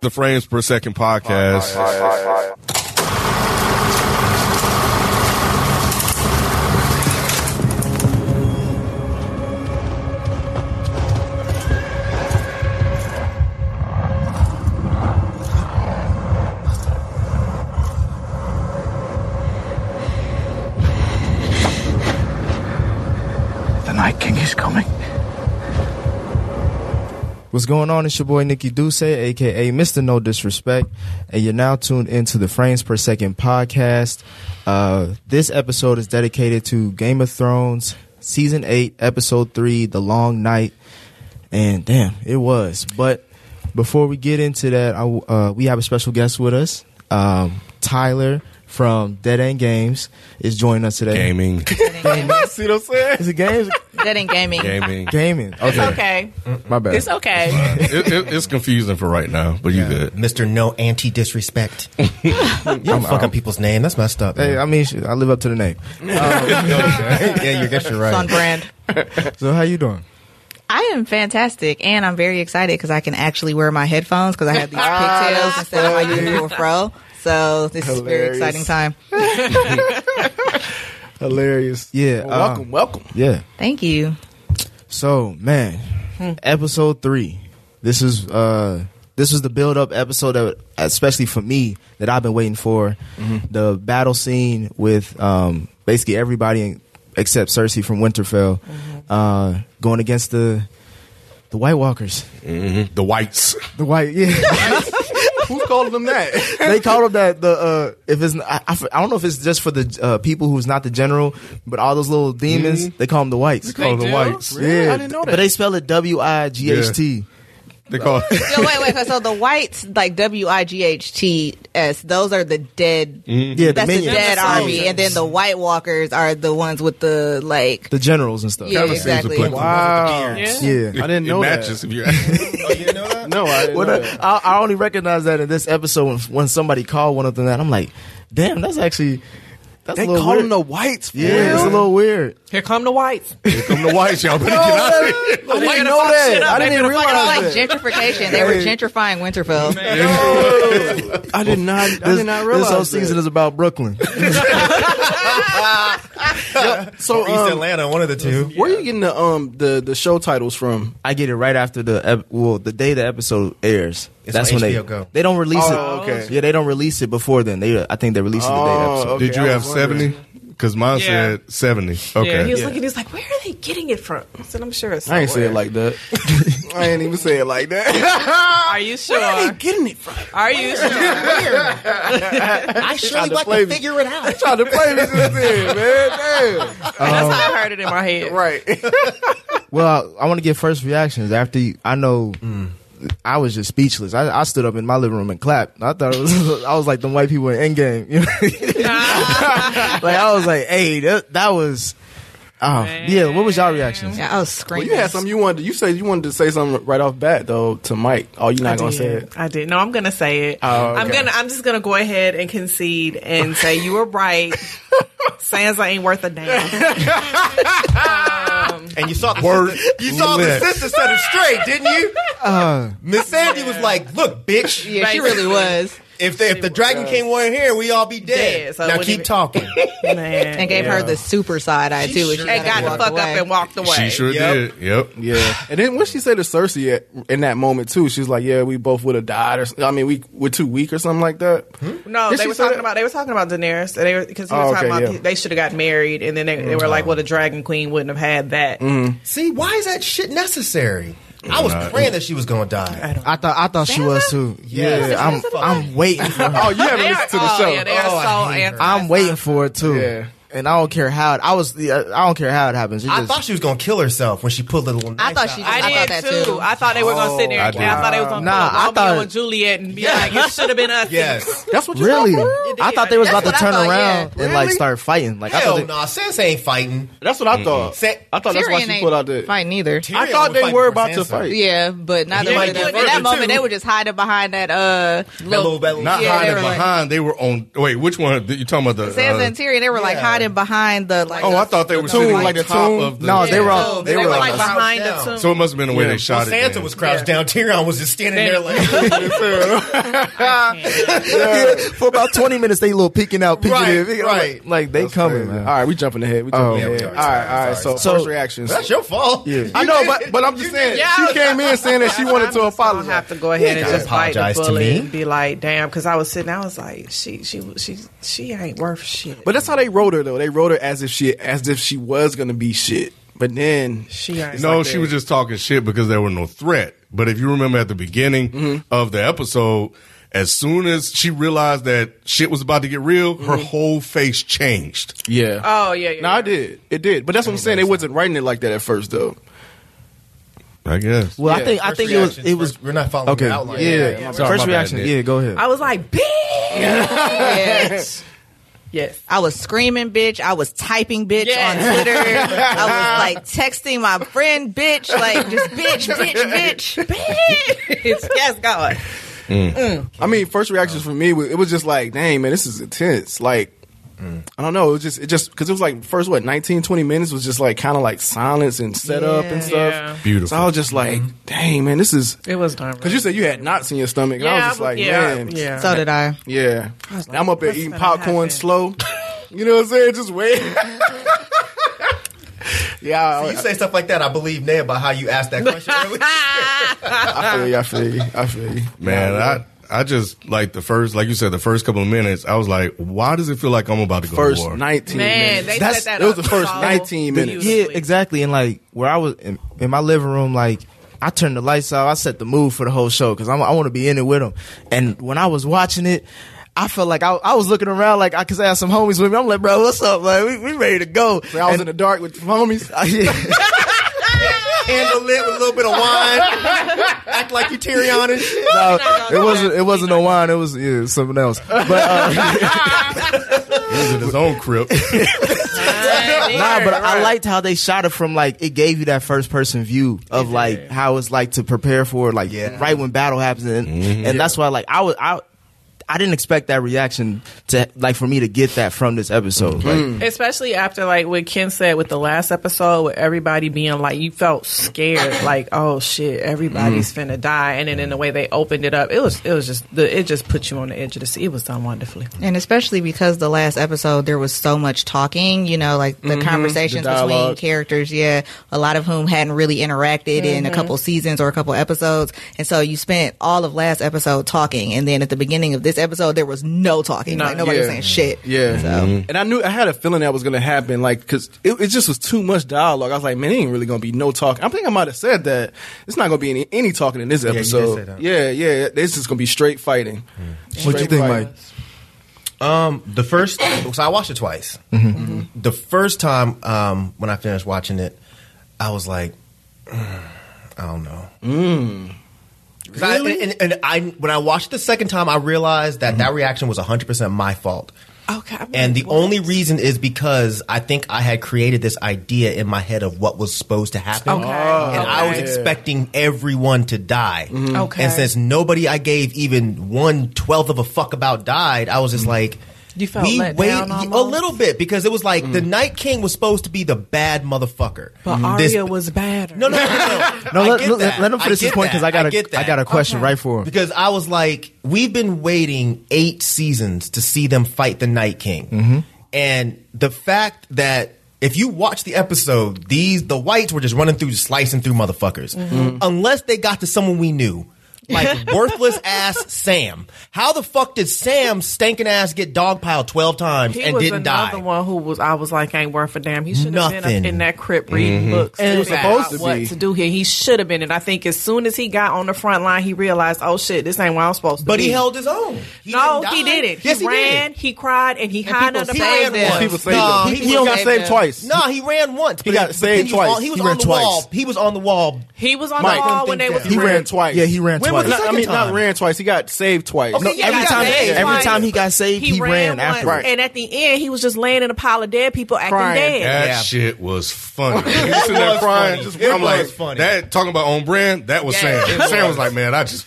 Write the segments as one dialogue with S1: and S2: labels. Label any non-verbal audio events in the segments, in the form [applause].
S1: The Frames Per Second podcast.
S2: The Night King is coming.
S3: What's going on? It's your boy Nikki Duce, aka Mr. No Disrespect, and you're now tuned into the Frames Per Second podcast. Uh, this episode is dedicated to Game of Thrones, season eight, episode three, The Long Night, and damn, it was. But before we get into that, I w uh, we have a special guest with us, um, Tyler from Dead End Games is joining us today.
S1: Gaming.
S3: [laughs]
S1: See what I'm saying?
S3: Is it games?
S4: That ain't gaming.
S1: Gaming.
S3: Gaming. Okay,
S4: Okay.
S3: my bad.
S4: It's okay.
S1: It, it, it's confusing for right now, but you good.
S5: Mr. No
S4: [laughs]
S5: Anti Disrespect. you don't fuck up people's name. That's messed up.
S3: Hey,
S5: man.
S3: I mean, shit, I live up to the name.
S5: [laughs] yeah, you guess you're
S4: It's on
S5: right.
S4: brand.
S3: So, how you doing?
S4: I am fantastic, and I'm very excited because I can actually wear my headphones because I [laughs] have these pigtails instead of my usual fro. So this is a very
S6: Hilarious.
S4: exciting time.
S6: Hilarious.
S3: Yeah,
S6: Well, welcome, welcome.
S3: Yeah.
S4: Thank you.
S3: So man, episode three. This is uh this was the build up episode that especially for me that I've been waiting for. The battle scene with um basically everybody in- except Cersei from Winterfell uh going against the the White Walkers.
S1: The whites.
S3: The white yeah.
S6: Who's calling them [laughs] that?
S3: [laughs] they call them that the uh if it's I, I, f- I don't know if it's just for the uh, people who's not the general, but all those little demons, they call them the whites.
S1: They call the whites.
S6: Really? I didn't know
S3: But
S6: that.
S3: they spell it W I G H T.
S1: They call
S4: So wait, wait. So the whites, like W I G H T S, those are the dead.
S3: Mm. Yeah, the
S4: That's the
S3: minions.
S4: dead army, and then the White Walkers are the ones with the like.
S3: the generals and stuff.
S4: Yeah,
S1: seems
S4: exactly.
S1: applicable.
S6: Wow.
S3: Yeah.
S6: I didn't
S1: it
S6: know that.
S1: matches if you ask.
S6: No, I didn't
S3: When
S6: know
S3: I,
S6: that.
S3: I, I only recognize that in this episode when, when somebody called one of them that I'm like, damn, that's actually that's
S6: They
S3: a little
S6: call
S3: weird.
S6: them the whites. for
S3: yeah,
S6: real?
S3: it's a little weird.
S7: Here come the whites.
S1: Here come the whites. [laughs] Y'all better get out of here.
S6: I
S7: They
S6: didn't
S7: gonna
S6: know
S7: fuck shit
S6: that.
S7: up.
S6: I
S7: They
S6: didn't
S7: gonna fuck
S4: It's
S6: realize
S4: like
S6: that.
S4: gentrification. They were gentrifying Winterfell.
S6: I did not. I
S3: This,
S6: did not realize
S3: this whole season
S6: that.
S3: is
S6: [laughs]
S3: about Brooklyn. [laughs]
S6: So,
S5: East
S6: um,
S5: Atlanta, one of the two.
S6: where are you getting the um the the show titles from?
S3: I get it right after the ep- well, the day the episode airs.
S5: It's
S3: that's
S5: on
S3: when
S5: HBO
S3: they
S5: Go.
S3: they don't release
S6: Oh,
S3: it.
S6: okay.
S3: Yeah, they don't release it before then. They I think they release it the day the
S6: Oh,
S3: episode.
S6: okay,
S1: Did you
S6: I
S1: have
S6: was wondering.
S1: 70? Because mine
S7: Yeah.
S1: said 70.
S7: Yeah, he
S1: Okay.
S7: was looking. He was like, "Where are they getting it from?" I said, "I'm sure it's."
S6: I ain't say
S7: somewhere."
S6: it like that. [laughs] I ain't even say it like [laughs] that.
S7: Are you sure?
S6: Where are they getting it from?
S7: Are you
S6: Um,
S7: sure?
S5: I surely
S6: to
S5: want
S6: play
S5: to
S6: me.
S5: figure it out.
S6: Trying to play this in, man.
S7: That's how I heard it in my head.
S6: Damn. Right.
S3: Well, I, want to get first reactions after you, I know. I was just speechless. I, I stood up in my living room and clapped. I thought it was, [laughs] I was like them white people in Endgame. You know? [laughs] like I was like, hey, that, that was. Oh, yeah. What was y'all reactions?
S4: Yeah, I
S6: Well,
S4: was screaming.
S6: you had something you wanted. You said you wanted to say something right off bat though to Mike. Oh, you're not
S7: I
S6: gonna
S7: did.
S6: say it.
S7: I did. No, I'm gonna say it.
S6: Oh,
S7: I'm
S6: okay.
S7: gonna. I'm just gonna go ahead and
S6: [laughs]
S7: concede and say you were right. Sansa ain't worth a damn.
S5: And you saw the
S1: Word
S5: sister- you saw
S1: lit.
S5: the sister set her straight, didn't you? Miss Sandy was like, "Look, bitch,
S4: [laughs] Yeah, she really was,
S5: if the, if the dragon came over here, we all be dead.
S7: Dead, so it
S5: now
S7: wouldn't
S5: keep
S4: [laughs]
S7: even-
S5: talking."
S4: [laughs]
S7: Man,
S4: and gave her the super side eye too. which
S5: sure
S4: she
S7: And
S4: had
S7: got
S4: to
S7: the
S4: walk
S7: fuck
S4: away.
S7: up and walked away.
S1: She sure
S5: Yep.
S1: did. Yep.
S6: Yeah. And then when she said to Cersei at, in that moment too, she was like, "Yeah, we both would have died, or s- I mean, we we're too weak or something like that."
S7: No,
S6: Did
S7: they
S6: she
S7: were
S6: say
S7: talking
S6: that?
S7: about they were talking about Daenerys, and they were because he
S6: Oh,
S7: was talking
S6: okay,
S7: about
S6: yeah. Oh.
S7: they should have got married, and then they, they were like, "Well, the Dragon Queen wouldn't have had that."
S6: Mm-hmm.
S5: See, why is that shit necessary? I was praying that she was gonna die.
S3: I thought I thought she was too. Yeah,
S5: Yeah.
S3: I'm I'm waiting for her.
S6: [laughs] Oh, you haven't listened to the
S7: oh,
S6: show.
S7: yeah, they are
S5: Oh, I
S7: so
S5: hate her.
S7: anti.
S3: I'm waiting for it too.
S6: Yeah.
S3: And I don't care how it, I was. yeah, I don't care how it happens. It
S5: I
S3: just-
S5: thought she was gonna kill herself when she pulled the little. Knife
S4: I thought she.
S5: out.
S4: I,
S7: I,
S4: thought
S7: did
S4: that
S7: too.
S4: too.
S7: I thought they were gonna sit there.
S1: I
S7: and
S1: did.
S7: I, thought they was gonna
S3: Nah,
S7: nah,
S3: I
S7: Romeo
S3: thought-
S7: and Juliet and be like, "You should have
S5: [laughs]
S7: been
S4: [laughs]
S7: us."
S5: Yes.
S6: That's what you
S3: really,
S6: Thought, bro?
S3: I thought they was about
S4: That's
S3: to
S4: what I
S3: turn
S4: thought, yeah.
S3: around and like
S6: Really?
S3: start fighting. Like I
S5: Hell
S3: thought
S5: no,
S3: they,
S5: nah, Sansa ain't fighting.
S6: That's what I thought.
S5: Sa-
S6: I thought that's why
S4: Tyrion
S6: she
S4: ain't
S6: put out the.
S4: fighting either.
S5: Tyrion
S6: I thought
S5: was
S6: they
S5: fighting
S6: were
S5: for
S6: about to
S5: Sansa.
S6: fight.
S4: Yeah, but neither
S5: Yeah,
S4: one
S5: you
S4: of them.
S5: might
S4: In
S5: get
S4: that
S5: further,
S4: moment,
S5: too.
S4: they were just hiding behind that uh
S5: That little-
S4: little.
S5: that little-
S1: Not
S4: Yeah, they
S1: hiding
S4: were like-
S1: behind. They were on. Wait, which one? You talking about the?
S4: Sansa
S1: uh,
S4: and Tyrion, they were like
S5: Yeah.
S4: hiding behind the like.
S1: Oh, I thought they were
S6: Tomb,
S1: sitting
S6: like
S1: like
S6: the
S1: top
S6: tomb?
S1: of the.
S3: No, they were all-
S7: They, were like behind the
S5: Down.
S7: tomb.
S1: So it must have been the way
S6: Yeah.
S1: they shot it.
S5: Santa
S1: then.
S5: was crouched down. Tyrion was just standing there like,
S7: [laughs]
S3: For about twenty minutes, they little peeking out, peeking
S5: Right,
S3: in, peeking out.
S5: right.
S3: Like, like they coming,
S6: All
S3: man.
S6: right, we jumping ahead. We jumping
S3: yeah,
S6: ahead.
S3: we
S5: are.
S6: all right, all right.
S5: Sorry,
S6: So,
S3: sorry.
S6: first reactions.
S5: that's your fault.
S6: yeah. I know, but but I'm just saying
S7: Yeah.
S6: she came in saying that she wanted to
S7: That's what I'm just gonna
S6: apologize.
S7: have to go ahead and
S5: gotta
S7: just bite the
S5: apologize to
S7: bullet
S5: me.
S7: and be like, damn, because I was sitting, I was like, she, she, she, she ain't worth shit.
S6: But that's how they wrote her though. They wrote her as if she as if she was gonna be shit. But then
S7: she ain't.
S1: No,
S6: like
S1: she
S6: that.
S1: was just talking shit because there were no threat. But if you remember at the beginning
S5: Mm-hmm.
S1: of the episode, as soon as she realized that shit was about to get real, her
S5: Mm-hmm.
S1: whole face changed.
S6: Yeah.
S7: Oh yeah, yeah.
S6: no,
S7: yeah.
S6: I did. It did. But that's what I'm saying. They wasn't writing it like that at first though.
S1: I guess.
S3: Well, I
S6: Yeah,
S3: think I
S5: First
S3: think it was
S5: reactions,
S3: it was
S5: first- we're not following
S3: okay.
S5: the outline.
S3: Yeah,
S5: Yeah, yeah,
S1: sorry, my
S3: first
S1: bad,
S3: reaction.
S1: Nick.
S3: yeah, go ahead.
S7: I was like, bitch. yes.
S4: [laughs] I was screaming, bitch. I was typing, bitch,
S7: Yes.
S4: on Twitter. I was like texting my friend, bitch, like just bitch, bitch, bitch, bitch. [laughs] yes, God.
S6: I mean, first reactions for me, wa- it was just like, dang, man, this is intense. Like, I don't know. It was just, it just, because it was like, first, what, 19, 20 minutes was just like kind of like silence and setup and
S4: Yeah.
S6: stuff.
S7: Yeah. Mm-hmm.
S1: Beautiful.
S6: So I was just like, dang, man, this is,
S7: It was darn.
S6: because you said you had knots in your stomach. And I was just like,
S7: yeah,
S6: man.
S7: yeah.
S4: So did I.
S6: Yeah. And I'm up there
S7: what's
S6: eating
S7: gonna
S6: popcorn
S7: happen?
S6: slow. You know what I'm saying? Just
S7: [laughs]
S6: waiting. yeah, I-
S5: You say stuff like that, I believe now about how you
S3: [laughs]
S5: asked that question. earlier.
S6: I feel you. I feel you. I feel you.
S1: Man, I I just like the first, like you said, the first couple of minutes, I was like, why does it feel like I'm about to go
S6: First
S1: to war?
S6: 19
S7: man,
S6: minutes.
S7: they
S3: That's-
S7: set
S6: it
S7: that
S6: was
S7: up
S6: the first
S7: so
S6: 19 minutes.
S3: yeah,
S7: beautifully.
S3: exactly. And like where I was in, in my living room, like I turned the lights out. I set the mood for the whole show because I want to be in it with them. And when I was watching it. I felt like I, I was looking around like I could have some homies with me. I'm like, bro, what's up? Like, we, we ready to go.
S6: I was in
S3: [laughs]
S6: the dark with homies. [laughs]
S3: yeah,
S5: Handle it with a little bit of wine. Act like you Tyrion and shit.
S3: no, it wasn't. It wasn't no wine. It was yeah, something else. But uh,
S1: He was in his own crib.
S3: nah, but I liked how they shot it from like it gave you that first person view of like how it's like to prepare for it, like
S5: Yeah.
S3: right when battle happens, and, and that's why like I was I. I didn't expect that reaction to like for me to get that from this episode. Like,
S7: Mm. Especially after like what Ken said with the last episode, with everybody being like, you felt scared, like, oh shit, everybody's
S5: Mm.
S7: finna die, and then in the way they opened it up, it was it was just the, it just put you on the edge of the seat. It was done wonderfully.
S4: And especially because the last episode there was so much talking, you know, like the conversations
S6: the dialogue.
S4: between characters, yeah, a lot of whom hadn't really interacted in a couple seasons or a couple episodes. And so you spent all of last episode talking and then at the beginning of this episode there was no talking.
S7: No,
S4: like nobody was
S6: yeah.
S4: saying shit.
S6: Yeah. And I knew I had a feeling that was going to happen, like, because it, it just was too much dialogue. I was like, man, it ain't really going to be no talking. I think I might have said that. It's not going to be any, any talking in this
S5: you did say
S6: episode.
S5: that.
S6: Yeah, yeah. It's just going to be straight fighting.
S3: what you think, Mike?
S5: Um, the first, Mm-hmm. so I watched it twice.
S3: Mm-hmm.
S5: The first time um, when I finished watching it, I was like, "Mm, I don't know.
S3: Mm.
S5: 'Cause I- and, and I, when I watched it the second time, I realized that that reaction was 100% my fault.
S7: Okay, I mean,
S5: And the
S7: what?
S5: only reason is because I think I had created this idea in my head of what was supposed to happen.
S7: Okay.
S5: And I was
S7: Okay.
S5: expecting everyone to die.
S7: Okay.
S5: And since nobody I gave even one twelfth of a fuck about died, I was just like,
S7: You felt let down
S5: a
S7: almost?
S5: little bit because it was like the Night King was supposed to be the bad motherfucker.
S7: but
S5: Mm, This-
S7: Arya was bad.
S5: no, no, no, no.
S3: [laughs] No,
S5: I
S3: let,
S5: get
S3: let,
S5: that.
S3: let him finish
S5: I
S3: this
S5: get
S3: point because
S5: that.
S3: I got
S5: get
S3: a I,
S5: that.
S3: got a question right for him.
S5: Because I was like, we've been waiting eight seasons to see them fight the Night King,
S3: Mm-hmm.
S5: and the fact that if you watch the episode, these the whites were just running through, just slicing through motherfuckers,
S7: Mm-hmm.
S3: Mm-hmm.
S5: unless they got to someone we knew.
S3: [laughs]
S5: like worthless ass Sam. How the fuck did Sam stankin' ass get dogpiled twelve times
S7: He
S5: and
S7: was
S5: didn't
S7: another
S5: die?
S7: one who was. I was like, ain't worth a damn. He should have been
S5: Nothing. Mm-hmm.
S7: up in that crib reading books. And
S6: was supposed to
S7: what
S6: be.
S7: to do here. He should have been. And I think as soon as he got on the front line, he realized, oh shit, this ain't where I'm supposed to
S5: But
S7: be.
S5: he held his own. He
S7: no,
S5: didn't
S7: he
S5: die.
S7: didn't.
S5: Yes,
S7: he, ran.
S5: did.
S7: He cried, and he hid
S4: people
S7: under the
S4: saved
S7: bed.
S4: him.
S6: People saved
S5: No,
S6: him.
S5: he
S6: He, he only got
S4: saved
S6: saved
S4: him.
S6: twice.
S5: No, he ran once. He
S6: got saved
S5: he was
S6: twice.
S5: on- he was
S6: He ran
S5: on the
S6: twice.
S5: wall. He was on the
S7: [laughs]
S5: wall.
S7: He was on
S6: Mike.
S7: the wall when they was
S5: He
S6: He
S7: running.
S6: ran twice.
S3: Yeah, he ran
S5: When
S3: twice.
S5: was the
S6: Not- I
S5: second
S6: mean, not
S5: time?
S6: ran twice. He got saved twice.
S5: Okay, yeah,
S3: every
S5: he got
S3: time-
S5: saved
S3: every
S5: twice.
S3: time he got saved, he ran
S7: once,
S3: afterwards.
S7: And at the end, he was just laying in a pile of dead people acting
S6: Crying.
S7: dead.
S1: That
S5: [laughs] Yeah.
S1: shit was
S5: [laughs]
S1: funny. He was sitting there
S5: was
S1: crying.
S5: funny.
S1: Just,
S5: It
S1: I'm
S5: was
S1: like,
S5: funny. [laughs]
S1: That talking about on brand. That was Sam. Sam was like, man, I just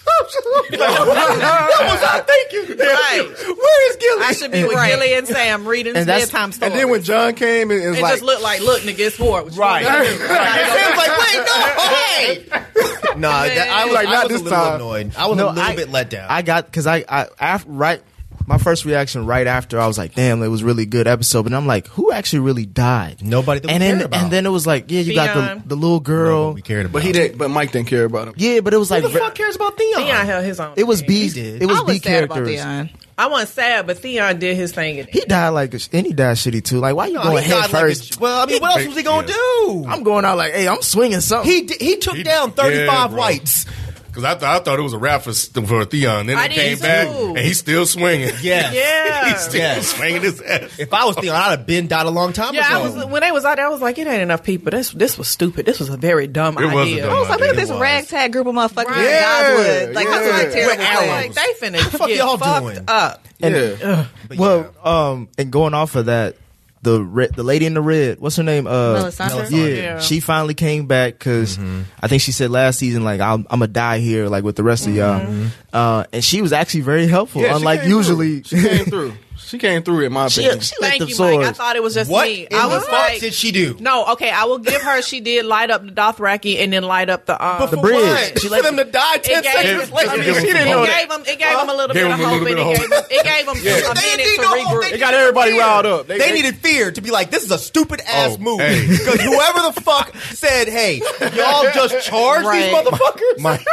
S5: Where is Gilly?
S7: I should be with
S4: Right.
S7: Gilly and Sam reading
S3: And that's-
S7: bedtime stories.
S6: And then when John came, it, it was
S7: it
S6: like,
S7: just looked like, look, nigga, it's war. Right.
S5: Sam's like, wait, no, hey. Nah, that, I was
S6: Like,
S5: I
S6: not
S5: was
S6: this
S5: a little
S6: time.
S5: annoyed. I was a little
S3: I-
S5: bit let down.
S3: I got because I I af, right my first reaction right after I was like, damn, it was really good episode. But I'm like, who actually really died?
S5: Nobody that we
S3: and then
S5: cared about.
S3: and then it was like, yeah, you got
S7: Theon.
S3: the the little girl.
S5: we cared about.
S6: but he didn't. But Mike didn't care about him.
S3: yeah, but it was like
S5: Who the fuck cares about Theon?
S7: Theon held his own.
S3: it was B.
S5: did.
S3: It was,
S4: I was
S3: B
S4: sad about
S3: characters.
S4: Deion.
S7: I wasn't sad, but Theon did his thing.
S3: He died like a sh- and he died shitty too. Like why you
S5: No,
S3: going
S5: he died
S3: head
S5: like a-
S3: first?
S5: well, I mean, what else was he gonna
S1: Yeah.
S5: do?
S3: I'm going out like, hey, I'm swinging something.
S5: he di- he took
S1: He-
S5: down
S1: yeah,
S5: 35
S1: bro.
S5: whites.
S1: Because I, th- I thought it was a wrap for, for Theon. Then
S7: I
S1: it
S7: did
S1: came
S7: too.
S1: back, and he's still swinging. [laughs]
S5: Yeah.
S1: he's
S7: yeah.
S1: still
S5: Yes.
S1: swinging his ass.
S5: If I was Theon, I'd have been died a long time
S7: Yeah, I
S5: ago.
S7: was when they was out there. I was like, it ain't enough people. This this was stupid. This was a very dumb
S1: It was a
S7: idea.
S1: dumb
S4: I was like, look at
S1: It
S4: this
S5: was.
S4: ragtag group of motherfuckers
S7: Right.
S4: in
S6: Yeah,
S4: Godwood. Like,
S6: yeah.
S4: that's like terrible.
S5: With
S4: thing.
S5: arrows.
S7: Like they finna
S5: fuck
S7: get
S5: y'all
S7: fucked
S5: doing?
S7: up.
S6: yeah.
S5: But
S3: well, um, and going off of that, the re- the lady in the red, what's her name? Uh,
S4: Melisandre?
S3: Yeah,
S7: Yeah.
S3: she finally came back because I think she said last season like I'm, I'm gonna die here like with the rest of y'all, uh, and she was actually very helpful.
S6: Yeah, she
S3: unlike
S6: came through.
S3: usually,
S6: she [laughs] came through. She came through in my
S3: she,
S6: opinion.
S3: she let
S7: Thank
S3: them
S7: you, Mike. I
S3: swords.
S7: thought it was just
S5: what
S7: me.
S5: in
S7: I
S5: the
S7: was
S5: fuck
S7: like,
S5: did she do?
S7: no, okay. I will give her. She did light up the Dothraki and then light up the um,
S5: But for
S3: the bridge.
S5: what?
S3: She
S5: for them to die
S7: It
S5: 10
S7: gave,
S5: seconds later.
S7: I mean,
S1: Give them
S7: it,
S1: some
S7: gave
S1: hope.
S7: them, it gave them a little
S1: Gave
S7: bit of
S1: them a
S7: hope,
S1: little
S7: and
S1: bit
S7: it
S1: of
S7: gave them, it gave them a
S5: They
S7: minute
S5: didn't
S7: to
S5: need no hope. They
S7: regroup.
S5: didn't
S6: It got everybody
S5: fear.
S6: riled up.
S5: They,
S6: They- they-
S5: needed fear to be like, this is a stupid ass
S1: Oh,
S5: move. [laughs]
S1: hey.
S5: Because whoever the fuck said, hey, y'all just charge these
S7: Right.
S5: motherfuckers?
S1: My,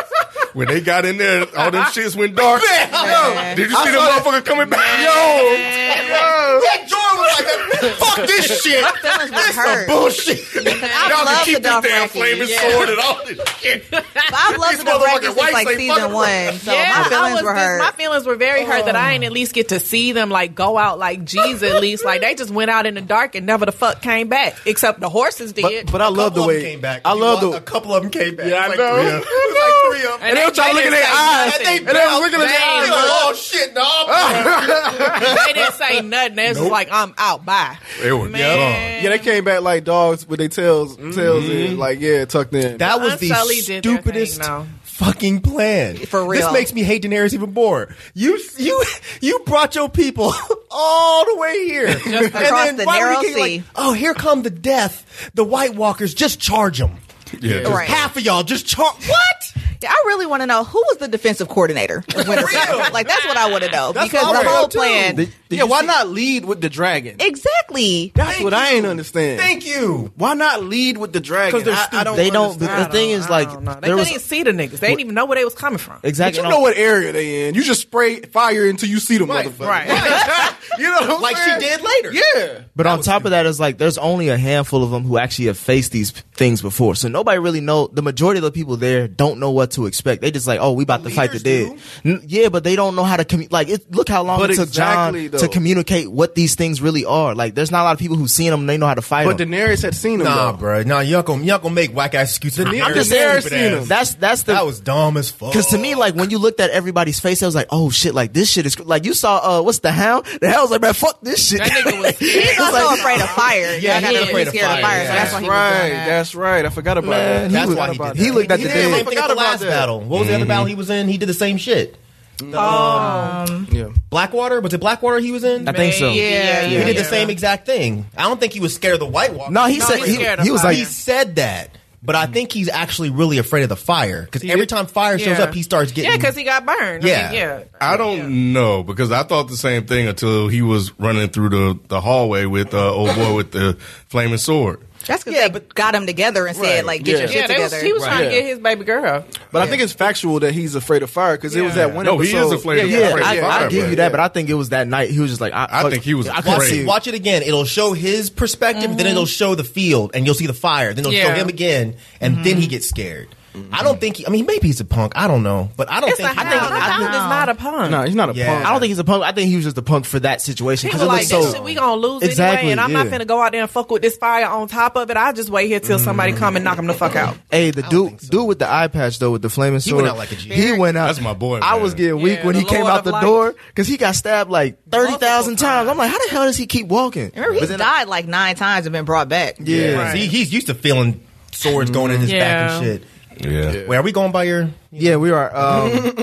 S1: when they got in there, all them shits went dark.
S5: Man, [laughs]
S1: Did you see the
S5: saw that.
S1: motherfucker coming back? Yo, [laughs]
S5: that Jordan was like, fuck this shit.
S4: Feelings were hurt.
S5: Bullshit.
S4: I
S1: y'all
S4: love
S1: can
S4: the
S1: keep this damn
S4: Dothraki.
S1: flaming
S4: Yeah.
S1: sword and all this shit.
S4: I've loved the
S1: These motherfucking
S4: Dothraki since
S1: whites
S4: like
S1: ain't
S4: season
S1: fucking
S4: one, so
S7: Yeah,
S4: my
S7: I was
S4: feelings were
S7: just,
S4: hurt.
S7: my feelings were very hurt that I didn't at least get to see them like go out like G's at least like they just went out in the dark and never the fuck came back except the horses did.
S3: But, but I love the
S5: couple of
S3: way
S5: them came back.
S3: I
S5: You
S3: love
S5: know, A
S3: the
S5: couple of them came back.
S6: Yeah, I
S5: It was
S6: know.
S5: Like three, of them. It was like three of them.
S7: And
S6: they were trying to look in their
S7: say
S6: eyes.
S5: And they,
S7: nothing.
S6: And they was
S5: bowed
S6: looking at their
S5: down.
S7: eyes.
S5: They was like, oh shit, no.
S7: They didn't say nothing. They was just like I'm out. Bye.
S1: They were
S7: Man.
S6: Yeah, they came back like dogs with their tails, tails in, like yeah, tucked in.
S5: That was the
S7: Unsullied did their
S5: stupidest
S7: thing, though.
S5: fucking plan.
S4: For
S5: This
S4: real.
S5: makes me hate Daenerys even more. You you you brought your people [laughs] all the way here. and
S4: across the
S5: Robert E.
S4: narrow
S5: King,
S4: sea.
S5: oh, here come the death. The White Walkers just charge them.
S1: dumb. Yeah,
S4: Right.
S5: Half of y'all just charge. What?
S4: Yeah, I really want to know who was the defensive coordinator of Winterfell. like that's what I want to know
S5: That's
S4: because
S5: what I
S4: the
S5: wanna
S4: whole
S5: know, too.
S4: plan.
S3: Did- did
S6: yeah,
S3: you
S6: why
S3: see-
S6: not lead with the dragon?
S4: Exactly.
S6: That's
S5: Thank
S6: what I
S5: you.
S6: ain't understand.
S5: Thank you.
S6: why not lead with the dragon?
S5: 'Cause they're
S6: I, I don't
S3: they don't.
S6: understand.
S3: The, the thing is like
S7: I don't know. They
S3: there
S7: couldn't
S3: was
S7: even see the niggas. They didn't even know where they was coming from.
S6: But
S3: [laughs] exactly.
S6: you know what area they in. You just spray fire until you see them
S5: Right,
S6: motherfuckers.
S7: Right.
S6: [laughs] You know what I'm
S5: Like she
S6: saying?
S5: did later.
S6: Yeah.
S3: But on top of that, it's like there's only a handful of them who actually have faced these p- things before, so nobody really know. The majority of the people there don't know what to expect. They just like, oh, we about to fight the dead.
S5: leaders
S3: N- yeah, but they don't know how to commu- like. It, look how long
S6: But
S3: it took
S6: exactly,
S3: John
S6: though.
S3: to communicate what these things really are. Like, there's not a lot of people who've seen them. and They know how to fight
S6: But
S3: them.
S6: Daenerys had seen them.
S5: Nah,
S6: though.
S5: bro. Nah, y'all gonna, y'all gonna make whack ass excuses.
S6: I'm just
S5: Daenerys
S6: saying,
S5: stupid ass. That,
S3: that's that's the.
S5: that was dumb as fuck.
S3: Cause to me, like when you looked at everybody's face, I was like, "Oh shit!" Like this shit is cr-. like you saw, uh, what's the hound? The hound was like, "Man, fuck this shit."
S7: That
S3: [laughs]
S7: nigga was
S4: He's
S3: It's
S4: also
S3: like-
S4: afraid of fire.
S5: Yeah,
S4: I got
S5: he's
S4: him.
S5: afraid of
S4: scared
S5: fire.
S4: of fire, so
S5: Yeah.
S4: that's why
S6: That's
S4: he was doing
S6: right.
S4: that.
S6: That's right. I forgot about
S3: Man,
S6: that.
S5: That's
S3: was-
S5: why he did.
S3: he looked at
S5: he
S3: the
S5: did the
S3: dead.
S5: same thing at
S6: Forgot
S5: the
S6: about
S5: last
S6: that.
S5: battle. What was the other battle he was in? He did the same shit.
S6: Yeah.
S5: Blackwater was it Blackwater he was in?
S3: I think so.
S7: Yeah,
S5: He
S7: yeah.
S5: did the same exact thing. I don't think he was scared of the White Walker.
S3: No, he
S7: No,
S3: said
S7: he's
S3: he,
S7: scared
S3: he
S7: of
S3: was
S7: fire.
S3: like,
S5: he said that, but I think he's actually really afraid of the fire because every time fire shows
S7: Yeah.
S5: up, he starts getting.
S7: Yeah, because he got burned. I
S5: Yeah.
S7: mean, yeah.
S1: I don't know because I thought the same thing until he was running through the, the hallway with uh, old boy with the flaming sword.
S4: That's because
S5: Yeah,
S4: they
S5: but-
S4: got him together and said,
S5: Right.
S4: like, get your
S7: Yeah,
S4: shit
S7: they was,
S4: together.
S7: he was trying
S5: Right.
S7: to get his baby girl.
S6: But I think it's factual that he's afraid of fire because it was
S7: Yeah.
S6: that one
S1: No, he
S6: episode.
S1: is afraid of-
S3: Yeah,
S1: afraid
S3: I,
S1: of
S3: I
S1: fire,
S3: give
S1: but-
S3: you that, but I think it was that night. He was just like, I,
S1: I
S3: fuck-
S1: think he was
S3: I couldn't
S5: Watch
S1: afraid.
S3: see
S5: it,
S3: it.
S5: watch it again. It'll show his perspective,
S3: Mm-hmm.
S5: then it'll show the field, and you'll see the fire. Then it'll show
S7: Yeah.
S5: him again, and then
S3: Mm-hmm.
S5: he gets scared. I don't think. He, I mean, maybe he's a punk. I don't know, but I don't
S7: It's a
S5: think.
S7: hound.
S5: I think.
S7: A hound is not a pun.
S6: No, he's not a
S5: Yeah.
S6: punk.
S3: I don't think he's a punk. I think he was just a punk for that situation because
S7: People
S3: it
S7: like
S3: looks
S7: so,
S3: so.
S7: shit, we gonna lose
S3: Exactly,
S7: anyway, and I'm
S3: yeah.
S7: not finna go out there and fuck with this fire on top of it. I just wait here till somebody come and knock him the fuck out.
S3: Hey, the dude, dude with the eye patch though, with the flaming sword,
S5: went out like a G.
S3: He went out.
S1: That's my boy,
S3: I
S1: man.
S3: was getting weak
S7: Yeah,
S3: when he
S7: the
S3: came
S7: Lord
S3: out
S7: of
S3: the
S7: Light.
S3: door because he got stabbed like thirty thousand
S7: Multiple
S3: times.
S7: times.
S3: I'm like, how the hell does he keep walking?
S4: Remember, he's
S3: But then I-
S4: died like nine times and been brought back.
S3: Yeah,
S7: Right.
S5: See, he's used to feeling swords going in his back and
S7: Yeah.
S5: shit.
S1: Yeah.
S5: Where are we going by your?
S7: [laughs]
S3: yeah, we are. Um,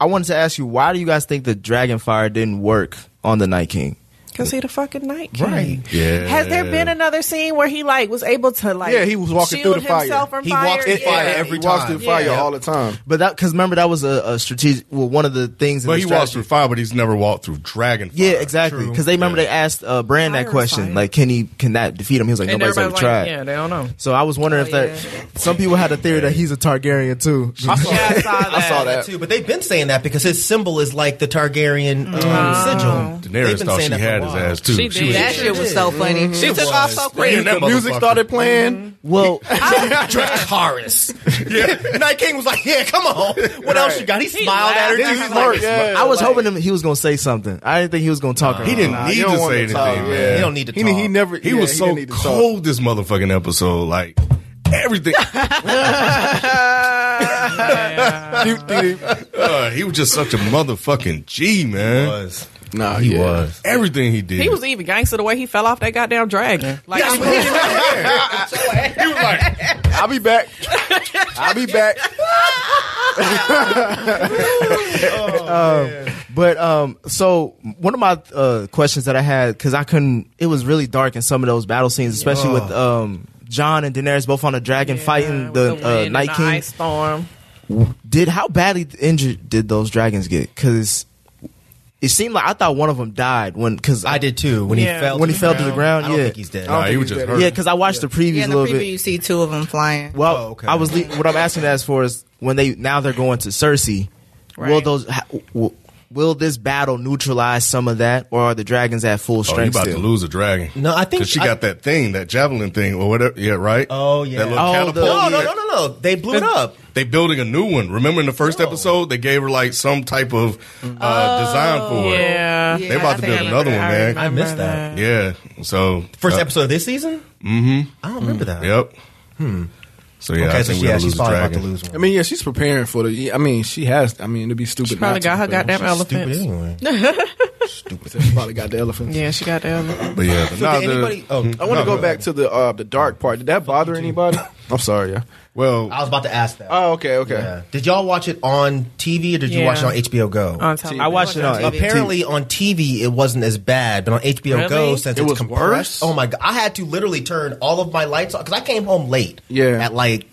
S3: I wanted to ask you, why do you guys think the Dragonfire didn't work on the Night King?
S7: Cause he the fucking night king.
S5: Right.
S1: Yeah.
S7: Has there been another scene where he like was able to like?
S6: Yeah, he was walking through
S7: shield
S6: the fire.
S7: himself From
S5: He
S7: fire?
S5: walked through
S7: yeah.
S5: fire every
S6: he walks
S5: time.
S6: through fire
S7: Yeah.
S6: all the time.
S3: But that because remember that was a, a strategic. Well, one of the things. in
S1: But
S3: the
S1: he walks through
S3: strategy-
S1: fire, but he's never walked through dragon. Fire.
S3: Yeah, exactly. Because they remember they asked uh, Brand
S7: Fire
S3: that
S7: is
S3: question,
S7: fire.
S3: like, can he can that defeat him? He was like,
S7: And
S3: nobody's ever
S7: everybody's
S3: tried.
S7: like, yeah, Oh, they don't know.
S3: So I was wondering if that. Some people had a theory that he's a Targaryen too.
S7: Yeah, I saw that.
S6: I saw that.
S5: too, but they've been saying that because his symbol is like the Targaryen um, sigil. They've
S1: Mm. Daenerys
S5: been
S1: thought she
S5: saying that for
S1: had
S5: a
S1: his
S5: while.
S1: ass too.
S7: She did.
S4: That
S7: It
S4: shit was so funny.
S7: She took off so quick.
S1: that
S6: Music
S1: motherfucker.
S6: started playing.
S7: [laughs]
S3: Well,
S5: [laughs]
S1: [laughs]
S5: Dracarys. yeah. Ah. Night King was like, yeah, come on. What else you got? He smiled
S7: laughed.
S5: at her.
S7: This
S5: dude.
S7: is
S5: He's
S7: Mark,
S5: like,
S6: yeah.
S3: I was hoping him, he was gonna say something. I didn't think he was gonna talk. about
S1: He
S3: it.
S1: didn't need
S6: you
S1: to
S6: don't want
S1: say
S6: to
S1: anything,
S6: talk.
S1: man.
S5: You don't need to
S6: He,
S5: talk.
S6: he never.
S1: He
S6: yeah,
S1: was so
S6: didn't need to talk.
S1: cold this motherfucking episode. Like everything, uh, he was just such a motherfucking G man.
S5: was.
S6: Nah,
S5: He
S6: yeah.
S5: was.
S1: Everything he did,
S7: He was even gangster the way he fell off that goddamn dragon. Like, I'm
S1: He was like,
S6: I'll be back. I'll be back.
S3: But um, so one of my uh, questions that I had because I couldn't. It was really dark in some of those battle scenes, especially with um. John and Daenerys both on a dragon fighting
S7: with
S3: the,
S7: wind
S3: uh,
S7: and
S3: Night
S7: the
S3: King.
S7: ice storm.
S3: Did how badly injured did those dragons get? Because it seemed like I thought one of them died when because
S5: I did too. When
S7: Yeah.
S5: he fell,
S3: when
S5: to
S3: he fell to the ground.
S5: I don't
S3: yeah,
S5: think he's dead.
S1: nah, he was
S6: think
S1: just
S6: he
S1: hurt.
S3: yeah, because I watched the previews
S4: Yeah,
S3: a
S4: in the
S3: little
S4: preview,
S3: bit.
S4: you see two of them flying.
S3: Well,
S5: Oh, okay.
S3: I was le- what I'm asking as for is when they now they're going to Cersei. Will
S7: Right.
S3: those ha- will, will this battle neutralize some of that, or are the dragons at full
S1: Oh, you
S3: strength
S1: about
S3: still?
S1: to lose a dragon?
S5: No, I think-
S1: 'Cause she
S5: I-
S1: got that thing, that javelin thing or whatever. Yeah, right.
S5: Oh, yeah.
S1: That little
S3: Oh,
S1: catapult.
S3: the-
S5: No, no, no, no, no. They blew it up.
S1: They building a new one. Remember in the first
S5: No.
S1: episode, they gave her like some type of uh, design for it.
S7: Yeah.
S1: They about to
S4: I think
S1: build
S4: I
S1: another one,
S4: remember
S1: man.
S5: I missed that.
S1: Yeah. So
S5: First
S1: uh,
S5: episode of this season? Mm-hmm. I don't remember that.
S1: Yep. Hmm. So yeah, I
S5: Okay, so
S1: think
S5: she-
S1: we're
S5: yeah,
S1: gonna
S5: she's
S1: lose a
S5: probably about to
S1: dragon.
S5: lose one.
S6: I mean, yeah, she's preparing for the. yeah, I mean, she has. I mean, it'd be stupid.
S7: She probably
S6: not
S7: got
S6: to,
S7: her
S6: but
S7: goddamn
S5: Stupid
S7: elephant.
S5: anyway.
S6: She probably got the elephant.
S7: Yeah, she got the elephant.
S1: But yeah, but
S5: So
S1: nah,
S5: did
S1: the-
S5: anybody- oh,
S1: Hmm.
S6: I want
S1: No,
S6: to go
S1: no.
S6: back to the uh, the dark part. Did that bother anybody? [laughs] I'm sorry. Yeah.
S1: Well,
S5: I was about to ask that.
S6: Oh, okay, okay.
S5: Yeah. Did y'all watch it on TV or did you
S7: Yeah.
S5: watch it on HBO Go?
S7: On top of
S3: I watched it on
S7: TV.
S5: Apparently on TV it wasn't as bad, but on HBO Go
S7: Really?
S5: since
S6: It
S5: it's
S6: was worse?
S5: compressed, oh my god, I had to literally turn all of my lights off because I came home late.
S6: Yeah.
S5: at like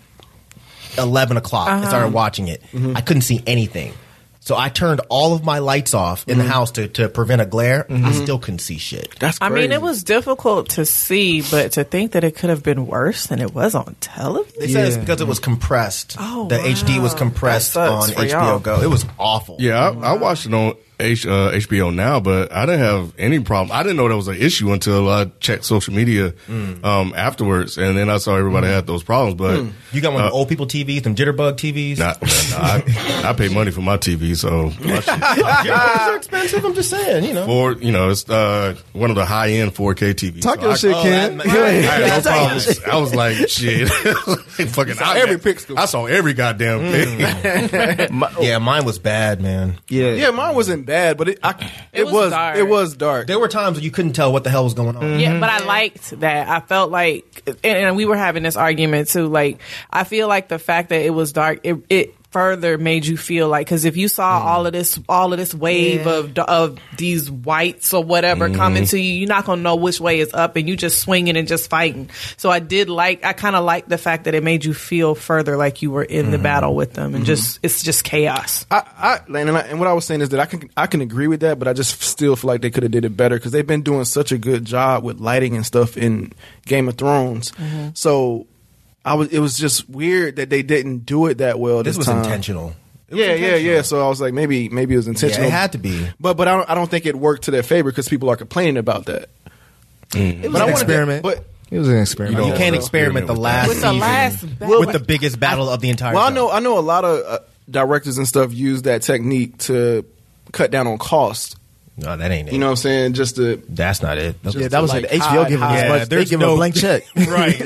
S5: eleven o'clock, I
S7: Uh-huh.
S5: started watching it.
S6: Mm-hmm.
S5: I couldn't see anything, so I turned all of my lights off in the house to, to prevent a glare. I still couldn't see shit.
S6: Mm-hmm. That's
S7: I
S6: crazy.
S7: mean, it was difficult to see, but to think that it could have been worse than it was on television.
S5: They said it's
S3: Yeah.
S5: because it was compressed.
S7: Oh,
S5: the HD was
S7: wow.
S5: compressed
S7: That
S5: on
S7: sucks for
S5: HBO
S7: y'all.
S5: Go. It was awful.
S1: yeah, I, I watched it on H, uh, HBO now, but I didn't have any problem. I didn't know that was an issue until I checked social media
S5: Hmm.
S1: um, afterwards, and then I saw everybody had those problems. But
S5: You got one of the old people TVs, them jitterbug TVs.
S1: Nah, nah, I, I pay money for my TV,
S5: [laughs]
S1: so my shit-
S5: Jitterbugs are expensive. I'm just saying, you know.
S1: four, you know, it's uh, one of the high end 4K TVs.
S3: Talk
S1: so
S3: your
S1: I-
S3: shit,
S5: Oh,
S3: Ken.
S5: that-
S3: Go
S1: I
S3: ahead.
S1: had no problems. I was like, shit, [laughs] fucking
S6: saw
S1: I-
S6: every pixel.
S1: I saw every goddamn
S3: Mm.
S1: thing.
S3: [laughs]
S5: Yeah, mine was bad, man.
S3: Yeah,
S6: Yeah, mine wasn't bad, but it I, it,
S7: was
S6: was,
S7: dark.
S6: it was dark.
S5: There were times when you couldn't tell what the hell was going on.
S7: Yeah, but I liked that. I felt like, and, and we were having this argument too. Like, I feel like the fact that it was dark, it, it further made you feel like because if you saw all of this, all of this wave
S4: Yeah.
S7: of d- of these whites or whatever coming to you, you're not gonna know which way is up, and you just swinging and just fighting. So I did like, I kind of liked the fact that it made you feel further like you were in the battle with them, and just it's just chaos.
S6: I, I and, I, and what I was saying is that I can I can agree with that, but I just still feel like they could have did it better because they've been doing such a good job with lighting and stuff in Game of Thrones.
S7: Mm-hmm.
S6: So I was it was just weird that they didn't do it that well. This,
S5: This was
S6: time.
S5: intentional. It was
S6: Yeah, yeah,
S5: intentional.
S6: yeah. So I was like, maybe maybe it was
S5: Yeah,
S6: intentional.
S5: it had to be.
S6: but but I don't I don't think it worked to their favor because people are complaining about that.
S5: It
S6: But
S5: was
S6: I
S5: an
S6: wanna-
S3: experiment.
S6: but-
S3: it was an experiment.
S5: You
S1: don't
S5: can't
S1: know.
S5: experiment the
S1: With
S5: last
S7: With the
S5: season
S7: last battle.
S5: with the biggest battle of the entire.
S6: Well, I
S5: show.
S6: know I know a lot of uh, directors and stuff use that technique to cut down on cost.
S5: No, that ain't it.
S6: You know what I'm saying? Just to
S5: that's not it. That's
S3: [laughs] yeah, that was
S6: like
S3: like, the HBO
S6: hide,
S3: giving
S6: hide.
S3: us
S5: Yeah,
S3: much. [laughs] They
S5: there's
S3: give
S5: no-
S3: a
S5: [laughs]
S3: blank check.
S5: right.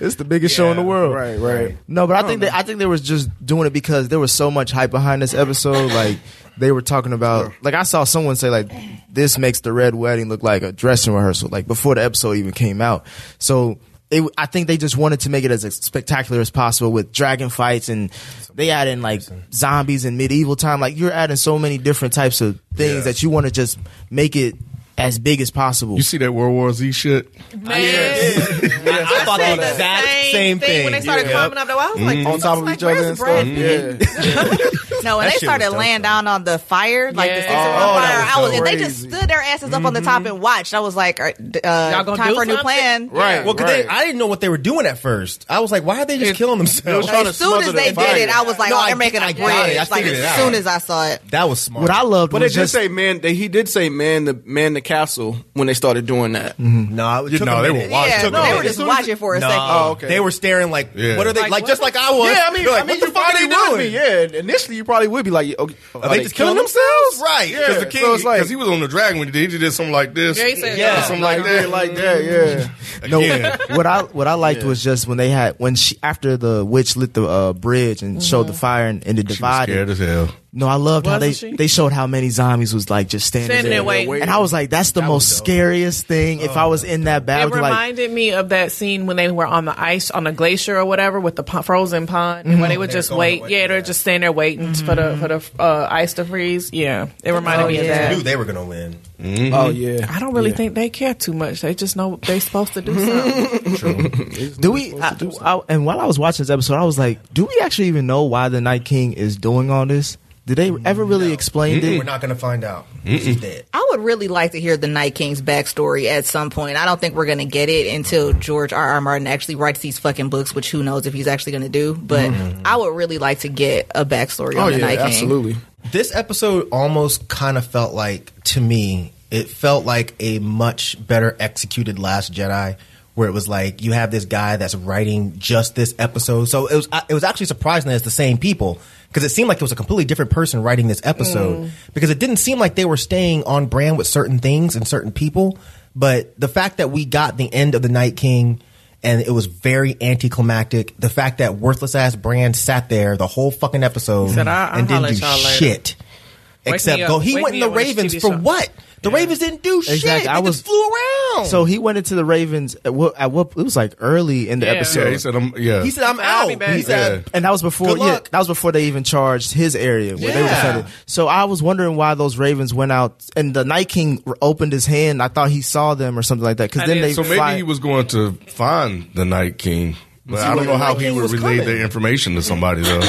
S3: It's the biggest show in the
S5: Yeah.
S3: world.
S6: right, right.
S3: No, but I think they, I think they was just doing it because there was so much hype behind this episode. Like they were talking about, like I saw someone say like this makes the red wedding look like a dressing rehearsal, like before the episode even came out. So it, I think they just wanted to make it as spectacular as possible with dragon fights, and they add in like zombies in medieval time. Like you're adding so many different types of things
S1: Yeah.
S3: that you want to just make it as big as possible.
S1: You see that World War Z shit?
S7: Man,
S5: [laughs] I, thought the
S7: said the
S5: exact same, thing.
S7: when they started
S5: Yeah.
S7: climbing up the wall. I was like,
S6: on top of
S7: like,
S6: each other and stuff.
S7: where's Brad
S6: Yeah.
S4: No, and
S5: That
S4: they
S5: shit was
S4: started
S5: dope,
S4: laying
S5: though.
S4: down on the fire, like the
S7: Yeah.
S4: sticks
S7: Oh,
S4: oh, on
S5: that
S4: fire.
S5: was
S4: I was,
S5: dope.
S4: and they just stood their asses up on the top and watched. I was like, are- d- uh,
S7: gonna
S4: time
S7: do
S4: for a new
S7: something?
S4: plan.
S6: Right.
S5: Well, 'cause
S6: right.
S5: they, I didn't know what they were doing at first. I was like, why are they just killing themselves?
S6: trying
S4: As
S6: to
S4: soon
S6: smother
S4: as
S6: the
S4: they
S6: fire.
S4: did it, I was like,
S5: No,
S4: oh,
S5: I-
S4: they're making
S5: I
S4: a
S5: got it. I
S4: bridge. Like
S5: figured it
S4: as
S5: out.
S4: soon as I saw it,
S5: that was smart.
S3: what I loved
S6: But they
S3: was
S6: did
S3: just
S6: say man. They, he did say man the man the castle when they started doing that.
S5: no, it
S1: You
S5: took
S1: know,
S5: a
S1: they
S5: minute.
S1: were watching.
S4: yeah,
S5: Took a
S4: they were
S5: minute.
S4: just watching for a
S5: No,
S4: second.
S6: Oh, okay.
S5: they were staring like,
S1: Yeah.
S5: what are they like?
S7: Like,
S5: just
S7: what?
S5: like I was.
S6: Yeah, I mean,
S5: They're like,
S6: I mean,
S5: what the
S6: you
S5: fuck are
S6: probably
S5: they
S6: would
S5: doing?
S6: be. Yeah, initially you probably would be like, okay,
S5: Are they just killing themselves? Right.
S6: Yeah.
S1: Because the king,
S6: so
S1: because
S6: it's like-
S1: he was on the dragon when he did, he did something like this.
S7: Yeah, he said,
S1: or
S7: Yeah.
S1: something
S6: Like
S1: like that.
S6: that, like that, yeah.
S3: No, [laughs]
S1: Again.
S3: what I what I liked was just when they had when she after the witch lit the uh, bridge and showed the fire and, and the
S1: She was
S3: divide.
S1: scared as hell.
S3: No, I loved how they
S7: Mm-hmm. Wasn't she?
S3: they showed how many zombies was like just standing,
S7: Standing
S3: there
S7: there waiting.
S3: and I was like, that's the most scariest thing. if I was in that
S7: It
S3: battle, like
S7: reminded me of that scene when they were on the ice on a glacier or whatever with the po- frozen pond, and where they would
S5: They're
S7: just
S5: going
S7: wait.
S5: away,
S7: Yeah, they're
S5: yeah.
S7: just standing there waiting for the for the uh, ice to freeze. Yeah, it reminded
S4: Oh,
S7: me
S4: yeah.
S5: I
S7: of
S5: knew
S7: that.
S5: they were gonna win.
S6: Oh yeah.
S7: I don't really
S6: Yeah.
S7: think they care too much. They just know they're supposed to do something.
S3: do we? I, I- and while I was watching this episode, I was like, do we actually even know why the Night King is doing all this? Did they ever really explain it?
S5: We're not gonna find out. She's dead.
S4: I would really like to hear the Night King's backstory at some point. I don't think we're going to get it until George R. R. Martin actually writes these fucking books, which who knows if he's actually going to do. But
S5: Mm-hmm.
S4: I would really like to get a backstory
S6: Oh
S4: on the
S6: yeah,
S4: Night King.
S6: absolutely.
S5: This episode almost kind of felt like to me. It felt like a much better executed Last Jedi, where it was like you have this guy that's writing just this episode. So it was it was actually surprising that it's the same people because it seemed like it was a completely different person writing this episode because it didn't seem like they were staying on brand with certain things and certain people. But the fact that we got the end of the Night King and it was very anticlimactic. The fact that worthless ass Brand sat there the whole fucking episode
S7: said, "I- I'll
S5: and didn't
S7: holler at
S5: do
S7: y'all later."
S5: shit.
S7: Wake
S5: Except
S7: me up-
S5: go, he
S7: wake
S5: went in
S7: me
S5: the
S7: up when it's
S5: Ravens
S7: TV
S5: for
S7: show.
S5: what? The Ravens didn't do shit.
S3: Exactly,
S5: They
S3: I was-
S5: just flew around.
S3: So he went into the Ravens at what, at what it was like early in the
S7: Yeah.
S3: episode.
S1: Yeah, he said, I'm, yeah.
S5: he said, "I'm
S7: I'll
S5: out."
S7: be back.
S5: He said,
S3: And that was before
S5: Good
S3: yeah,
S5: luck.
S3: that was before they even charged his area where they were
S5: Yeah.
S3: defended. So I was wondering why those Ravens went out and the Night King r- opened his hand. I thought he saw them or something like that. Because
S7: I
S3: then
S7: did.
S3: they
S1: so maybe
S3: fly-
S1: he was going to find the Night King. But I don't know how he would relay the information to somebody though.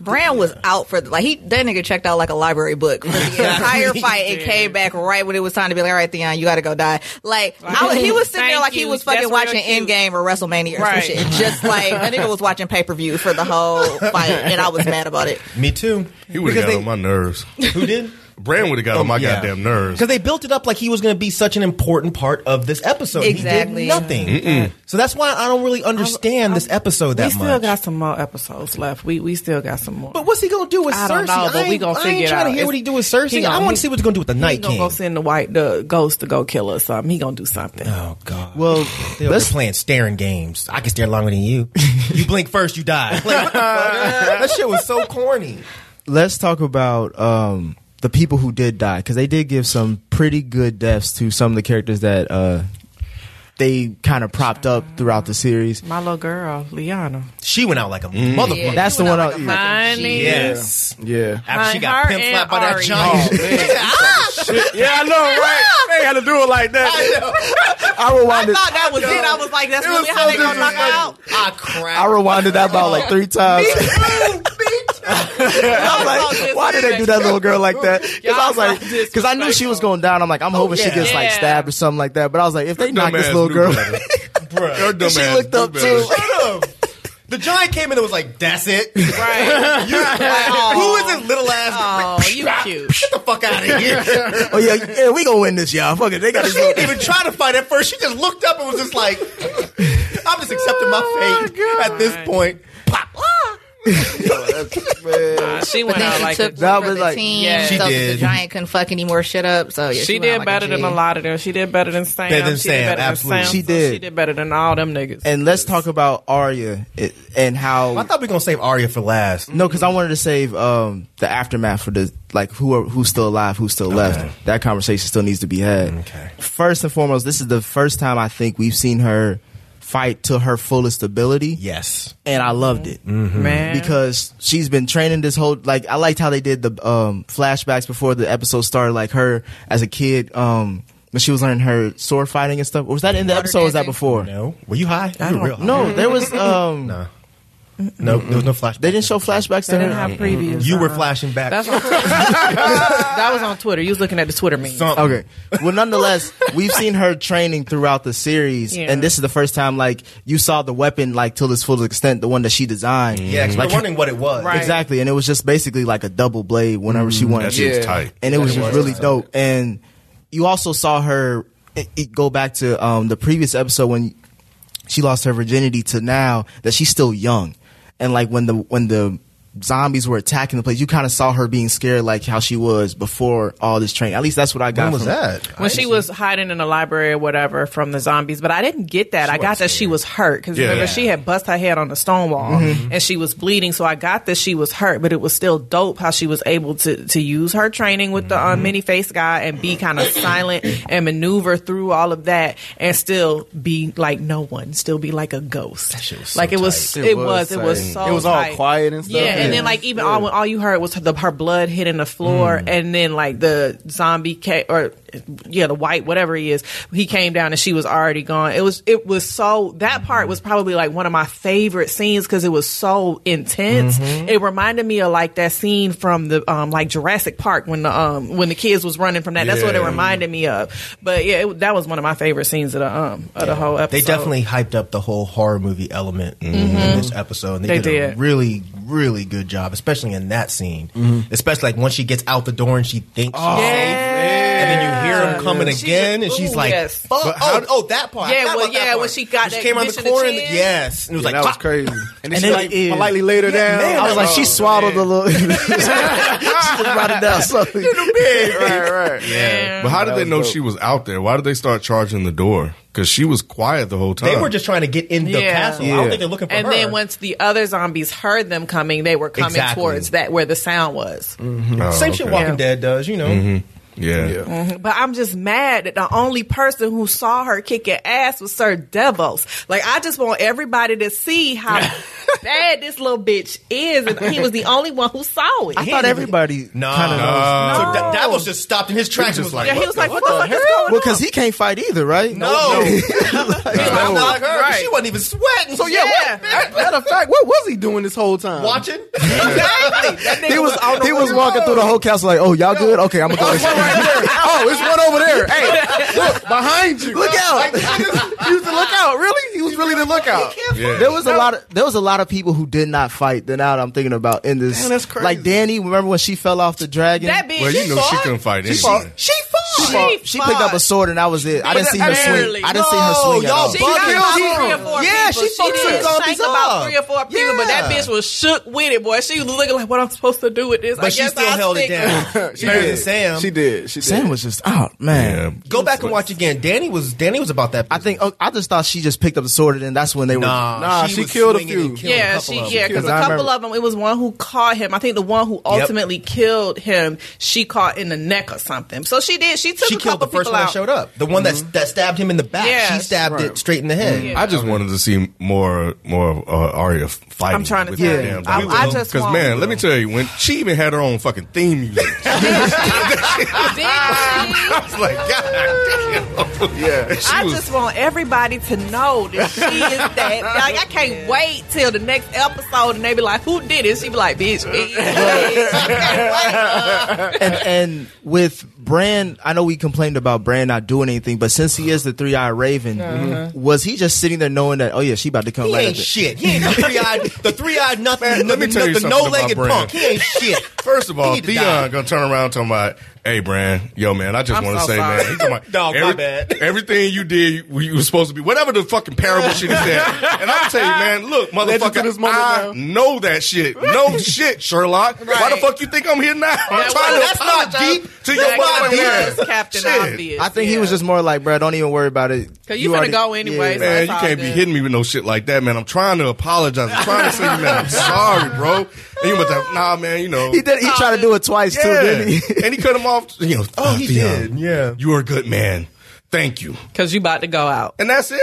S4: Bran was out for the, like he that nigga checked out like a library book for
S7: [laughs]
S4: the entire fight and came back right when it was time to be like, all right, Theon, you got to go die. Like I was- he was sitting there
S7: Thank
S4: like he
S7: you.
S4: was fucking
S7: That's real
S4: watching
S7: cute.
S4: Endgame or WrestleMania or
S7: Right.
S4: some shit.
S7: [laughs]
S4: Just like that nigga was watching pay per view for the whole fight, and I was mad about it.
S5: "Me too."
S1: He would have got on my nerves.
S5: [laughs] who did?
S1: Brand would have
S3: Oh,
S1: got on my
S5: Yeah.
S1: goddamn nerves.
S5: Because they built it up like he was going to be such an important part of this episode.
S4: Exactly.
S5: He did nothing. So that's why I don't really understand this episode
S7: we
S5: that
S7: still
S5: much.
S7: got some more episodes left. We we still got some more.
S5: but what's he going to do with
S7: I
S5: Cersei?
S7: don't know, but
S5: I ain't,
S7: we gonna
S5: I
S7: figure
S5: ain't
S7: it
S5: trying to
S7: out.
S5: hear what he
S7: It's-
S5: do with Cersei.
S7: he gonna-
S5: I want to
S7: he-
S5: see what's going to do with the
S7: he
S5: Night
S7: gonna
S5: King.
S7: go send the white the ghost to go kill us. Something he gonna do something.
S5: Oh God!
S3: Well,
S5: They're
S3: let's-
S5: playing staring games. I can stare longer than you. you blink first, you die. Like, what the fuck? that shit was so corny.
S3: let's talk about um, the people who did die because they did give some pretty good deaths to some of the characters that uh, they kind of propped up throughout the series.
S7: My little girl, Liana.
S5: She went out like a motherfucker.
S4: Yeah,
S3: That's
S4: he
S3: the
S4: went
S3: one
S4: out
S3: I-
S4: like a fucking
S7: Honey.
S4: G.
S5: Yes.
S6: Yeah.
S5: After she
S7: Her
S5: got pimp
S7: and
S5: slapped by that
S7: Ari. Oh,
S5: giant. [laughs] "Ah!"
S6: Yeah, I know, right? they had to do it like that.
S3: I
S4: I
S3: rewinded,
S4: thought that was it. I was like, that's really how they gonna knock her out.
S7: Ah,
S5: I cried.
S3: I rewinded that about like three times. [laughs] I was like, why did they do that little girl like that? Because I was like, because I knew she was going down. I'm like, I'm hoping she
S5: yeah.
S3: gets like
S7: Yeah.
S3: stabbed or something like that. But I was like, if they knock
S1: Dumb
S3: this
S1: ass
S3: little
S1: knew
S3: girl,
S1: better.
S5: Bruh.
S1: Her dumb
S3: she
S1: ass
S3: looked
S1: knew
S3: up
S1: better.
S3: too.
S5: Shut up. The giant came in and was like, that's it. [laughs]
S7: Right.
S5: You- Who is this little ass?
S7: Oh, you cute.
S5: Get the fuck out of
S7: [laughs]
S5: here.
S3: [laughs] oh yeah, yeah, we gonna win this, y'all. Fuck it, they got this
S5: she
S3: little.
S5: [laughs] didn't even try to fight at first. She just looked up and was just like, I'm just accepting
S7: Oh,
S5: my fate at this point. Pop.
S7: Ah. She
S4: But
S7: went
S4: then
S7: out
S4: she
S7: like
S4: took
S7: a-
S3: That
S4: one for
S3: was
S4: the
S3: like-
S4: team,
S7: Yeah. She
S4: so
S5: did.
S4: the giant couldn't fuck any more shit up. So yeah,
S7: She
S4: went out
S7: did
S4: like
S7: better than
S4: G.
S7: a lot of them. She did better than Sam.
S5: Better than
S7: she
S5: Sam,
S7: Did better
S5: absolutely.
S7: Than Sam,
S3: She
S7: so
S3: did.
S7: She did better than all them niggas.
S3: And let's talk about Arya it- and how.
S5: I thought we were going to save Arya for last.
S3: no, because I wanted to save um, the aftermath for the like who are, who's still alive, who's still left. That conversation still needs to be had.
S5: Okay.
S3: First and foremost, this is the first time I think we've seen her fight to her fullest ability.
S5: Yes.
S3: And I loved it
S7: man.
S3: because she's been training this whole like I liked how they did the um flashbacks before the episode started like her as a kid um when she was learning her sword fighting and stuff. Was that in the
S4: Water
S3: episode or was that
S4: dancing.
S3: before?
S5: No. Were you high? You were real high.
S3: No, there was um
S5: Nah. No, there was no flashback.
S3: they didn't show flashbacks to
S7: they didn't
S3: her.
S7: have previews.
S5: You were
S7: Uh-uh.
S5: flashing back.
S7: That's
S4: [laughs]
S7: on Twitter. that was on Twitter. You was looking at the Twitter meme.
S5: Something.
S3: Okay. Well, nonetheless, we've seen her training throughout the series,
S7: Yeah.
S3: and this is the first time like you saw the weapon like till its full extent, the one that she designed.
S5: Yeah, because
S3: like
S5: we're wondering what it was.
S7: Right.
S3: exactly, and it was just basically like a double blade whenever she wanted.
S1: That
S3: to.
S1: shit's
S6: Yeah.
S1: tight.
S3: and it was just really dope. And you also saw her it, it go back to um, the previous episode when she lost her virginity to now that she's still young, and like when the when the zombies were attacking the place, you kind of saw her being scared like how she was before all this training. At least that's what I got.
S5: When was
S3: from-
S5: that?
S7: when she was hiding in the library or whatever from the zombies. But I didn't get that. I got that she was hurt because
S1: Yeah.
S7: remember she had bust her head on the stone wall and she was bleeding. So I got that she was hurt, but it was still dope how she was able to to use her training with the uh, mini face guy and be kind of silent and maneuver through all of that and still be like no one, still be like a ghost. like it was,
S6: tight.
S7: it
S6: It was
S7: was, it was
S6: tight.
S7: so.
S6: It was all
S7: tight.
S6: quiet and stuff.
S7: Yeah, and
S6: Yeah.
S7: then like even all when all you heard was the, her blood hitting the floor,
S5: Mm.
S7: and then like the zombie ca- or yeah, the white whatever he is, he came down and she was already gone. It was it was so that part was probably like one of my favorite scenes because it was so intense.
S5: Mm-hmm.
S7: It reminded me of like that scene from the um like Jurassic Park when the um when the kids was running from that. That's what it
S1: Yeah.
S7: reminded me of. But yeah, it, that was one of my favorite scenes of the um of the whole episode.
S5: They definitely hyped up the whole horror movie element in this episode. And they,
S7: Mm-hmm. They
S5: did, a
S7: did.
S5: really, really good job, especially in that scene.
S7: Mm-hmm.
S5: Especially like once she gets out the door and she thinks
S6: Oh,
S5: she's safe. And then you hear him coming
S7: Oh, She's
S5: again,
S7: like,
S5: and she's
S7: ooh,
S5: like,
S7: yes.
S5: "Fuck!
S1: But
S5: oh,
S1: how-
S5: oh, that part. I
S7: Yeah,
S5: forgot
S7: well,
S5: about that
S7: yeah,
S5: part.
S7: when she got
S5: she
S7: that
S5: came around
S7: bitch
S5: the
S7: in the
S5: corner, and the-
S7: chin.
S5: yes, and it was
S6: that
S5: like,
S6: was
S5: "Fuck."
S6: crazy. And then [laughs]
S3: And
S6: she
S3: then,
S6: like
S3: yeah.
S6: politely laid her down.
S5: man,
S3: I was like,
S5: Oh,
S3: she swaddled a little. [laughs] she just brought it
S5: [laughs]
S3: down slowly.
S6: right, right.
S1: But how did
S6: That
S1: they
S6: was
S1: know
S6: dope.
S1: she was out there? Why did they start charging the door? Because she was quiet the whole time.
S5: They were just trying to get in the
S7: Yeah.
S5: castle. I don't
S3: Yeah.
S5: think they're looking for
S7: and
S5: her.
S7: then once the other zombies heard them coming, they were coming
S5: Exactly.
S7: towards that where the sound was.
S1: Oh,
S5: same shit
S1: okay.
S5: Walking
S7: Yeah.
S5: Dead does, you know.
S1: Yeah.
S7: But I'm just mad that the only person who saw her kicking ass was Sir Devos. Like I just want everybody to see how bad this little bitch is, and he was the only one who saw it.
S3: I thought everybody
S5: Nah.
S3: kind of knows.
S5: So that, that was just stopped in his tracks. and was like,
S7: yeah, he was like, "What the fuck is
S3: Well,
S7: going on?"
S3: because he can't fight either, right?
S5: no,
S3: [laughs]
S5: I'm not [laughs] like her. 'cause She
S7: Right.
S5: wasn't even sweating.
S6: So yeah, What, matter of fact, what was he doing this whole time?
S5: watching.
S7: Exactly. That nigga
S3: He was
S7: on the
S3: he was
S7: road.
S3: walking through the whole castle like, oh y'all good? Okay, I'm gonna go. [laughs]
S6: oh, it's one over there. Hey, look behind you.
S3: Look out!
S6: He was the lookout. Really? He was really the lookout.
S1: Yeah.
S3: There was a lot of there was a lot of people who did not fight. Then now that I'm thinking about in this,
S6: Damn, that's crazy.
S3: like Danny, remember when she fell off the dragon?
S7: That bitch.
S1: well, you know she couldn't fight anything.
S7: She fought.
S3: she, she picked up a sword and that was it. I didn't see her
S7: Barely.
S3: swing. I didn't see her
S5: No,
S3: swing at
S5: y'all
S3: all.
S7: She
S5: Bucky
S7: knocked out
S5: killed
S7: three or
S5: him.
S7: four
S5: Yeah, Oh,
S7: people.
S5: she fucked some
S7: did
S5: zombies
S7: shank about
S5: up.
S7: three or four people, but that
S5: Yeah.
S7: bitch was shook with it, boy. She was looking like, "What I'm supposed to do with this?" I
S5: But she
S7: guess
S5: still
S7: I'll
S5: held it
S7: stick with [laughs]
S5: down. She better than
S6: [laughs]
S5: Sam.
S6: She did. She did.
S3: Sam was just out,
S1: Yeah.
S3: man.
S5: Go back and watch again. Danny was Danny was about that.
S3: I think oh, I just thought she just picked up the sword and then that's when they were.
S5: nah,
S6: Nah, she
S5: was
S6: killed a
S5: swinging and
S6: few.
S5: killing a
S7: Yeah,
S5: couple
S7: she
S5: of
S7: yeah,
S5: them.
S7: because a
S3: I
S7: couple
S3: remember-
S7: of them. It was one who caught him. I think the one who ultimately killed him, she caught in the neck or something. So she did. She took
S5: she
S7: a
S5: killed
S7: couple
S5: the first
S7: people
S5: one that
S7: out.
S5: showed up. The one
S7: Mm-hmm.
S5: that that stabbed him in the back.
S7: Yeah.
S5: She stabbed it straight in the head.
S7: Mm-hmm.
S1: I just wanted to see more more of uh, Arya fighting.
S7: I'm trying to
S1: with
S7: tell
S1: that
S7: you.
S1: damn
S7: I-
S1: dog.
S7: I just want-
S1: man, let me tell you, when she even had her own fucking theme music, [laughs]
S5: [laughs]
S7: Did she?
S1: I was like, God damn.
S6: Yeah.
S1: [laughs] She
S7: I
S1: was-
S7: just want everybody to know that she is that. Like I can't wait till the next episode and they be like, "Who did it?" She be like, "Bitch, me."
S3: and and with Bran, I know we complained about Bran not doing anything, but since he is the three eyed Raven, Mhm.
S7: Uh-huh.
S3: was he just sitting there knowing that oh yeah, she about to come
S5: He
S3: right
S5: ain't
S3: at the-
S5: shit. He ain't the three eyed, the three eyed nothing.
S1: Man, let me
S5: the-
S1: tell you
S5: the
S1: something
S5: no legged
S1: about Bran.
S5: punk. He ain't shit.
S1: First of all,
S5: He need to die.
S1: Theon gonna turn around talking about, "Hey, Bran, yo, man, I just
S7: I'm
S1: want to
S7: so
S1: say,
S7: sorry.
S1: man, he talking about,
S5: Dog, my bad.
S1: everything you did, you, you was supposed to be whatever the fucking parable shit is that." And I tell you, man, look,
S6: Legend to
S1: motherfucker,
S6: this moment
S1: I
S6: now.
S1: know that shit. No shit, Sherlock. Why the
S7: Right.
S1: fuck you think I'm here now? I'm
S7: That
S1: trying
S7: was-
S1: to apologize
S7: deep
S1: to your
S7: That
S1: mother,
S7: was
S1: man.
S7: Captain
S1: Shit.
S7: Obvious.
S3: I think he was
S7: yeah.
S3: just more like, bro, don't even worry about it.
S7: 'Cause you finna go anyway, so-
S1: Man,
S7: That's
S1: you
S7: all
S1: can't be
S7: good.
S1: hitting me with no shit like that, man. I'm trying to apologize. I'm trying to say, man, I'm sorry, bro. And you about to, nah, man, you know.
S3: He did. He tried to do it twice too, didn't he?
S1: and he cut him off. You know, oh,
S5: he
S1: Theon,
S5: did, yeah.
S1: you are a good man. Thank you.
S7: Cause you about to go out.
S1: And that's it.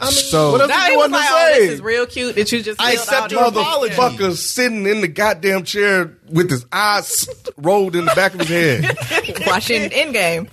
S5: I mean,
S3: [laughs]
S6: So-
S5: what else
S7: Now
S5: did
S7: it
S5: you
S7: was
S5: want
S7: like,
S5: to
S7: oh,
S5: say?
S7: this is real cute that you just.
S5: I
S7: filled
S5: accept
S7: out
S5: your
S7: the apology.
S5: apology.
S1: Motherfucker sitting in the goddamn chair with his eyes rolled in the back of his head.
S4: watching Endgame.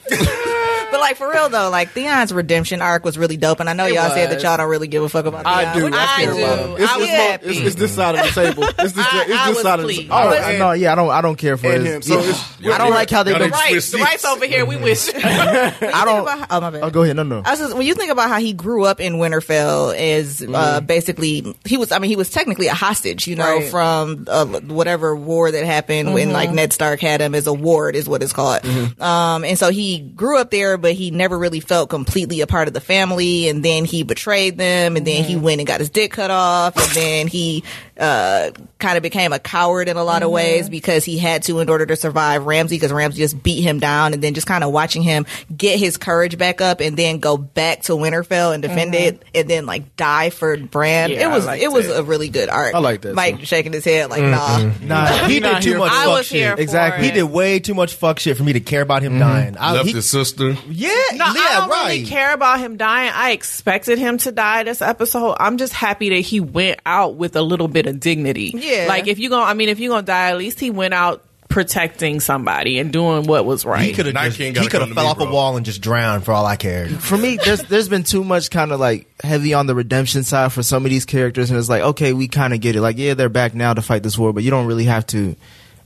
S4: but like for real though, like Theon's redemption arc was really dope, and I know
S7: It
S4: y'all said that
S7: was.
S4: y'all don't really give a fuck about.
S6: I do.
S4: Theon,
S6: I,
S4: but
S6: care
S7: do.
S6: about him. It's,
S7: I was
S6: it's, mo-
S7: happy.
S6: it's- it's this side of the table. It's this.
S7: I-
S6: it's
S7: I
S6: this
S7: was
S6: side of the.
S7: pleased.
S6: Oh,
S7: I was-
S6: and-
S3: no, yeah, I don't. I don't care for
S6: And
S3: it.
S6: him. So
S3: Yeah.
S6: it's-
S4: I don't like how they.
S1: Y'all
S4: But
S1: didn't
S4: right,
S7: Right,
S1: Swiss
S7: the rights
S1: seats.
S7: over here.
S5: Mm-hmm.
S7: We wish.
S4: I don't. Oh my bad.
S3: oh, go ahead. No, no.
S4: I was just, when you think about how he grew up in Winterfell, is uh, basically he was. I mean, he was technically a hostage, you know,
S7: Right.
S4: from uh, whatever war that happened when like Ned Stark had him as a ward, is what it's called. Um, and so he grew up there, but he never really felt completely a part of the family. And then he betrayed them, and then he
S7: Mm-hmm.
S4: went and got his dick cut off, and then he uh, kind of became a coward in a lot
S7: Mm-hmm.
S4: of ways because he had to in order to survive Ramsey because Ramsey just beat him down and then just kind of watching him get his courage back up and then go back to Winterfell and defend it and then like die for Bran.
S7: Mm-hmm. Yeah,
S4: it was
S7: I liked
S4: it was
S7: that.
S4: a really good art.
S6: I like that
S4: Mike shaking his head like nah.
S7: Mm-hmm.
S3: Nah,
S5: He did too much
S7: I
S5: fuck
S7: was here.
S5: shit.
S7: For
S3: Exactly.
S7: It.
S5: He did way too much fuck shit for me to care about him dying. I,
S1: Left
S5: he-
S1: his sister.
S5: yeah,
S7: No,
S5: yeah,
S7: I don't
S5: right.
S7: really care about him dying. I expected him to die this episode. I'm just happy that he went out with a little bit of dignity.
S4: Yeah.
S7: Like if you gonna, I mean, if you gonna die, at least he went out protecting somebody and doing what was right.
S5: He could
S1: Night
S5: have
S1: King
S5: he
S1: gotta
S5: could
S1: come
S5: have
S1: to
S5: fell
S1: me,
S5: off
S1: bro.
S5: a wall and just drowned for all I cared.
S3: for me, there's there's been too much kind of like heavy on the redemption side for some of these characters, and it's like, okay, we kind of get it. Like, yeah, they're back now to fight this war, but you don't really have to.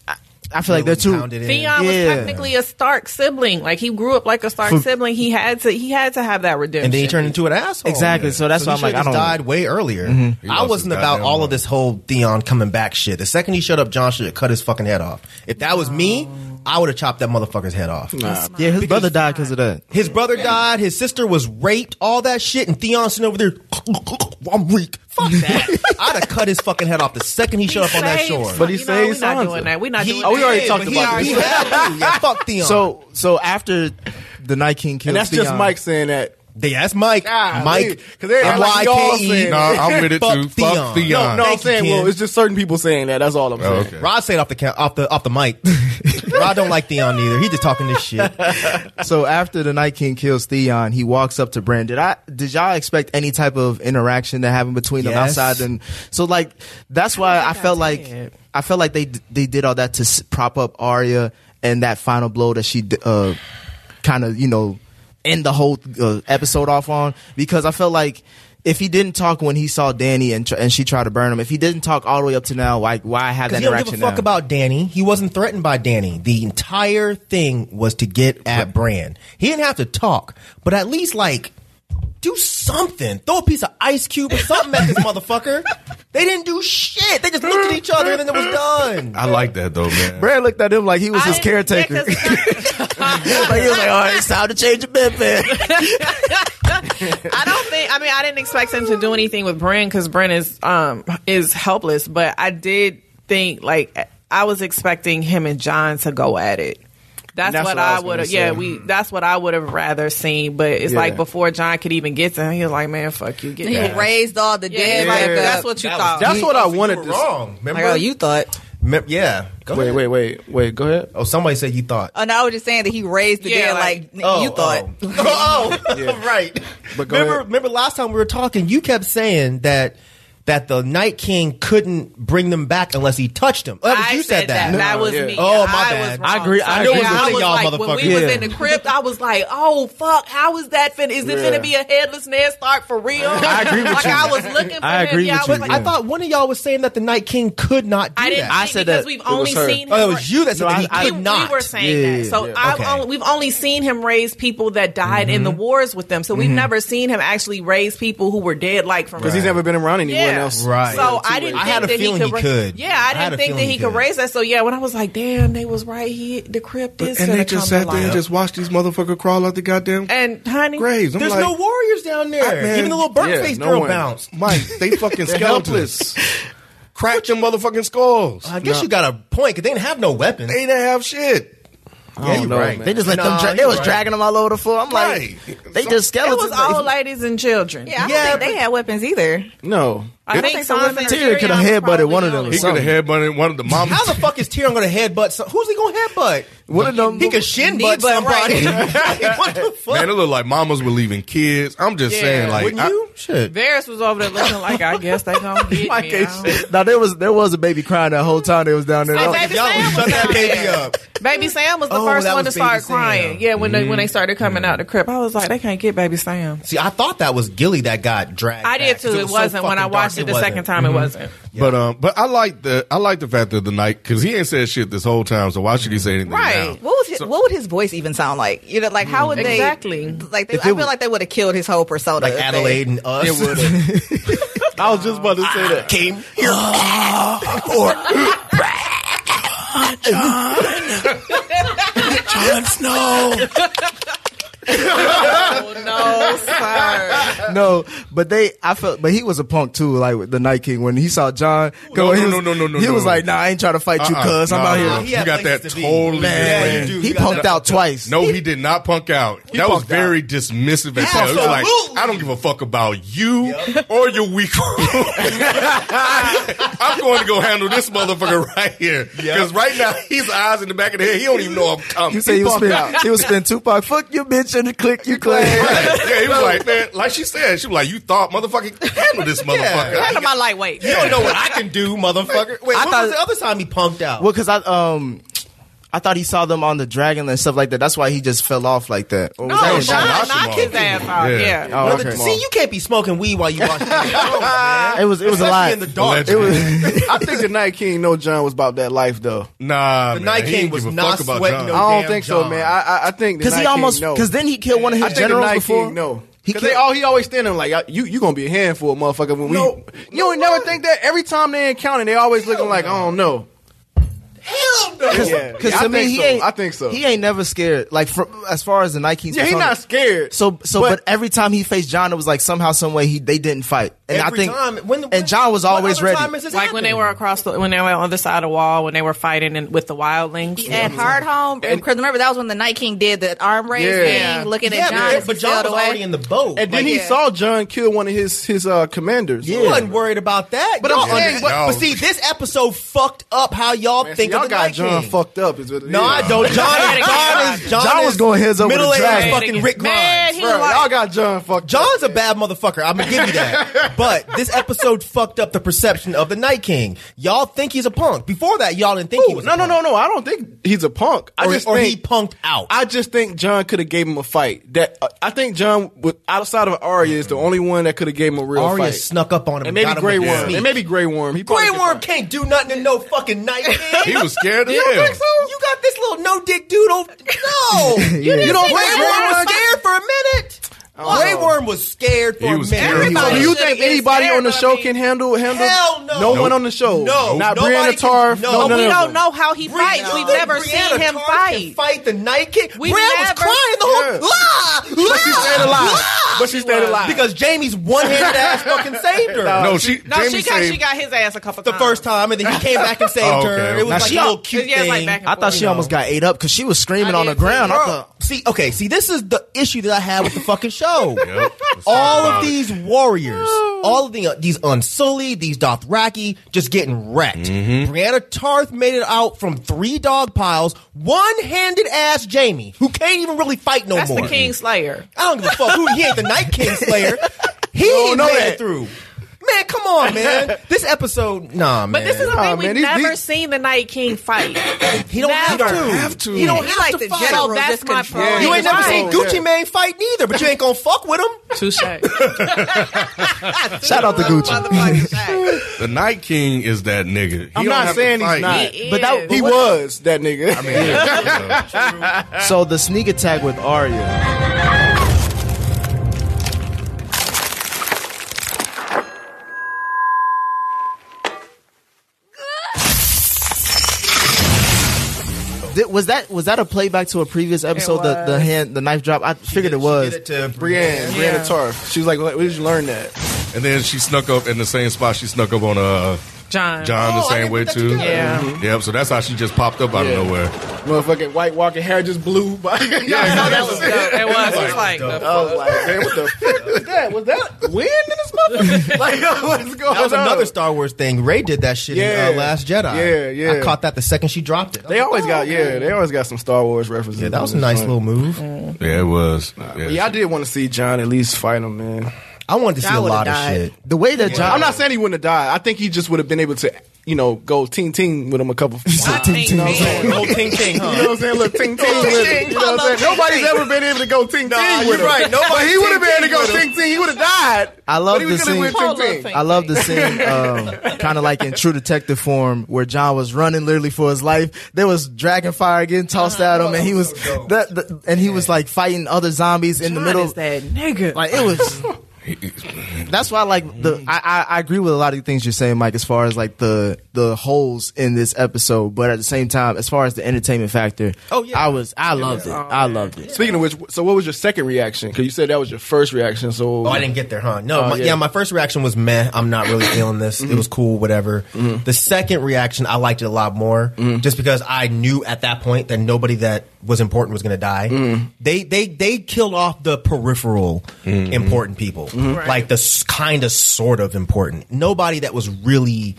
S3: I, I feel like they're too.
S5: Pounded in.
S7: Theon was
S3: Yeah.
S7: technically a Stark sibling. Like he grew up like a Stark sibling. He had to. He had to have that redemption.
S5: and then he turned into an asshole.
S3: Exactly, so that's
S5: he
S3: why I'm
S5: should've
S3: like, I
S5: just
S3: don't-
S5: died way earlier. I
S1: lost
S5: wasn't
S1: his
S5: about
S1: goddamn
S5: all of
S1: mind.
S5: this whole Theon coming back shit. The second he showed up, John should have cut his fucking head off. If that was me, I would have chopped that motherfucker's head off.
S3: Yeah, his brother died because of that.
S5: His brother died. His sister was raped. All that shit, and Theon sitting over there. [laughs] I'm weak. Fuck that. I'd have cut his fucking head off the second he showed up on that
S7: saved
S5: shore.
S7: some-
S6: But he
S7: you know,
S6: saved
S7: We're not
S6: Sansa.
S7: doing that. We're not
S5: He-
S7: doing
S6: Oh,
S7: that.
S6: we already
S5: Yeah,
S6: talked
S5: but
S6: about
S5: he,
S6: this.
S5: He had to. Yeah, fuck Theon.
S3: So so after the Night King killed,
S6: and that's just
S3: Theon-
S6: Mike saying that.
S5: they asked Mike.
S6: Ah,
S5: Mike.
S6: because they act like y'all saying
S5: M-Y-K-E.
S6: it.
S1: Nah, I'm with it
S5: E. Fuck
S1: too. Fuck
S5: Theon.
S1: Theon.
S6: No, I'm
S5: Thank you,
S6: saying,
S5: Ken.
S6: well, it's just certain people saying that. That's all I'm saying.
S1: okay.
S5: Rod said off the ca- off the off
S6: [laughs]
S5: the mic. Rod don't like Theon either. He just talking this shit.
S3: So after the Night King kills Theon, he walks up to Bran. Did I did y'all expect any type of interaction to happen between them
S5: Yes.
S3: outside? And so like that's why I,
S7: think I
S3: felt like
S7: did.
S3: I felt like they they did all that to s- prop up Arya and that final blow that she uh, kind of you know end the whole uh, episode off on because I felt like. If he didn't talk when he saw Danny and tr- and she tried to burn him, if he didn't talk all the way up to now, like why have that
S5: Because he don't give a
S3: interaction? uh,
S5: fuck
S3: now?
S5: about Danny. He wasn't threatened by Danny. The entire thing was to get at Bran. He didn't have to talk, but at least like do something. Throw a piece of ice cube or something
S3: [laughs]
S5: at this motherfucker. They didn't do shit. They just looked at each other and then it was
S3: [laughs]
S5: done.
S1: I like that though, man.
S3: Bran looked at him like he was
S7: I
S3: his
S7: didn't- yeah,
S3: caretaker.
S7: 'cause it's not-
S3: like he was like, all right, it's time to change your bed, man.
S7: I don't think. I mean, I didn't expect him to do anything with Bren because Bren is um is helpless. But I did think like I was expecting him and John to go at it. That's,
S6: That's
S7: what,
S6: what I
S7: I
S6: was
S7: would
S6: gonna
S7: have. Yeah,
S6: say.
S7: we. That's what I would have rather seen. But it's
S6: Yeah.
S7: like before John could even get to him, he was like, "Man, fuck you, get
S4: He
S7: that."
S4: raised all the
S7: Yeah,
S4: dead.
S7: like
S4: back up.
S7: that's what you thought.
S6: That's what I
S5: You
S6: wanted
S5: were
S6: to-
S5: wrong. Remember?
S4: Like, oh, you thought.
S5: Mem- yeah.
S6: [laughs]
S5: Go
S6: Wait,
S5: ahead.
S6: wait, wait, wait. Go ahead.
S5: Oh, somebody said you thought.
S4: Oh no, I was just saying that he raised the dead
S7: Yeah, like,
S4: like,
S5: Oh,
S4: you thought.
S5: Oh, oh, [laughs] oh.
S6: Yeah.
S5: right.
S6: But go
S5: remember,
S6: ahead.
S5: remember last time we were talking, you kept saying that that the Night King couldn't bring them back unless he touched them. That was-
S7: I
S5: you said, that.
S7: That
S6: No,
S7: was
S6: yeah.
S7: me.
S5: Oh, my
S7: I
S5: bad.
S7: Was wrong.
S5: I agree- I
S7: Sorry.
S5: agree
S7: Yeah,
S5: with
S7: I
S5: you,
S7: was
S5: y'all
S7: like, when we
S5: motherfuckers.
S7: was
S3: Yeah.
S7: in the crypt, I was like, oh fuck, how is that fin? Is this
S6: Yeah.
S7: gonna be a headless Ned Stark
S5: [laughs]
S7: for real? I
S3: agree with
S7: like,
S3: you.
S7: I was looking for
S3: I
S7: him.
S3: agree
S7: yeah,
S3: with
S7: I was
S3: you,
S7: like,
S5: I thought one of y'all was saying that the Night King could not do
S7: I didn't.
S5: that.
S3: I said
S7: because
S3: that.
S7: We've
S6: was
S7: only
S6: her.
S7: seen. Him
S5: Oh, that was you that said
S3: No,
S5: that he
S3: I-
S5: could
S7: we,
S5: not.
S7: we were saying
S3: Yeah,
S7: that. So
S3: yeah,
S7: I've
S5: okay. Mm-hmm.
S7: only, we've only seen him raise people that died in the wars with them. So we've never seen him actually raise people who were dead, like from
S6: Because he's never been around anyone
S7: Yeah.
S6: else.
S5: Right.
S7: So I didn't.
S5: I
S7: think
S5: had a
S7: that
S5: feeling
S7: he
S5: he
S7: could. ra-
S5: could.
S7: Yeah, I
S5: I had
S7: didn't
S5: a
S7: think that
S5: feeling
S7: he
S5: he
S7: could
S5: could.
S7: raise that. So yeah, when I was like, damn, they was right. He the crypt is
S1: and
S7: gonna
S1: they
S7: come
S1: just sat
S7: to
S1: there and
S7: life.
S1: just watched these motherfucker crawl out the goddamn
S7: And honey,
S1: graves. I'm
S5: There's
S1: like,
S5: no warriors down there.
S1: I- man,
S5: Even the little burnt
S6: yeah,
S5: faced
S6: no
S5: girl
S6: one.
S5: bounced.
S1: Mike, they [laughs] fucking helpless. Crack them motherfucking skulls.
S5: I guess you got a point because they didn't have no weapons.
S1: They didn't have shit.
S6: I don't
S5: you
S6: know,
S5: right.
S6: man.
S3: They just let
S5: Nah,
S3: them. Dra-
S5: you
S3: they was
S5: right.
S3: dragging them all over the floor. I'm like,
S1: Right.
S3: they just
S7: it
S3: skeletons.
S7: was all ladies and children.
S4: Yeah, I don't
S5: Yeah,
S4: think they had weapons either.
S6: no.
S7: I
S4: It-
S7: think
S4: Tyrion
S7: Sansa and
S4: coulda
S7: Tyrion
S3: coulda headbutted
S7: probably
S3: one of them.
S7: own
S1: He
S7: it.
S1: could have headbutted one of the mamas.
S5: How the fuck is Tyrion going to headbutt? Some, who's he going to headbutt?
S3: One of them-
S5: He could shin butt
S4: Knee butt,
S5: somebody. [laughs] Like, what the fuck?
S1: Man, it looked like mamas were leaving kids. I'm just
S7: Yeah.
S1: saying, like,
S5: Wouldn't
S1: I-
S5: you? Shit.
S7: Varys was over there looking like I guess they gonna get me. I don't-
S3: Now there was there was a baby crying that whole time they was down there.
S7: Hey,
S3: Oh,
S7: baby,
S5: Y'all
S7: Sam was
S5: shut that
S7: down
S5: baby
S7: there.
S5: up.
S7: Baby Sam was the
S5: Oh,
S7: first
S5: that
S7: one to
S5: was Baby
S7: start
S5: Sam.
S7: crying. Yeah, when they when they started coming out the crib, I was like, they can't get Baby Sam.
S5: See, I thought that was Gilly that got dragged.
S7: I did
S5: back, 'cause
S7: too. It,
S5: was so
S7: wasn't when I
S5: fucking dark,
S7: watched it the
S5: wasn't.
S7: second time. It wasn't.
S1: but um, but I like the I like the fact that the night because he ain't said shit this whole time. So why should he say anything?
S7: Right.
S1: now?
S4: What was his, what would his voice even sound like? You know, like how would they
S7: Exactly.
S4: Like they, I
S3: it
S4: feel
S3: was-
S4: like they would have killed his whole persona.
S5: Like
S4: if they-
S5: Adelaide and us.
S6: I was just about to say that.
S5: [laughs] came here. John Snow.
S7: No, sir.
S3: [laughs] no, but they, I felt, but he was a punk too. Like with the Night King when he saw John,
S1: No,
S3: he
S1: no,
S3: was,
S1: no, no, no, no,
S3: He
S1: no.
S3: was like, "Nah, I ain't trying to fight you,
S1: Uh-uh.
S3: cuz I'm
S1: Nah,
S3: out here."
S1: nah.
S5: He
S1: You
S5: had
S1: got that
S5: places to be.
S1: totally
S5: Man,
S1: different.
S5: you do.
S3: He
S5: got
S3: punked
S5: that-
S3: out twice.
S1: No, he did not punk out. that was
S6: punked
S1: very dismissive. As hell. It was like,
S5: Absolutely.
S1: I don't give a fuck about you or your weak. [laughs] I'm going to go handle this motherfucker right here because right now he's eyes in the back of the head. He don't even know I'm coming.
S3: You say he was
S1: punked
S3: spin, he was spin Tupac. Fuck your bitch and
S1: [laughs]
S3: click you click.
S1: Right. Yeah, he was like, man, like she said, she was like, you thought motherfucking handle this motherfucker.
S7: Kind of my lightweight.
S5: You don't know what I can do, motherfucker. Wait, what
S3: thought-
S5: was the other time he punked out?
S3: Well, because I um. I thought he saw them on the dragon and stuff like that. That's why he just fell off like that. Or was
S7: No,
S3: that
S1: Oh,
S7: no,
S3: his
S1: shit,
S7: John
S1: that's
S7: knocked
S1: wrong.
S7: his ass out.
S1: Yeah.
S7: Yeah.
S3: Oh,
S5: Another-
S3: okay.
S5: See, you can't be smoking weed while you
S3: [laughs]
S5: watch TV. Come on, man.
S3: It was- it was a
S5: Especially
S3: lot.
S5: in the dark.
S1: Allegedly.
S6: [laughs] I think the Night King know John was about that life though.
S1: Nah,
S5: The
S1: man,
S5: Night
S1: he
S5: King
S1: didn't
S5: was
S1: give a
S5: not
S1: fuck about
S5: sweating
S1: John.
S5: no
S6: I don't
S5: Damn
S6: think so,
S5: John.
S6: man. I, I, I think the
S3: Because
S6: Night
S3: he
S6: King
S3: almost
S6: know.
S3: because then he killed one of
S6: I
S3: his
S6: think
S3: generals
S6: the Night
S3: before.
S6: King know.
S3: he
S6: Because they
S3: killed-
S6: all he always standing like y'all- you you gonna be a handful, motherfucker. When
S5: No.
S6: we you don't never think that every time they encounter they always looking like I don't know.
S5: Hell no.
S6: Yeah,
S3: Because
S6: yeah,
S3: I,
S6: I,
S3: mean,
S6: think
S3: he
S6: so.
S3: ain't.
S6: I think so.
S3: He ain't never scared. Like from, as far as the Night King's
S6: yeah, he's
S3: persona.
S6: not scared.
S3: So, so, but, every time he faced John, it was like somehow, some way he they didn't fight, and I
S5: Every
S3: think,
S5: time, when, when,
S3: and John was
S5: what
S3: always
S5: other
S3: ready.
S5: time has this
S7: Like when they
S5: happened?
S7: were across the when they were on the other side of the wall when they were fighting in, with the wildlings.
S4: He At Hard Home, because remember that was when the Night King did the arm raise
S6: Yeah.
S4: thing, looking
S5: Yeah,
S4: at John.
S5: but, but John was already in the boat.
S6: and then
S5: Like,
S6: he
S4: yeah.
S6: saw John kill one of his his uh, commanders.
S5: You wasn't worried about that. But
S1: I'm saying-
S5: but,
S1: Y'all-
S5: but see, this episode fucked up how y'all
S6: Man, so
S5: think
S6: y'all
S5: of the
S6: got
S5: Night
S6: John
S5: King.
S6: fucked up. Is what it
S5: No,
S6: is.
S5: I don't. John is John is John,
S3: John was
S5: is
S3: going heads over the
S5: middle
S3: dragon.
S5: fucking Rick
S7: Man,
S5: Grimes. [laughs]
S7: he
S6: Bruh,
S7: like-
S6: y'all got John fucked. up.
S5: John's a bad motherfucker. I'm gonna give you that. [laughs] But this episode fucked up the perception of the Night King. Y'all think he's a punk. Before that, y'all didn't think he
S6: Ooh,
S5: was.
S6: no,
S5: a
S6: no,
S5: punk.
S6: no, no. I don't think he's a punk. I
S5: Or,
S6: just
S5: or
S6: think
S5: he punked out.
S6: I just think John could have gave him a fight. That uh, I think John, with, outside of Arya, is the only one that could have gave him a real
S5: Arya
S6: fight.
S5: snuck up on him
S6: and maybe
S5: got him
S6: Grey
S5: with the
S6: Worm.
S5: sneak.
S6: And maybe Grey Worm. He probably
S5: Grey
S6: could
S5: Worm
S6: fight.
S5: can't do nothing to no fucking Night [laughs] King.
S1: He was scared as
S5: You don't
S1: hell.
S5: think so? You got this little no dick dude over. No, you,
S3: You
S5: don't.
S3: don't think
S5: Grey Worm
S3: Grey
S5: was
S3: Worm-
S5: scared for a minute. Grey Worm was scared for
S1: He
S5: a
S1: was
S5: minute.
S1: scared.
S6: So do
S1: Everybody
S6: you
S7: should've
S6: think
S7: been
S6: anybody
S7: scared,
S6: on the
S7: but I
S6: show
S7: mean-
S6: can handle handle?
S5: Hell no.
S6: one on the show.
S5: No,
S6: not
S5: nobody
S6: Brianna
S5: can-
S6: Tarf.
S5: no.
S6: No,
S5: But
S6: no,
S4: we
S6: no.
S4: don't know how he
S5: Brianna-
S4: fights. We've
S5: you think
S4: never
S5: Brianna
S4: seen him
S5: Tarth Can
S4: fight.
S5: fight the Night King.
S4: We
S5: Brianna was
S4: never-
S5: crying the
S6: Yeah.
S5: whole. La, la,
S6: But she stayed alive. But she stayed alive.
S5: because Jamie's one handed ass fucking saved her.
S1: No, she.
S7: No,
S1: Jamie
S7: she got
S1: saved,
S7: she got his ass a couple
S5: the
S7: times.
S5: first time, and then he came back and saved
S1: Oh, okay,
S5: her.
S1: okay.
S5: It was
S1: Now,
S5: like
S3: she
S5: a
S3: al-
S5: little cute
S7: Yeah, it's
S5: thing.
S7: like back and
S3: I thought she
S7: forth.
S3: almost got ate up because she was screaming
S7: I
S3: on the
S7: did too.
S3: ground. I
S5: Bro,
S3: thought,
S5: see, okay, see, this is the issue that I have with the fucking show.
S1: Yep.
S5: all
S1: About
S5: of
S1: it.
S5: these warriors, all of the, uh, these Unsullied, these Dothraki, just getting wrecked. Brianna Tarth made it out from three dog piles, one handed ass Jamie, who can't even really fight no
S7: That's
S5: more.
S7: the King Slayer.
S5: I don't give a fuck who he ain't the Night King Slayer. He ain't
S6: know
S5: made
S6: that.
S5: it through. Man, come on, man. This episode, nah, man.
S7: But this is the
S6: Nah,
S7: thing we've
S6: man, these-
S7: never
S6: these-
S7: seen the Night King fight.
S5: he don't have,
S7: Never.
S5: to.
S1: have to.
S5: He don't
S4: He
S5: have
S4: like
S5: to
S4: the
S5: fight.
S4: general.
S7: So that's my
S4: discontrol.
S7: point.
S6: Yeah,
S5: You ain't never seen
S6: Right.
S5: Gucci Mane fight neither, but you ain't gonna fuck with him.
S7: Touche.
S3: shout out to Gucci.
S1: The Night King is that nigga. He
S6: I'm
S1: don't
S6: not
S1: have to
S6: saying he's
S1: fight.
S6: not.
S3: But that-
S6: he
S3: But what-
S6: was that nigga.
S1: Yeah.
S3: so the sneak attack with Arya. Did- was that was that a playback to a previous episode? The the
S7: was.
S3: hand the knife drop. I figured it was.
S6: Brienne,
S7: Yeah.
S6: Brianna Tarf. She was like, "Where did you learn that?"
S1: and then she snuck up in the same spot she snuck up on uh,
S7: John.
S1: John
S5: Oh,
S1: the
S5: I
S1: same
S5: didn't
S1: way
S5: put that
S1: too. Mm-hmm.
S5: together.
S7: Yeah.
S1: Yep. So that's how she just popped up out
S6: Yeah.
S1: of nowhere.
S6: Motherfucking White Walker hair just blew by. [laughs] yeah,
S7: That was dope. It was. It's like, the
S6: [laughs] I was [laughs] like, man, what the fuck was that? Was that wind in this
S5: motherfucker? like, what's going That was
S1: on?
S5: another Star Wars thing. Ray did that shit in
S6: Yeah.
S5: uh, Last Jedi.
S6: Yeah, yeah.
S5: I caught that the second she dropped it. I was
S6: They
S5: like,
S6: always
S5: oh,
S6: got
S5: okay.
S6: yeah. They always got some Star Wars references.
S5: Yeah, that was a
S6: It's
S5: nice
S6: fun.
S5: little move.
S1: Yeah, it was.
S6: But yeah, I did want to see John at least fight him, man.
S5: I wanted to see
S4: I
S5: a
S4: would've
S5: lot
S4: died.
S5: of shit.
S3: The way that John,
S6: I'm not saying he wouldn't have died. I think he just would have been able to, you know, go ting ting with him a
S5: [laughs]
S6: couple.
S7: I think
S6: You know what I'm saying?
S7: no ting ting,
S6: You know what I'm saying? Look, ting ting with him. You know what I'm saying? Nobody's ever been able to go ting ting with
S5: you're
S6: him.
S5: right. Nobody
S6: But he would have been able to
S5: ting-ting
S6: go ting ting. He would have died.
S3: I love
S6: But he was
S3: the
S6: gonna
S3: scene.
S6: win
S4: Paul
S6: ting-ting.
S4: Rudd
S3: I love the scene, um, kind of like in True Detective form, where John was running literally for his life. There was dragon fire getting tossed at
S5: Uh-huh.
S3: him, and he was, that, the, and he was like fighting other zombies in the
S7: John
S3: middle.
S7: is that nigga.
S3: Like it
S5: [laughs]
S3: was. That's why, I like the, I, I I agree with a lot of the things you're saying, Mike. As far as like the the holes in this episode, but at the same time, as far as the entertainment factor,
S5: Oh, yeah.
S3: I was, I loved it. I loved it.
S6: Speaking of which, so what was your second reaction? Because you said that was your first reaction. So
S5: Oh, I didn't get there, huh? No, my, yeah.
S6: yeah. Mm-hmm.
S5: my first reaction was meh. I'm not really feeling this. It was cool, whatever. The second reaction, I liked it a lot more,
S6: Mm-hmm.
S5: just because I knew at that point that nobody that was important was going to die.
S6: Mm-hmm.
S5: They they they killed off the peripheral
S6: Mm-hmm.
S5: important people, like the kind of sort of important. Nobody that was really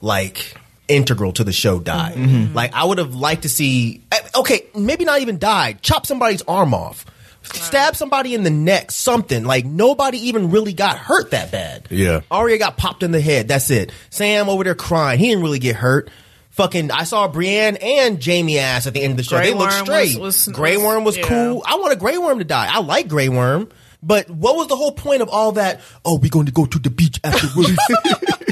S5: like integral to the show died. Like I would have liked to see. eh, Okay, maybe not even died. Chop somebody's arm off. Stab somebody in the neck, something like nobody even really got hurt that bad.
S1: Yeah.
S5: Arya got popped in the head. That's it. Sam over there crying. He didn't really get hurt. Fucking, I saw Brienne and Jamie ass at the end of the show.
S7: Grey
S5: they looked
S7: Worm
S5: straight.
S7: was- was-
S5: Grey Worm was
S7: yeah.
S5: cool. I want a Grey Worm to die. I like Grey Worm. But what was the whole point of all that? Oh, we're going to go to the beach
S1: [laughs]
S5: afterwards.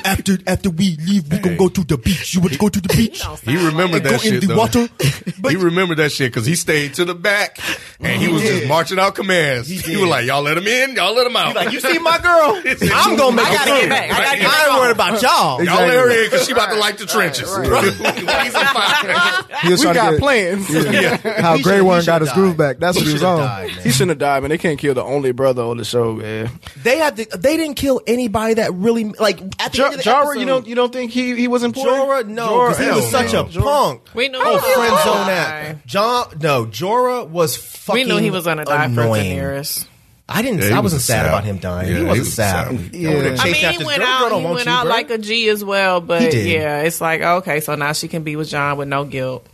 S5: after after we leave, we're gonna go to the beach. You want to go to the beach?
S1: He remembered
S5: Go
S1: that
S5: in
S1: shit.
S5: the
S1: though. [laughs]
S5: water. But-
S1: he remembered that shit because he stayed to the back and he was just marching out commands. He, was like, "Y'all let him in, y'all let him out."
S5: Like you see my girl, I'm gonna make
S1: I
S5: it
S1: gotta
S5: through.
S1: get back. I gotta get
S5: I ain't worried about y'all.
S1: [laughs] Y'all let her in because she about to like the trenches. [laughs] He's a fire.
S3: He was
S6: we
S3: trying
S6: got
S3: to get
S6: plans.
S3: how
S5: He
S3: Grey
S5: should- he
S3: Worm
S5: should
S3: got his
S5: die.
S3: groove back. That's
S5: He
S3: what he was
S5: should've
S3: on.
S5: died, man.
S6: [laughs] He shouldn't have died, man. They can't kill the only brother on the show, man.
S5: They had to, they didn't kill anybody that really like at the
S6: J-
S5: end of the
S6: Jara,
S5: episode,
S6: you don't you don't think he he was important?
S5: Jorah, no, because he
S1: Jorah,
S5: was
S1: hell
S5: such
S1: no.
S5: a punk.
S7: We knew
S5: oh,
S7: he was
S5: friend
S7: gonna
S5: zone
S7: die.
S5: act. John, no, Jorah was
S7: we
S5: fucking.
S7: knew he was gonna die for
S5: annoying.
S7: Daenerys.
S5: I didn't.
S1: Yeah, he
S5: I
S1: was
S5: wasn't
S1: a
S5: sad,
S1: sap.
S5: about him dying.
S1: Yeah,
S5: he
S1: he
S5: wasn't
S1: was a
S5: sad.
S1: sap. Yeah.
S7: I mean,
S5: after
S7: he went
S5: girl,
S7: out.
S5: girl don't
S7: he
S5: want
S7: went
S5: you,
S7: out
S5: bro.
S7: like a G as well,
S5: He
S7: but
S5: did.
S7: yeah, it's like okay, so now she can be with John with no guilt.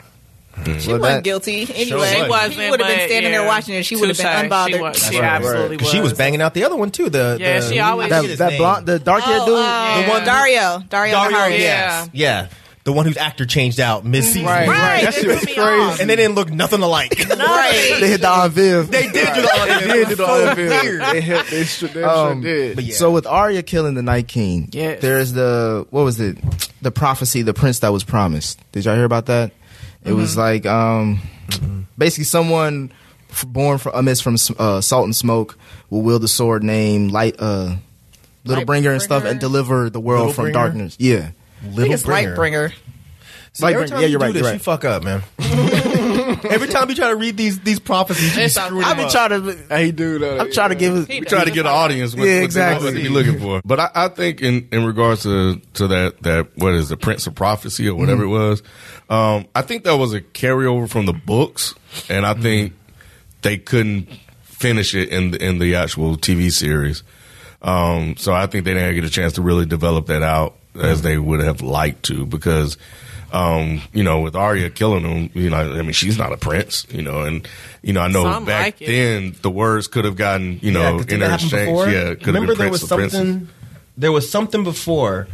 S4: She
S3: Well,
S4: wasn't
S3: that-
S4: guilty anyway.
S5: wasn't.
S4: he would have been
S7: but,
S4: standing there
S7: yeah,
S4: watching her. She would have
S7: touche.
S4: been
S7: She,
S4: unbothered.
S7: was,
S6: Right,
S7: she
S6: right.
S7: absolutely was.
S5: She was banging out the other one too. The
S7: Yeah,
S5: the-
S7: she always-
S5: I forget
S3: That,
S5: his
S3: that
S5: name.
S3: blonde, the dark haired dude.
S4: Oh, uh,
S7: The one-
S4: Dario, Dario,
S5: Dario.
S4: Naharis.
S5: Yes, yeah, the one whose actor changed out mid season,
S6: Right,
S7: Mhm. Right,
S6: right.
S7: that
S6: That shit
S7: threw
S6: was
S7: me
S6: crazy.
S7: off.
S5: and they didn't look nothing
S7: [laughs]
S5: alike.
S4: Right.
S3: they hit the Aunt Viv.
S5: [laughs] uh, They did do the audio.
S6: They did do the other bill.
S5: weird.
S6: They hit. They sure, they sure
S3: Um,
S6: did.
S5: but yeah.
S3: So with Arya killing the Night King,
S7: Yes.
S3: there's the what was it? The prophecy, the prince that was promised. Did y'all hear about that? It was like um,
S6: Mm-hmm.
S3: basically someone f- born from amidst from uh, salt and smoke will wield the sword named Light uh, Little Bringer and stuff and deliver the world
S5: Littlebringer?
S3: from darkness. Yeah.
S4: I think
S5: Little
S4: it's Lightbringer.
S5: See, every
S3: Lightbringer.
S5: time
S3: Yeah,
S5: you
S3: you're
S5: do
S3: right,
S5: this,
S3: you're
S5: you
S3: right.
S5: fuck up, man. [laughs] every time you try to read these these prophecies, you
S7: It's
S5: screw
S7: a-
S5: it
S3: I've been
S5: up.
S3: trying to.
S6: Hey, dude. uh,
S3: I'm trying to give.
S7: He
S1: We try to get an audience. With,
S3: Yeah,
S1: with the-
S3: exactly.
S1: What you're looking for. But I, I think in, in regards to to that that what is the Prince of Prophecy or whatever
S3: Mm-hmm.
S1: it was, um, I think that was a carryover from the books, and
S3: Mm-hmm.
S1: I think they couldn't finish it in the, in the actual TV series. Um, so I think they didn't get a chance to really develop that out
S3: Mm-hmm.
S1: as they would have liked to because. Um, you know, with Arya killing him, you know, I mean, she's not a prince, you know, and you know, I know
S7: Some
S1: back
S7: like it.
S1: then the words could have gotten, you know
S5: Yeah,
S1: know,
S5: 'cause didn't that happen
S1: interchange.
S5: before?
S1: Yeah, could
S5: remember
S1: have been
S5: there
S1: Prince
S5: was
S1: of Princes.
S5: something. There was something before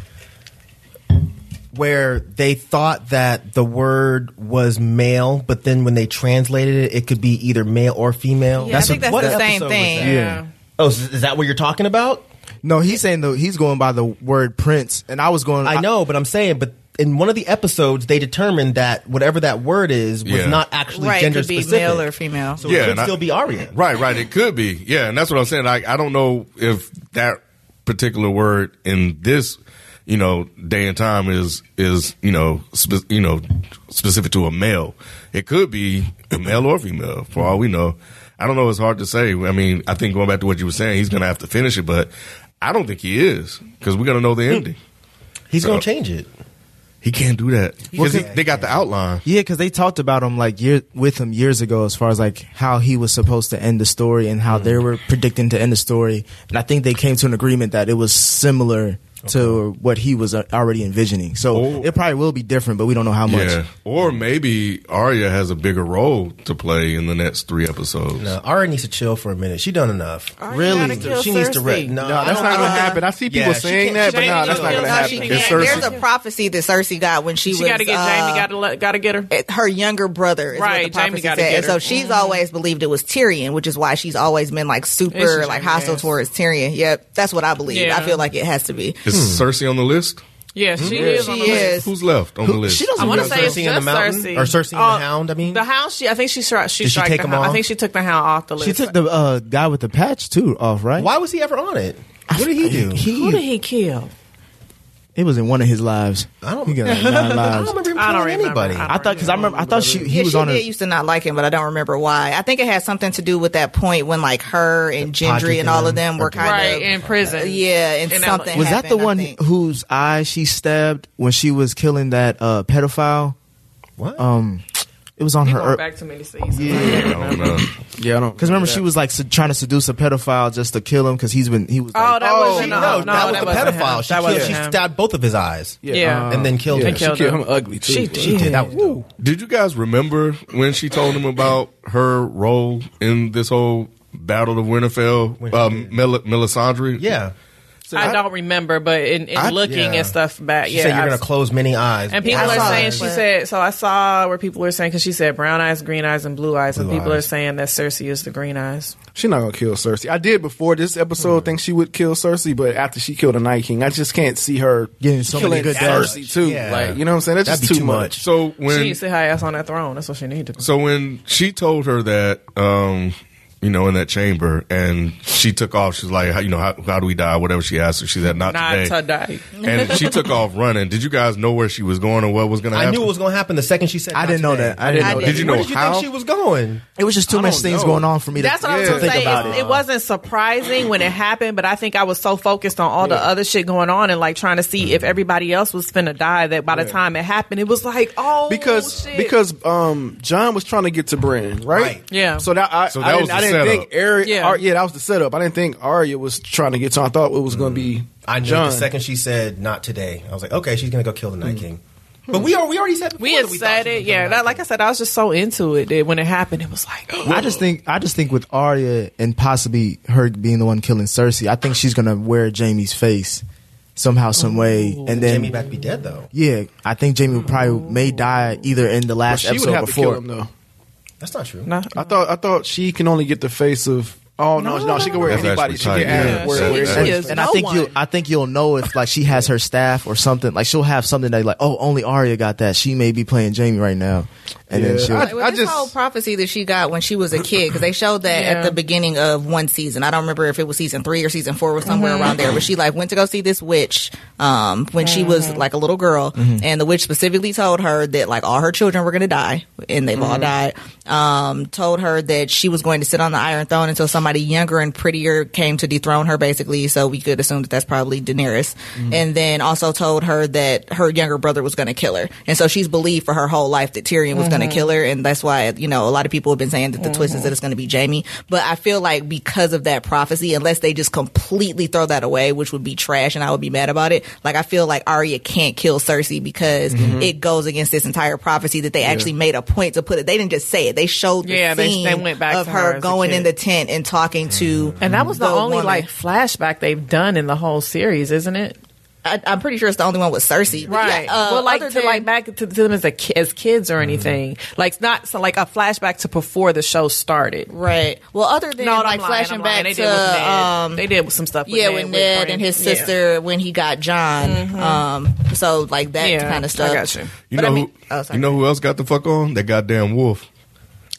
S5: where they thought that the word was male, but then when they translated it, it could be either male or female.
S4: Yeah, I think that's
S5: what
S4: the same
S5: episode was
S4: thing.
S5: that?
S7: yeah.
S5: Oh, is is that what you're talking about?
S3: No, he's saying though he's going by the word prince, and I was going.
S5: I know, but I'm saying, but in one of the episodes, they determined that whatever that word is was
S1: Yeah.
S5: not actually
S4: Right, it
S5: gender
S4: could be
S5: specific.
S4: male or female.
S5: so
S1: Yeah,
S5: it could
S1: and I-
S5: still be Arya.
S1: Right, right. It could be. Yeah, and that's what I'm saying. I, I don't know if that particular word in this, you know, day and time is is you know spe- you know specific to a male. It could be a male or female, for all we know. I don't know. It's hard to say. I mean, I think going back to what you were saying, he's going to have to finish it,
S5: Hmm.
S1: but I don't think he is because we're going to know the ending.
S5: He's
S1: So-
S5: going to change it.
S1: He can't do that because they got the outline.
S3: Yeah, because they talked about him like year with him years ago, as far as like how he was supposed to end the story and how they were predicting to end the story, and I think they came to an agreement that it was similar to what he was uh, already envisioning. So
S1: Oh.
S3: it probably will be different, but we don't know how much.
S1: Yeah, or maybe Arya has a bigger role to play in the next three episodes.
S5: No, Ari needs to chill for a minute. She done enough.
S7: Really?
S5: she needs to rest. No, I
S6: that's
S5: don't-
S6: not
S5: I-
S6: gonna happen. I see people
S5: Yeah, she
S6: saying
S5: can't-
S6: that, but
S7: she
S6: nah,
S7: ain't
S6: that's not
S7: gonna
S6: gonna
S7: do it.
S6: happen.
S7: She
S6: It's
S7: can't.
S6: Cersei.
S4: There's a prophecy that Cersei got when she,
S7: She
S4: was
S7: got to get
S4: uh,
S7: Jamie. Got to got to get her.
S4: it- her younger brother is
S7: Right,
S4: what the prophecy
S7: Jaime gotta
S4: said.
S7: get
S4: And so
S7: her. Mm-hmm.
S4: she's always believed it was Tyrion, which is why she's always been like
S7: It's
S4: super
S7: just
S4: like
S7: Jaime
S4: hostile
S7: ass.
S4: towards Tyrion. Yep, that's what I believe.
S7: Yeah.
S4: I feel like it has to be.
S1: Is Cersei on the list?
S7: Yeah, she is.
S4: She
S7: on the list.
S4: is.
S1: Who's left on the list?
S3: She doesn't
S7: I want to
S3: know.
S7: say it's
S5: Cersei and
S7: just
S5: the Mountain?
S7: Cersei
S5: Or Cersei and the Hound, I mean?
S7: the Hound. She, I think she struck. She,
S5: Did she
S7: striked
S5: take
S7: the
S5: 'em
S7: Hound. I
S5: off?
S7: think she took the Hound off the list.
S3: She took the uh, guy with the patch too off, right?
S5: Why was he ever on it? What did he do?
S7: Who did
S3: He,
S7: he kill?
S3: it was in one of his lives.
S5: I don't-
S3: He got like nine
S5: [laughs] I don't
S3: lives.
S5: remember him
S7: I don't
S5: killing
S7: remember.
S5: anybody.
S7: I
S3: I thought because I remember. I thought she he
S4: yeah,
S3: was
S4: she
S3: on
S4: did
S3: a
S4: used to not like him, but I don't remember why. I think it had something to do with that point when like her and Gendry
S5: Podrick
S4: and all of
S5: and-
S4: them were kind
S7: Right
S4: of
S7: in prison.
S4: yeah, and,
S7: And that
S4: something
S3: Was that the
S4: happened, I
S3: one
S4: think.
S3: whose eye she stabbed when she was killing that uh, pedophile?
S5: What?
S3: Um, it was on
S7: He
S3: her.
S7: went back too many seasons.
S1: I don't know.
S6: Yeah, I don't
S3: Because remember, she was like se- trying to seduce a pedophile just to kill him because he's been he was.
S7: Oh,
S3: Like,
S7: that
S6: Oh,
S7: wasn't
S6: no,
S7: no,
S5: no, that was
S7: wasn't
S5: the
S7: him.
S5: pedophile. She,
S7: That
S5: killed,
S7: wasn't
S5: she
S7: him.
S5: stabbed both of his eyes
S7: Yeah.
S5: and then killed
S6: Yeah,
S5: him.
S6: she
S7: killed
S6: killed
S7: her.
S6: him ugly too.
S7: She
S6: but-
S7: did.
S5: That was-
S1: Did you guys remember when she told him about her role in this whole Battle of Winterfell? Um, Mel- Melisandre?
S5: yeah.
S7: I don't remember, but in, in
S1: I-
S7: looking
S5: yeah.
S7: and stuff back,
S5: She
S7: yeah.
S5: said you're
S7: I've-
S5: going to close many eyes.
S7: and people
S4: I
S7: are
S4: saw
S7: saying
S4: that,
S7: she
S4: but-
S7: said. So I saw where people were saying because she said brown eyes, green eyes, and blue eyes, and
S5: Blue
S7: people
S5: eyes.
S7: are saying that Cersei is the green eyes.
S6: She not gonna kill Cersei. I did before this episode think she would kill Cersei, but after she killed the Night King, I just can't see her
S3: Getting so
S6: killing
S3: many good
S6: Cersei
S5: deaths.
S6: too.
S5: Yeah.
S6: Like you know what I'm saying? That's
S5: That'd
S6: just
S5: be
S6: too
S5: too
S6: much.
S1: So
S7: She
S1: when
S7: needs to sit her ass on that throne. That's what she needs to do.
S1: So when she told her that, um, you know, in that chamber, and she took off, she's like, how, you know, how, how do we die? Whatever she asked her, she said, not,
S7: Not
S1: today.
S7: today.
S1: and she took off running. Did you guys know where she was going or what was going to
S5: I
S1: happen?
S5: knew it was going to happen the second she said
S3: I
S5: "Not
S3: didn't know
S5: today."
S3: that. I didn't
S4: I
S3: know
S4: didn't.
S3: that.
S1: Did you
S5: Where
S1: know
S5: did you
S1: how?
S5: think she was going?
S3: It was just too much things
S6: know.
S3: going on for me.
S7: That's
S3: to,
S7: what I was
S3: to
S7: gonna
S3: think
S7: say.
S3: about
S7: It's-
S3: it.
S7: it. wasn't surprising when it happened, but I think I was so focused on all the other shit going on and like trying to see if everybody else was finna die that by the time it happened, it was like, oh,
S6: because
S7: shit.
S6: because um John was trying to get to Brandon, right?
S5: Right.
S7: Yeah.
S6: So that I,
S1: So
S6: I
S1: that
S6: didn't,
S1: was the
S6: I didn't
S1: setup.
S6: think Ari,
S7: Yeah.
S6: yeah. yeah, that was the setup. I didn't think Arya was trying to get to. I thought it was going to be
S5: I knew it
S6: John.
S5: the second she said "not today." I was like, okay, she's going to go kill the Night
S3: Hmm.
S5: King. But we are we already said
S7: we
S5: before
S7: had
S5: that we thought
S7: said
S5: she was
S7: it,
S5: gonna
S7: yeah.
S5: kill the
S7: That,
S5: Night
S7: like I said, I was just so into it that when it happened, it was like, [gasps] oh.
S3: I just think I just think with Arya and possibly her being the one killing Cersei, I think she's gonna wear Jamie's face somehow, some way, and
S5: King.
S3: then
S5: Jamie back be dead though.
S3: yeah, I think Jamie would probably may die either in the
S6: Well,
S3: last
S6: she would
S3: episode
S6: have
S3: before.
S6: to kill him though.
S5: That's not true.
S7: No.
S6: I thought I thought she can only get the face of. Oh no,
S7: No,
S6: no,
S7: no,
S6: she
S7: no,
S6: can wear
S1: That's
S6: anybody. She
S1: actually
S6: can
S1: tight,
S6: add
S1: yeah.
S6: where,
S1: She-
S6: where
S1: she
S7: is.
S3: and
S7: No
S3: I think
S7: one.
S3: you I think you'll know if like she has her staff or something. Like she'll have something that like, oh, only Arya got that. She may be playing Jamie right now, and then
S6: Yeah.
S3: she'll.
S6: I-
S4: Well, this
S6: just-
S4: whole prophecy that she got when she was a kid because they showed that
S7: Yeah.
S4: at the beginning of one season. I don't remember if it was season three or season four or somewhere around there. But she like went to go see this witch um, when she was like a little girl, and the witch specifically told her that like all her children were going to die, and they've all died. Um, told her that she was going to sit on the Iron Throne until somebody younger and prettier came to dethrone her, basically. So we could assume that that's probably Daenerys, and then also told her that her younger brother was going to kill her, and so she's believed for her whole life that Tyrion was going to kill her, and that's why you know a lot of people have been saying that the twist is that it's going to be Jamie. But I feel like because of that prophecy, unless they just completely throw that away, which would be trash, and I would be mad about it. Like I feel like Arya can't kill Cersei because it goes against this entire prophecy that they actually made a point to put it. They didn't just say it; they showed the
S7: Yeah, they-
S4: scene
S7: they went back
S4: of
S7: to her
S4: her,
S7: as a
S4: going in
S7: kid.
S4: the tent and talking to.
S7: and that was the, only
S4: woman.
S7: like flashback they've done in the whole series, isn't it?
S4: I, I'm pretty sure it's the only one with Cersei, But
S7: Right.
S4: Yeah, uh,
S7: well, like
S4: other
S7: to
S4: than-
S7: like back to, to them as a ki- as kids or anything. Like it's not so like a flashback to before the show started.
S4: Right. Well, other than
S7: No, I'm
S4: like
S7: lying,
S4: flashing
S7: I'm lying.
S4: back
S7: they
S4: to
S7: did with Ned.
S4: um,
S7: they did some stuff. With
S4: yeah,
S7: Ned,
S4: with Ned and
S7: Brandon.
S4: his
S7: Yeah. Mm-hmm.
S4: sister when he got John. Um, so like that
S7: Yeah,
S4: kind
S7: I
S4: of stuff.
S7: got you.
S1: you
S4: but
S1: know
S4: I mean-
S1: who?
S4: oh, sorry.
S1: you know who else got the fuck on? That goddamn wolf.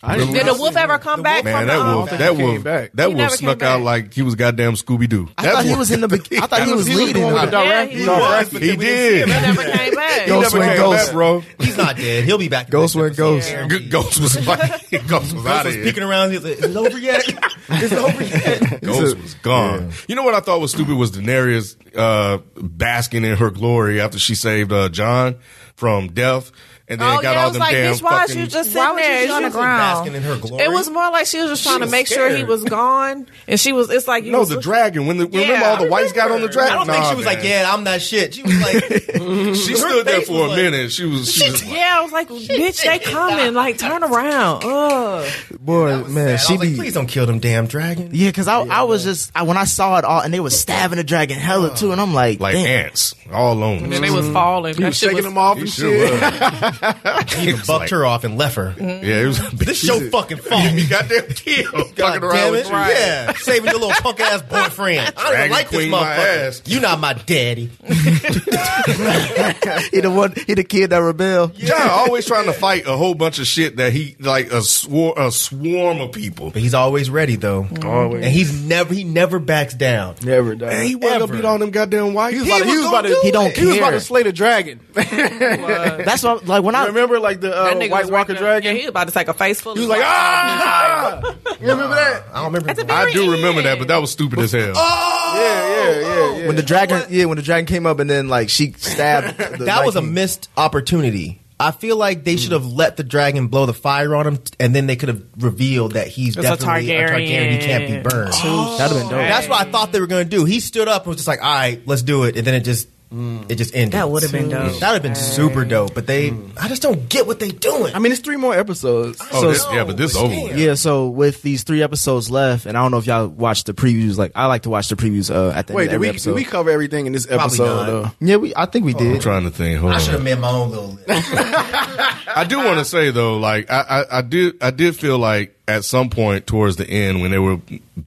S6: I didn't
S7: Did the wolf ever come back
S1: Man,
S7: from
S1: that
S7: the? um, [laughs]
S1: wolf,
S6: think
S1: that
S6: he came
S1: wolf,
S6: back.
S1: that
S7: He
S1: wolf
S7: never came
S1: snuck out
S7: back.
S1: like he was goddamn Scooby Doo.
S3: I thought he was in the. Be- I thought he was leading.
S6: going with
S3: her.
S6: Darth
S7: Yeah, he
S6: Darth
S7: was.
S1: He did. [laughs]
S7: He never came back.
S3: Yo, Ghost
S1: He never
S3: went
S1: came
S3: ghost.
S1: back, bro.
S5: He's not dead. He'll be back.
S3: Ghost went ghost.
S7: Yeah.
S1: Good [laughs] Ghost was like, [laughs] Ghost was out of
S5: was
S1: here.
S5: peeking around. He's like, "Is it
S1: [laughs]
S5: over yet? Is it over yet?"
S1: Ghost was gone. You know what I thought was stupid was Daenerys uh, basking in her glory after she saved uh, John from death, and then
S7: Oh,
S1: got
S7: yeah, I
S1: all
S7: was
S1: them
S7: like,
S1: damn
S7: bitch, why is
S1: fucking.
S7: you just
S4: Why
S7: sitting
S4: was you
S7: there?
S4: just on
S7: You
S4: the
S5: She's
S7: just-
S5: like basking in her glory.
S7: It was more like she was just trying
S5: was
S7: to make sure he
S5: scared.
S7: was gone, and she was. It's like you
S1: no,
S7: was
S1: the dragon. When the when remember
S7: Yeah,
S1: all the
S7: I
S1: whites got on the
S7: remember.
S1: dragon.
S5: I don't think
S1: Nah,
S5: she was
S1: man.
S5: like, "Yeah, I'm that shit." She was
S1: [laughs]
S5: like,
S1: She
S5: her
S1: stood there
S5: face
S1: for a
S5: was like-
S1: minute. She was. She was like,
S7: Yeah, I was like, bitch, they coming. Like, turn around. Ugh.
S3: Boy, man,
S5: "Man,
S3: she
S5: like,
S3: be.
S5: please don't kill them
S1: [laughs]
S5: damn dragons."
S3: Yeah, because I, I was just I, when I saw it all, and they were stabbing the dragon hella too, and I'm like,
S1: like
S3: damn.
S1: ants all alone.
S7: And they was falling.
S6: He
S7: That
S6: was
S7: shit
S6: shaking
S7: was
S6: them off
S1: He
S6: and
S1: sure
S6: shit.
S1: was.
S5: He even bucked her off and left her.
S1: Yeah, it was. [laughs]
S5: This show fucking fault.
S1: You
S5: [laughs]
S1: got damn killed.
S5: God
S1: fucking around
S5: damn
S1: with
S5: it.
S1: you.
S5: Yeah. Saving your little punk ass boyfriend. I
S1: [laughs]
S5: don't
S1: Dragon
S5: even like this
S1: queen my ass.
S5: motherfucker. You not my daddy.
S3: He the one, he the kid that rebel.
S1: John always trying to fight a whole bunch of shit that he like a swar- a swarm of people.
S5: But he's always ready though.
S6: Always.
S5: And he's never he never backs down.
S6: Never died.
S1: And he wasn't
S5: Ever.
S1: gonna beat all them goddamn whites.
S6: He was about to- he was about to.
S3: He don't
S6: He was about
S3: care.
S6: to slay the [laughs] dragon.
S3: That's what like when I
S6: Remember, like the
S7: That
S6: uh,
S7: nigga was
S6: White
S7: right
S6: Walker
S7: there.
S6: dragon.
S7: Yeah, he was about to take a face full.
S6: He was like, ah! You remember that?
S5: I don't remember.
S7: a-
S1: I do remember that, but that was stupid as hell.
S6: Yeah, yeah, yeah, yeah.
S3: when the dragon, yeah, when the dragon came up, and then like she
S5: [laughs]
S3: stabbed. the
S5: that was a
S3: Viking.
S5: missed opportunity. I feel like they should have let the dragon blow the fire on him, and then they could have revealed that he's
S7: It's a Oh.
S5: definitely a Targaryen. He can't be burned.
S3: That'd have been dope.
S5: That's what I thought they were going to do. He stood up and was just like, "All right, let's do it," and then it just it just ended.
S7: That would've been dope.
S5: That would have been super dope. But they, I just don't get what they doing.
S6: I mean, it's three more episodes.
S1: Oh,
S6: so
S1: this, yeah, but this over. with.
S3: Yeah, so with these three episodes left, and I don't know if y'all watched the previews. Like I like to watch the previews uh, at the
S6: wait,
S3: end
S6: did
S3: of every
S6: we
S3: episode.
S6: did we cover everything in this episode?
S5: not.
S6: Though?
S3: yeah, we. I
S6: Oh,
S3: think we
S1: I'm
S3: did.
S1: trying to think. Hold
S5: I should
S1: on.
S5: have made my own little list.
S1: I do want to say though, like I, I, I did, I did feel like at some point towards the end when they were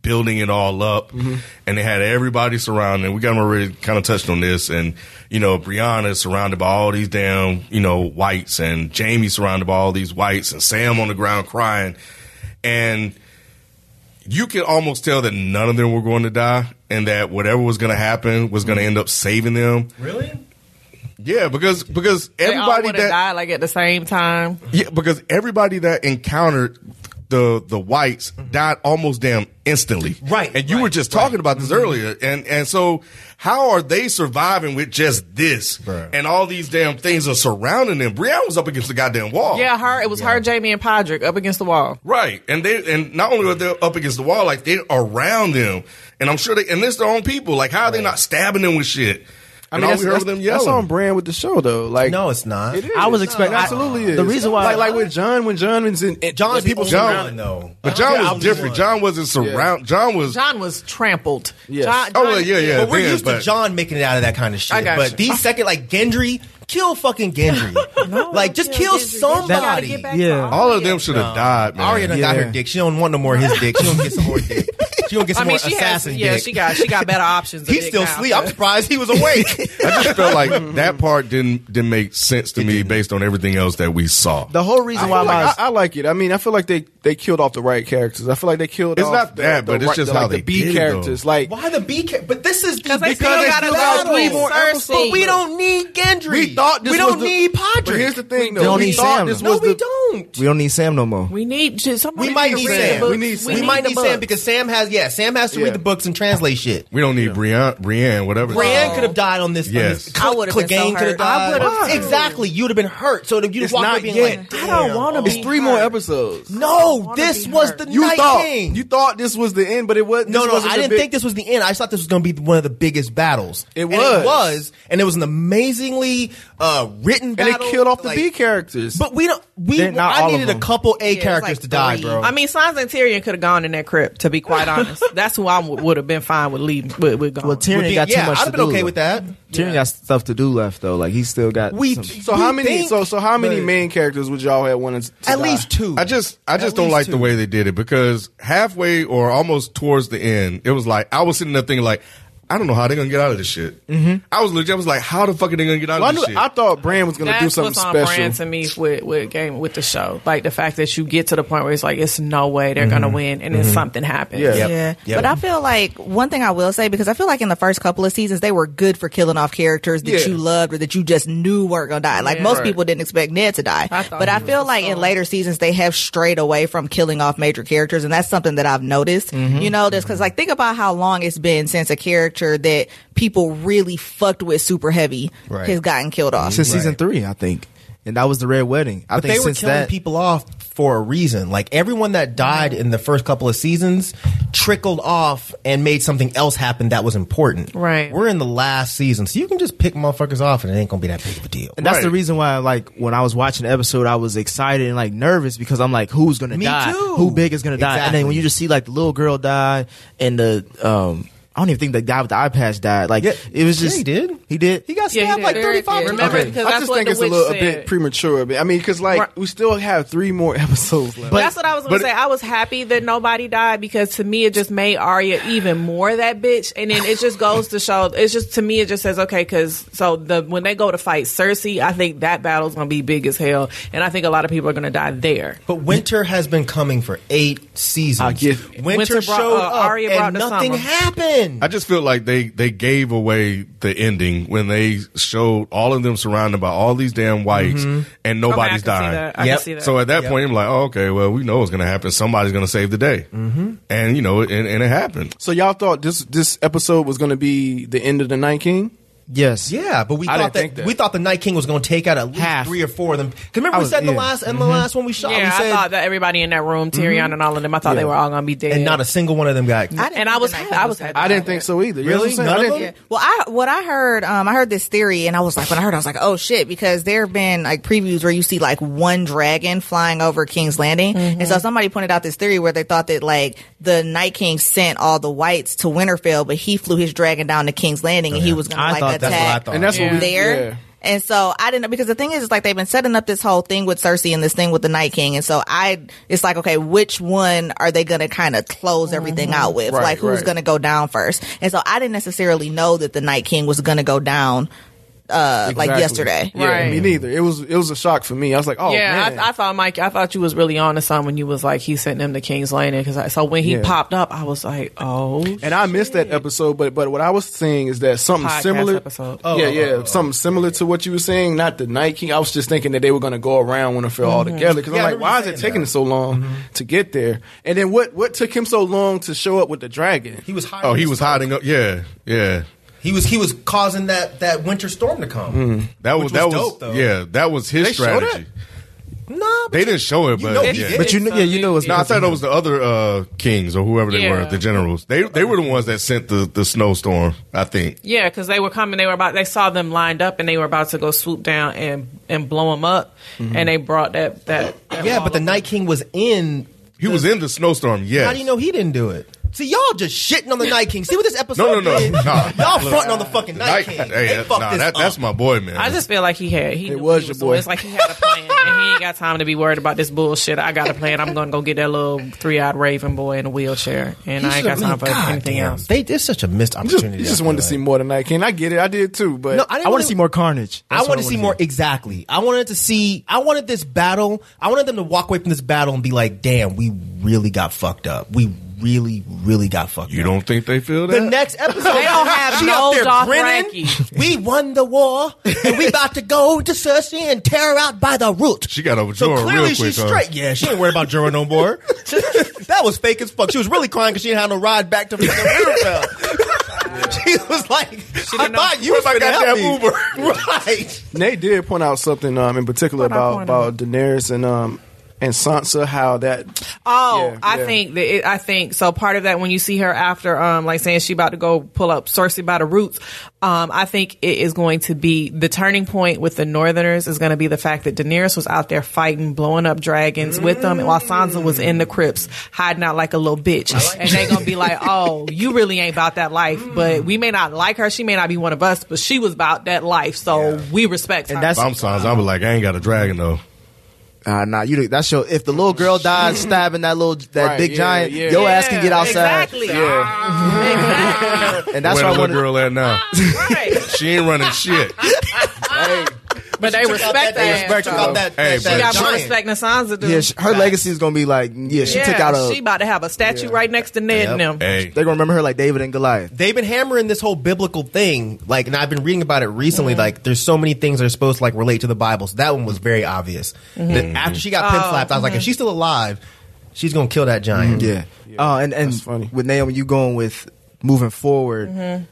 S1: building it all up, and they had everybody surrounding. We got already kind of touched on this, and you know, Brianna is surrounded by all these damn you know whites, and Jamie surrounded by all these whites, and Sam on the ground crying, and you could almost tell that none of them were going to die, and that whatever was going to happen was going to end up saving them.
S5: Really?
S1: Yeah, because because everybody
S7: everybody
S1: that
S7: died like at the same time.
S1: yeah, because everybody that encountered the the whites died almost damn instantly.
S5: Right,
S1: And you were
S5: right,
S1: just talking about this earlier. And and so how are they surviving with just this?
S5: Bruh.
S1: And all these damn things are surrounding them. Brianna was up against the goddamn wall.
S7: Yeah, her. It was her, Jamie, and Podrick up against the wall.
S1: Right. And they and not only are they up against the wall, like they're around them. And I'm sure they and it's their own people. Like how are they not stabbing them with shit?
S6: I
S1: and
S6: mean,
S1: all
S6: that's,
S1: we heard
S6: that's,
S1: was them
S6: that's
S1: yelling.
S6: on brand with the show, though. Like,
S5: No, it's not.
S6: it is.
S3: I was expecting-
S6: It absolutely.
S3: I-
S6: is.
S3: the reason why-
S6: like, like with John, when John was in, it,
S5: John's
S6: like,
S5: people
S6: people
S5: the only
S6: surround-
S5: one, though.
S1: but John
S5: Yeah, I
S1: was
S5: the
S1: different.
S5: one.
S1: John wasn't surround John was
S7: John was trampled.
S6: Yes.
S7: John,
S1: Oh
S7: John-
S1: well, yeah, yeah.
S5: But we're
S1: then,
S5: used to
S1: but-
S5: John making it out of that kind of shit.
S7: I got
S5: but
S7: you.
S5: these second, like Gendry, kill fucking
S7: [laughs]
S5: Gendry. like, just kill somebody.
S3: Yeah.
S1: All of them should have died, man.
S5: Arya done got
S3: Yeah.
S5: her dick. She don't want no more of his dick. She don't get some more dick. She don't get
S7: I
S5: some
S7: mean,
S5: more
S7: she has.
S5: assassin
S7: Yeah,
S5: dick.
S7: she got. She got better options. of
S5: He's
S7: dick
S5: still
S7: now.
S5: asleep. I'm surprised he was
S7: [laughs]
S5: awake.
S1: I just felt like that part didn't didn't make sense to me based on everything else that we saw.
S3: The whole reason why
S6: I,
S3: my
S6: like, I, I like it. I mean, I feel like they they killed off the right characters. I feel like they killed.
S1: It's
S6: off
S1: not
S6: the-
S1: that,
S6: the
S1: but it's
S6: right-
S1: just
S6: the,
S1: how
S6: like,
S1: they
S6: the B
S1: did it,
S6: characters.
S1: though.
S6: Like,
S5: Why the B? Ca- but this is
S7: Because they still
S5: because
S7: got
S5: it's
S7: to
S5: battle.
S7: go three more
S5: But
S7: episodes.
S5: we don't need Gendry.
S6: We thought this
S5: we don't
S6: was the-
S5: need Podrick.
S6: but here's the thing, though.
S3: don't
S6: we
S3: need
S6: thought
S3: Sam,
S6: this
S3: though.
S5: no,
S6: was
S5: we
S6: the
S5: don't.
S3: we don't need Sam no more.
S7: We need. To,
S5: We
S7: somebody
S5: might
S7: need
S5: need
S7: to read the
S5: Sam.
S7: book.
S6: We need Sam.
S5: We might
S7: the
S5: need Sam
S7: book.
S5: because Sam has yeah. Sam has to
S6: Yeah.
S5: read the books and translate shit.
S1: we don't need Brienne, Brienne, whatever. Uh,
S5: Bran could have died on this. on
S1: Yes.
S5: this-
S4: I would've been so
S5: Clegane could have
S4: hurt.
S5: died.
S7: I would've too.
S5: exactly. You'd have been hurt. So you'd
S6: It's
S5: walk
S6: not
S5: up being
S6: yet.
S5: like,
S7: I don't want to be.
S6: oh, It's three more
S7: hurt.
S6: episodes.
S5: "No,
S7: wanna
S5: this
S7: be
S5: was
S7: hurt.
S5: the
S6: You
S5: Night
S6: thought
S5: King."
S6: you thought this was the end, but it wasn't.
S5: no,
S6: this
S5: no,
S6: wasn't
S5: I
S6: the
S5: didn't
S6: big-
S5: think this was the end. I just thought this was going to be one of the biggest battles.
S6: It
S5: And
S6: was.
S5: it was, and it was an amazingly uh, written
S6: And
S5: battle.
S6: they killed off the
S5: like-
S6: B characters.
S5: But we don't. We
S3: They're not all
S5: I
S3: of
S5: needed a
S3: them.
S5: couple A
S7: Yeah, it's
S5: characters
S7: like
S5: to die,
S7: three.
S5: bro.
S7: I mean, Sansa and Tyrion could have gone in that crypt. To be quite
S5: [laughs]
S7: honest, that's who I would have been fine with leaving. With, with going.
S3: Well, Tyrion
S5: Would be-
S3: got too
S5: yeah,
S3: much to
S5: I'd have been
S3: do.
S5: okay with that.
S3: Tyrion got stuff to do left though. Like he still got.
S5: We
S3: some-
S6: so
S5: we
S6: how many?
S5: think-
S6: so so how many
S5: but
S6: main characters would y'all have wanted to
S5: At
S6: die?
S5: least two.
S1: I just I just
S5: At
S1: don't
S5: least
S1: like
S5: two.
S1: the way they did it because halfway or almost towards the end, it was like I was sitting there thinking like I don't know how they're gonna get out of this shit. Mm-hmm. I was legit. I was like, how the fuck are they gonna get out
S6: Well, I,
S1: of this
S6: knew,
S1: shit?
S6: I thought Brand was going to
S7: That's
S6: do something
S7: what's on
S6: special.
S7: brand to me with with game with the show. Like the fact that you get to the point where it's like it's no way they're
S5: Mm-hmm.
S7: gonna win, and then something happens.
S6: Yeah.
S4: Yeah.
S5: Yep.
S4: But I feel like one thing I will say, because I feel like in the first couple of seasons, they were good for killing off characters that
S1: Yeah.
S4: you loved or that you just knew weren't going to die. Like most
S1: Right.
S4: people didn't expect Ned to die.
S7: I thought
S4: but
S7: he
S4: I feel
S7: was
S4: like in
S7: gone.
S4: later seasons, they have strayed away from killing off major characters. And that's something that I've noticed. You know, just because like think about how long it's been since a character that people really fucked with super heavy
S5: Right.
S4: has gotten killed off.
S3: since season three, I think, and that was the Red Wedding. I
S5: But
S3: think
S5: they were
S3: since
S5: killing
S3: that,
S5: people off for a reason. Like everyone that died in the first couple of seasons trickled off and made something else happen that was important.
S7: Right.
S5: We're in the last season, so you can just pick motherfuckers off and it ain't gonna be that big of a deal.
S3: and that's the
S1: Right.
S3: reason why, like, when I was watching the episode, I was excited and like nervous because I'm like, who's gonna
S5: Me
S3: die?
S5: too.
S3: Who big is gonna die? And then when
S5: Exactly.
S3: you just see like the little girl die and the um. I don't even think the guy with the eye patch died. Like
S5: Yeah.
S3: it was
S5: Yeah,
S3: just
S5: he did.
S3: He did.
S5: He got
S7: Yeah, he
S5: stabbed
S7: did.
S5: like
S7: Eric
S5: thirty five
S7: did.
S5: times.
S7: Remember-
S6: Okay.
S7: because
S6: I
S7: that's
S6: just
S7: what
S6: think
S7: the
S6: it's a
S7: witch
S6: little a
S7: said.
S6: bit premature. But, I mean, because like
S7: Right.
S6: we still have three more [laughs] episodes left.
S7: That's what I was gonna
S1: but-
S7: say. I was happy that nobody died because to me it just made Arya even more that bitch, and then it just goes to show. It's just to me it just says okay because so the when they go to fight Cersei, I think that battle's gonna be big as hell, and I think a lot of people are gonna die there.
S5: But winter has been coming for eight seasons.
S6: I get-
S5: winter,
S7: Winter brought-
S5: showed
S7: uh,
S5: up
S7: Arya brought
S5: and
S7: the
S5: nothing
S7: summer.
S5: happened.
S1: I just feel like they they gave away the ending when they showed all of them surrounded by all these damn whites and
S7: Okay, I
S1: nobody's
S7: can see
S1: dying.
S7: that. I
S5: Yep.
S7: can see that.
S1: So at that point, I'm like, oh, okay, well, we know what's going to happen. Somebody's going to save the day, mm-hmm. and you know, and, and it happened.
S6: So y'all thought this this episode was going to be the end of the Night King?
S3: Yes.
S5: yeah, but we
S6: I
S5: thought
S6: didn't
S5: that,
S6: think that.
S5: we thought the Night King was going to take out at least
S3: Half.
S5: three or four of them. 'Cause remember we
S3: was-
S5: said in the
S3: yeah.
S5: last and the last one we shot.
S7: Mm-hmm. yeah,
S5: we said,
S7: I thought that everybody in that room, Tyrion
S6: Mm-hmm.
S7: and all of them, I thought they were all gonna be dead,
S5: and not a single one of them got.
S4: I didn't
S7: And I
S4: think
S7: was
S4: the Night
S7: ha-
S4: King
S7: I was
S4: dead.
S7: happy.
S6: I didn't think so either. You know
S5: Really?
S6: what I'm saying?
S5: None
S6: I
S5: of
S6: didn't-
S5: them?
S4: Well, I what I heard, um, I heard this theory, and I was like, when I heard, it, I was like, oh shit, because there have been like previews where you see like one dragon flying over King's Landing,
S5: Mm-hmm.
S4: and so somebody pointed out this theory where they thought that like the Night King sent all the whites to Winterfell, but he flew his dragon down to King's Landing, and he was
S3: I
S4: gonna
S3: thought
S4: like
S5: That's what I
S4: attack
S5: thought.
S6: And that's what we
S4: there.
S6: yeah.
S4: And so I didn't know because the thing is, it's like they've been setting up this whole thing with Cersei and this thing with the Night King, and so I, it's like, okay, which one are they going to kind of close everything out with?
S6: Right,
S4: like, who's
S6: right.
S4: going to go down first? And so I didn't necessarily know that the Night King was going to go down, uh, like
S6: Exactly.
S4: yesterday.
S6: Yeah,
S7: Right.
S6: me neither. It was it was a shock for me. I was like, oh
S7: yeah,
S6: man.
S7: I, I thought Mike. I thought you was really on to something when you was like he sent them to King's Landing because so when he
S6: Yeah.
S7: popped up, I was like, oh,
S6: and I missed that episode, but but what I was saying is that something
S7: Podcast
S6: similar.
S7: episode.
S6: yeah, yeah, something similar to what you were saying. Not the Night King. I was just thinking that they were going to go around Winterfell all together because
S5: Yeah, I
S6: I'm like,
S5: remember
S6: why is
S5: you
S6: it
S5: saying
S6: taking
S5: that.
S6: it so long to get there? And then what what took him so long to show up with the dragon?
S5: He was hiding.
S1: Oh, he
S5: his
S1: was
S5: stuff.
S1: hiding up. Yeah, yeah.
S5: He was he was causing that that winter storm to come.
S1: That was,
S5: Which was
S1: that was
S5: dope, though.
S1: yeah, that was his
S6: They showed
S1: strategy.
S5: Nah, but
S1: They didn't show it, but
S5: know he
S1: yeah.
S5: did.
S3: But you know, yeah, you know it's
S1: No, I thought it was the other uh, kings or whoever they were,
S7: Yeah.
S1: the generals. They they were the ones that sent the, the snowstorm. I think.
S7: Yeah, because they were coming. They were about. They saw them lined up, and they were about to go swoop down and and blow them up.
S3: Mm-hmm.
S7: And they brought that that. that
S5: yeah,
S7: wall
S5: but the
S7: up.
S5: Night King was in.
S1: He was in the snowstorm. Yes.
S5: How do you know he didn't do it? See, y'all just shitting on the Night King. See what this episode
S1: No, no, no.
S5: did?
S1: Nah.
S5: y'all fronting on the fucking Night,
S1: Like,
S5: King.
S1: hey,
S5: they
S1: that,
S5: fucked
S1: nah,
S5: this
S1: that,
S5: up.
S1: that's my boy, man.
S7: I just feel like he had. He knew what
S6: was
S7: he
S6: your
S7: doing.
S6: boy.
S7: It's like he had a plan, and he ain't got time to be worried about this bullshit. I got a plan. I'm gonna go get that little three eyed raven boy in a wheelchair, and
S5: He
S7: I ain't got
S5: should've-
S7: time for
S5: God
S7: anything
S5: damn.
S7: else.
S5: They it's such a missed
S6: just,
S5: opportunity.
S6: you
S5: I
S6: just
S5: feel
S6: wanted to
S5: like.
S6: see more than Night King. I get it. I did too, but
S5: No, I didn't
S3: I want
S5: wanna-
S3: to see more carnage.
S5: I
S3: That's what
S5: wanted to see more. Exactly. I wanted to see. I wanted this battle. I wanted them to walk away from this battle and be like, "Damn, we really got fucked up. We really, really got fucked
S1: you
S5: up."
S1: don't think they feel that? [laughs]
S5: The next episode,
S7: They don't have
S5: she
S7: no
S5: up there grinning. [laughs]
S7: Dothraki.
S5: We won the war, and we about to go to Cersei and tear her out by the root.
S1: She got over
S5: so
S1: Jorah
S5: clearly
S1: real quick,
S5: she's
S1: huh?
S5: straight. Yeah, she ain't worried about Jorah no more. [laughs] that was fake as fuck. She was really crying because she didn't have no ride back to
S1: [laughs]
S5: fucking Winterfell. she was like, "I
S7: didn't know-
S5: thought you was
S1: Where's my
S5: gonna help me."
S1: goddamn
S5: [laughs] right?
S6: Nate did point out something um, in particular
S7: What'd I
S6: about
S7: point
S6: about Daenerys and um and Sansa. How that [laughs]
S7: Oh,
S6: Yeah,
S7: I
S6: yeah.
S7: think that it, I think so. Part of that when you see her after, um, like saying she about to go pull up Cersei by the roots, um, I think it is going to be the turning point with the Northerners is going to be the fact that Daenerys was out there fighting, blowing up dragons with them, while Sansa was in the crypts hiding out like a little bitch, and they gonna
S3: [laughs]
S7: be like, "Oh, you really ain't about that life." But we may not like her; she may not be one of us, but she was about that life, so we respect her.
S3: that's-
S1: If I'm Sansa, I was like, I ain't got a dragon though.
S3: Ah, nah, you. That's your. If the little [laughs] girl dies stabbing that little that
S6: Right,
S3: big
S6: yeah,
S3: giant,
S6: yeah.
S3: your ass can get outside.
S7: Exactly.
S3: [laughs]
S7: [laughs]
S3: And that's
S1: Where
S3: why
S1: the
S3: I
S1: little
S3: wanted.
S1: girl at now?
S7: Right.
S1: She ain't running shit.
S7: But they respect
S5: They
S7: that.
S5: respect about that.
S1: Hey, but-
S5: that-
S7: She
S5: that
S7: got more
S5: giant.
S7: respect than Sansa do.
S3: Yeah, sh- her legacy is gonna be like, yeah, she took out a.
S7: She about to have a statue right next to Ned and them.
S1: Hey,
S3: they're gonna remember her like David and Goliath.
S5: They've been hammering this whole biblical thing, like, and I've been reading about it
S7: Mm-hmm.
S5: recently. Like, there's so many things that are supposed to like relate to the Bible. So that one was very obvious.
S7: Mm-hmm.
S5: That after she got
S7: Oh,
S5: pin slapped, I was like, if she's still alive, she's gonna kill that giant.
S3: Yeah. Oh, and and
S6: That's funny.
S3: with Naomi, you going with moving forward.